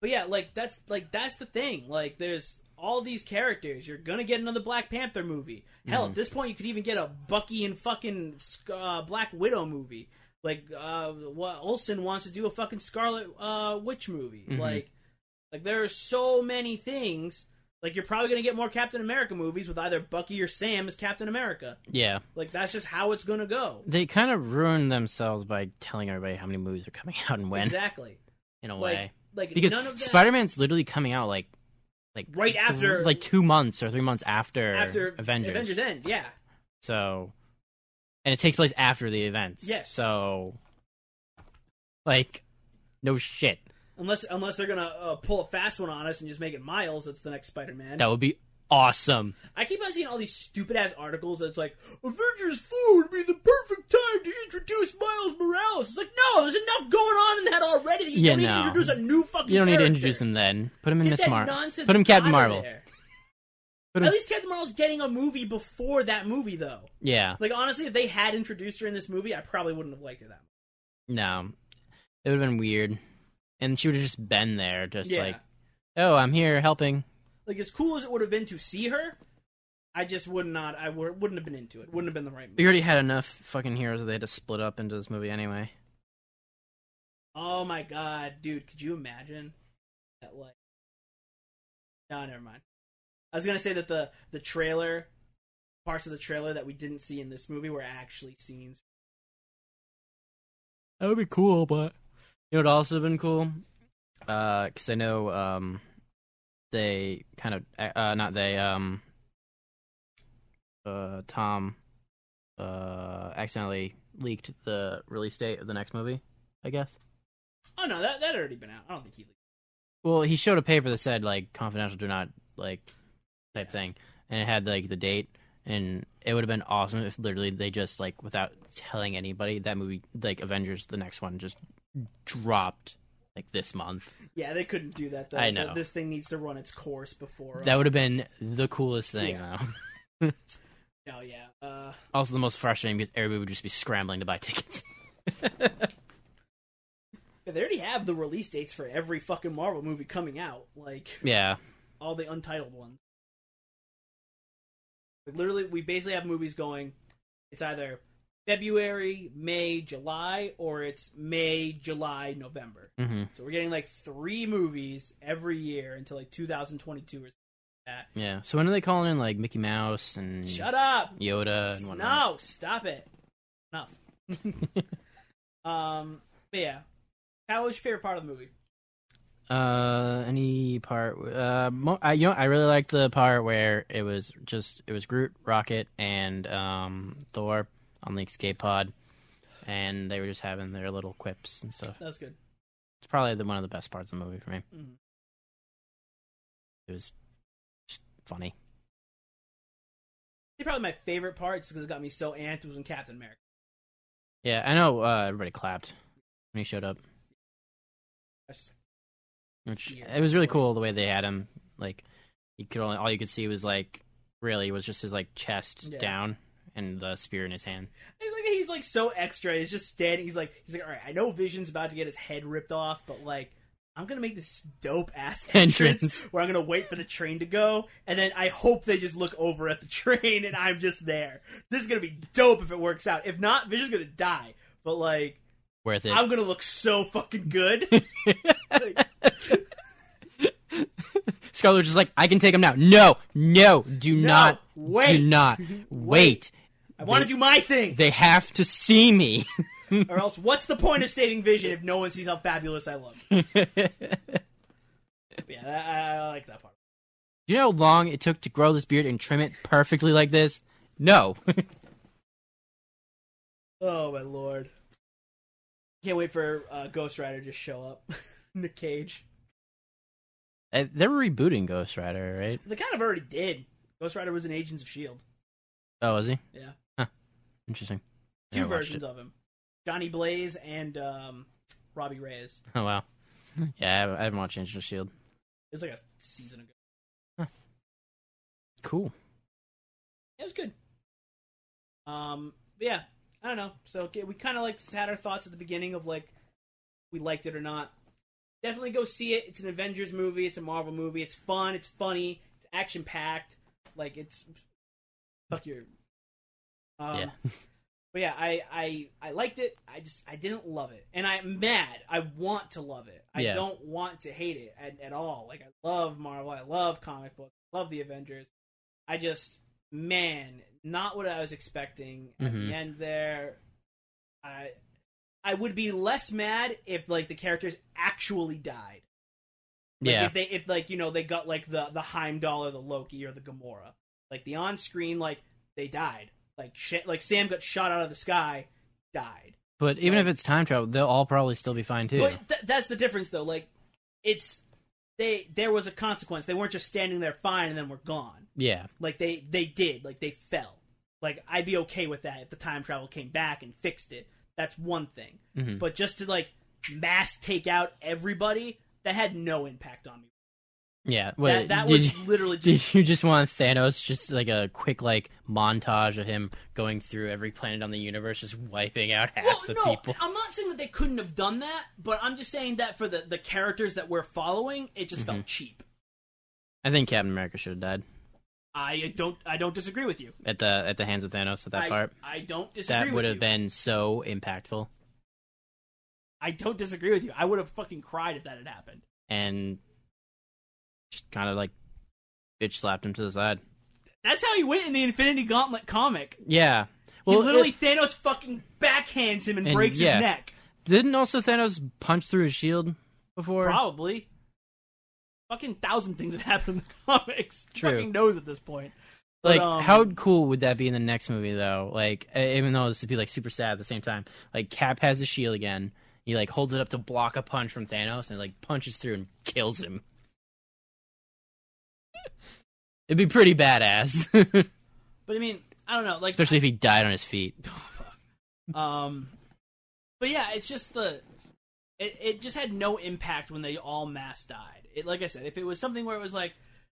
S2: But yeah, like that's like that's the thing. Like there's all these characters. You're gonna get another Black Panther movie. Hell,
S1: Mhm.
S2: at this point, you could even get a Bucky and fucking uh, Black Widow movie. Like uh, what Olsen wants to do a fucking Scarlet uh, Witch movie.
S1: Mhm.
S2: Like, like there are so many things. Like you're probably gonna get more Captain America movies with either Bucky or Sam as Captain America.
S1: Yeah,
S2: Like that's just how it's gonna go.
S1: they kind of ruined themselves by telling everybody how many movies are coming <laughs> out and when,
S2: Exactly.
S1: in a
S2: Like,
S1: way.
S2: like
S1: Because
S2: none of that
S1: Spider-Man's literally coming out like, like
S2: Right
S1: th-
S2: after-
S1: like two months or three months after
S2: after
S1: Avengers.
S2: Avengers End. Yeah.
S1: So, and it takes place after the events.
S2: Yes.
S1: So, like, no shit.
S2: Unless unless they're gonna uh, pull a fast one on us and just make it Miles, that's the next Spider Man.
S1: That would be awesome.
S2: I keep on seeing all these stupid ass articles that's like Avengers Four would be the perfect time to introduce Miles Morales. It's like no, there's enough going on in that already. That you
S1: Yeah,
S2: don't need
S1: no.
S2: to introduce a new fucking.
S1: You don't need to
S2: character.
S1: introduce him then. Put him in
S2: Get
S1: Miss
S2: that
S1: Marvel.
S2: nonsense
S1: Put him Captain
S2: out of
S1: Marvel.
S2: there.
S1: Put him-
S2: At least Captain Marvel's getting a movie before that movie, though.
S1: Yeah.
S2: Like honestly, if they had introduced her in this movie, I probably wouldn't have liked it that much.
S1: No. It would have been weird. And she would have just been there, just
S2: yeah,
S1: like, oh, I'm here helping.
S2: like as cool as it would have been to see her, I just would not. I would, wouldn't have been into it. Wouldn't have been the right. Movie.
S1: We already had enough fucking heroes that they had to split up into this movie anyway.
S2: Oh my god, dude, could you imagine that like No, never mind. I was gonna say that the the trailer parts of the trailer that we didn't see in this movie were actually scenes.
S1: That would be cool, but you know what also been cool? Uh, because I uh, know um, they kind of uh, not they um, uh, Tom uh, accidentally leaked the release date of the next movie. I guess.
S2: Oh no, that that already been out. I don't think he.
S1: Well, he showed a paper that said like confidential, do not like type
S2: Yeah.
S1: thing, and it had like the date. And it would have been awesome if literally they just like without telling anybody that movie like Avengers the next one just dropped like this month.
S2: Yeah, they couldn't do that. Though.
S1: I know.
S2: this thing needs to run its course before.
S1: That would have been the coolest thing. Though. <laughs>
S2: No, yeah. Uh,
S1: Also, the most frustrating because everybody would just be scrambling to buy tickets. <laughs>
S2: but they already have the release dates for every fucking Marvel movie coming out. Like
S1: yeah,
S2: all the untitled ones. Like, literally, we basically have movies going. It's either February, May, July, or it's May, July, November.
S1: hmm
S2: So we're getting like three movies every year until like 2022 or something like that.
S1: yeah. So when are they calling in like Mickey Mouse and
S2: Shut up!
S1: Yoda and whatnot?
S2: No, stop it. Enough.
S1: <laughs>
S2: Um, but yeah, how was your favorite part of the movie?
S1: Uh, any part? Uh, mo- I you know I really liked the part where it was just it was Groot, Rocket, and um Thor on the escape pod, and they were just having their little quips and stuff.
S2: That was good.
S1: It's probably the, one of the best parts of the movie for me.
S2: Mhm.
S1: It was just funny.
S2: It's probably my favorite part, just because it got me so amped was when Captain America.
S1: Yeah, I know. Uh, everybody clapped when he showed up.
S2: I was just like,
S1: Which
S2: Yeah.
S1: it was really cool the way they had him. Like you could only all you could see was like really was just his like chest
S2: Yeah.
S1: down and the spear in his hand.
S2: he's like he's like so extra. He's just standing. He's like he's like all right. I know Vision's about to get his head ripped off, but like I'm gonna make this dope ass entrance,
S1: Entrance.
S2: where I'm gonna wait for the train to go, and then I hope they just look over at the <laughs> train and I'm just there. This is gonna be dope if it works out. If not, Vision's gonna die. But like
S1: Worth it.
S2: I'm gonna look so fucking good. Like,
S1: Scarlet Witch is like, I can take him now. No, no, do
S2: No,
S1: not
S2: wait.
S1: do not <laughs> wait.
S2: I want to do
S1: <laughs>
S2: my thing,
S1: They have to see me. <laughs>
S2: or else what's the point of saving Vision if no one sees how fabulous I look? But yeah, I, I like that part.
S1: you know how long it took to grow this beard and trim it perfectly like this? No. <laughs>
S2: Oh my lord! Can't wait for uh, Ghost Rider to show up. <laughs> Nick Cage.
S1: Uh, They're rebooting Ghost Rider, right?
S2: They kind of already did. Ghost Rider was in Agents of Shield.
S1: Oh, is he?
S2: E Yeah.
S1: Huh. Interesting. I
S2: Two
S1: never watched
S2: versions of him: Johnny Blaze and um, Robbie Reyes.
S1: it. Oh wow. <laughs> Yeah, I- I E haven't watched Angel Shield.
S2: It was like a season ago.
S1: Cool.
S2: It was good. Um, but yeah, I don't know. So okay, we kind of like had our thoughts at the beginning of like we liked it or not. Definitely go see it. It's an Avengers movie. It's a Marvel movie. It's fun. It's funny. It's action packed. Like it's fuck your. Um,
S1: yeah. <laughs>
S2: But yeah, I, I I liked it. I just I didn't love it, and I'm mad. I want to love it. I
S1: Yeah.
S2: don't want to hate it at, at all. Like I love Marvel. I love comic books. I love the Avengers. I just man, not what I was expecting at
S1: Mhm.
S2: the end there. I I would be less mad if like the characters actually died. Like
S1: Yeah.
S2: If they if like you know they got like the the Heimdall or the Loki or the Gamora, like the on screen like they died. Like shit. Like Sam got shot out of the sky, died.
S1: But even if
S2: like-
S1: it's time travel, they'll all probably still be fine too.
S2: But th- that's the difference though. Like it's they there was a consequence. They weren't just standing there fine and then we're gone.
S1: yeah.
S2: Like they they did. Like they fell. Like I'd be okay with that if the time travel came back and fixed it. That's one thing.
S1: Mhm.
S2: But just to like mass take out everybody that had no impact on me.
S1: Yeah. Well,
S2: that that
S1: did
S2: was
S1: you- <laughs>
S2: literally just
S1: Did you just want Thanos just like a quick like montage of him going through every planet on the universe, just wiping out half the
S2: no,
S1: people?
S2: I'm not saying that they couldn't have done that, but I'm just saying that for the, the characters that we're following, it just
S1: Mm-hmm.
S2: felt cheap.
S1: I think Captain America should have died
S2: I don't I don't disagree with you.
S1: at the at the hands of Thanos at that
S2: I,
S1: part.
S2: I don't disagree
S1: That
S2: with
S1: would have
S2: you.
S1: been so impactful,
S2: I don't disagree with you. I would have fucking cried if that had happened.
S1: and just kind of like bitch slapped him to the side.
S2: That's how he went in the Infinity Gauntlet comic.
S1: Yeah. Well,
S2: he literally
S1: it-
S2: Thanos fucking backhands him and,
S1: And,
S2: breaks
S1: yeah.
S2: his neck.
S1: didn't also Thanos punch through his shield before?
S2: Probably. Fucking thousand things have happened in the <laughs> comics.
S1: True.
S2: Fucking knows at this point. But,
S1: Like,
S2: um,
S1: how cool would that be in the next movie, though? Like, e- even though this would be like super sad at the same time, like Cap has the shield again. He like holds it up to block a punch from Thanos, and like punches through and kills him. <laughs> It'd be pretty badass, <laughs>
S2: But I mean, I don't know. Like,
S1: especially if he died on his feet.
S2: um, but yeah, it's just the. It, it just had no impact when they all mass died. It, like I said, if it was something where it was like,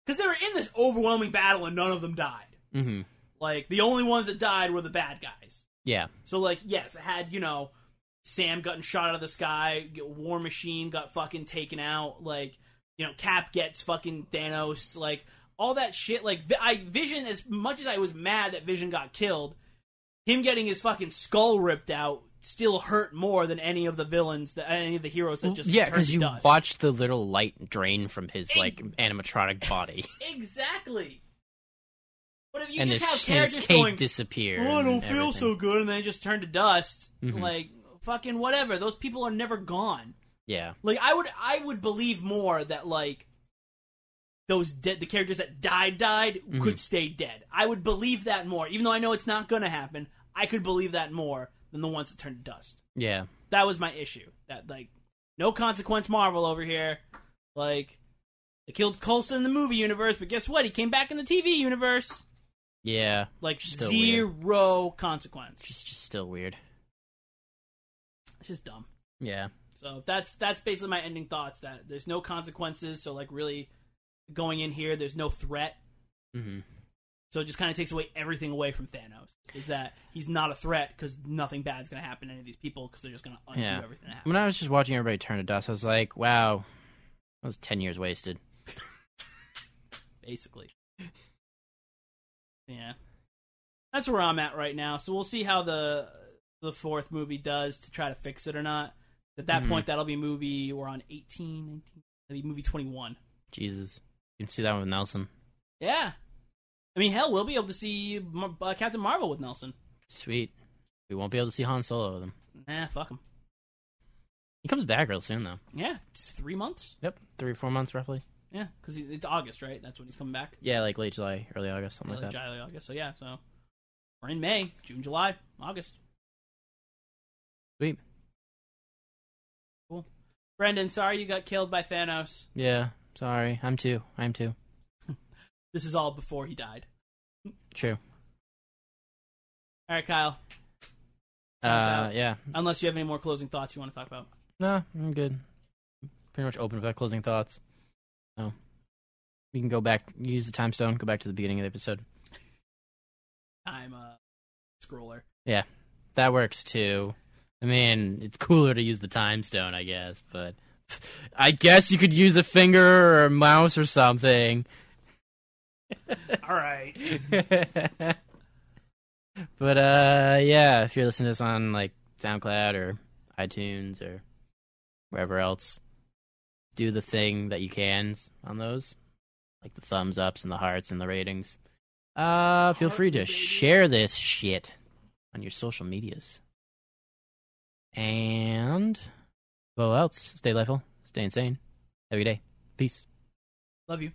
S2: because they were in this overwhelming battle and none of them died.
S1: hmm
S2: Like the only ones that died were the bad guys.
S1: Yeah,
S2: So like, yes, it had you know, Sam gotten shot out of the sky. War Machine got fucking taken out. Like, you know, Cap gets fucking Thanos. Like all that shit. Like Vi- I Vision, as much as I was mad that Vision got killed, him getting his fucking skull ripped out still hurt more than any of the villains that any of the heroes that just
S1: yeah,
S2: turned
S1: because
S2: to
S1: you
S2: dust.
S1: watch the little light drain from his like
S2: <laughs>
S1: animatronic body,
S2: exactly. But if you
S1: and his,
S2: just have
S1: and his
S2: characters
S1: cake
S2: going,
S1: disappear.
S2: "Oh, I
S1: and
S2: don't feel
S1: everything.
S2: so good," and then it just turned to dust.
S1: Mhm.
S2: Like fucking whatever. Those people are never gone.
S1: Yeah,
S2: Like I would, I would believe more that like those dead, the characters that died died
S1: Mm-hmm.
S2: could stay dead. I would believe that more, even though I know it's not going to happen. I could believe that more than the ones that turned to dust.
S1: yeah.
S2: That was my issue. That like no consequence Marvel over here. Like they killed Coulson in the movie universe, but guess what? He came back in the TV universe.
S1: Yeah,
S2: Like
S1: Still
S2: zero consequence.
S1: just just still weird.
S2: It's just dumb.
S1: Yeah,
S2: So that's that's basically my ending thoughts. That there's no consequences. So like really going in here, there's no threat.
S1: hmm
S2: So it just kind of takes away everything away from Thanos. Is that he's not a threat because nothing bad's gonna happen to any of these people because they're just gonna undo
S1: Yeah.
S2: everything that happened.
S1: When I was just watching everybody turn to dust, I was like, "Wow, that was ten years wasted."
S2: Basically. yeah, that's where I'm at right now. So we'll see how the the fourth movie does to try to fix it or not. At that
S1: Mhm.
S2: point, that'll be movie. We're on 18, 19, that'll be movie 21.
S1: Jesus, you can see that one with Nelson.
S2: Yeah. I mean, hell, we'll be able to see Mar- uh, Captain Marvel with Nelson.
S1: Sweet, we won't be able to see Han Solo with him.
S2: Nah, fuck him.
S1: He comes back real soon, though.
S2: Yeah, it's three months.
S1: Yep, three or four months roughly.
S2: Yeah, because it's August, right? That's when he's coming back.
S1: Yeah, like late July, early August, something
S2: Early
S1: like that.
S2: July, August. So yeah, so we're in May, June, July, August.
S1: Sweet.
S2: Cool. Brendan, sorry you got killed by Thanos.
S1: Yeah, sorry, I'm two. I'm two.
S2: This is all before he died.
S1: True.
S2: All
S1: <laughs>
S2: right, Kyle. Sounds
S1: Uh,
S2: out.
S1: yeah.
S2: Unless you have any more closing thoughts you want to talk about.
S1: No, I'm good. Pretty much open about closing thoughts. So we can go back, use the time stone, go back to the beginning of the episode.
S2: I'm a scroller.
S1: <laughs> that works too. I mean, it's cooler to use the time stone, I guess, but I guess you could use a finger or a mouse or something.
S2: all right.
S1: <laughs> but uh yeah, if you're listening to this on like SoundCloud or iTunes or wherever else, do the thing that you can on those. Like the thumbs ups and the hearts and the ratings. Uh feel free to
S2: Heart ratings.
S1: share this shit on your social medias. And well else, stay lifeful, stay insane. Every day. Peace.
S2: Love you.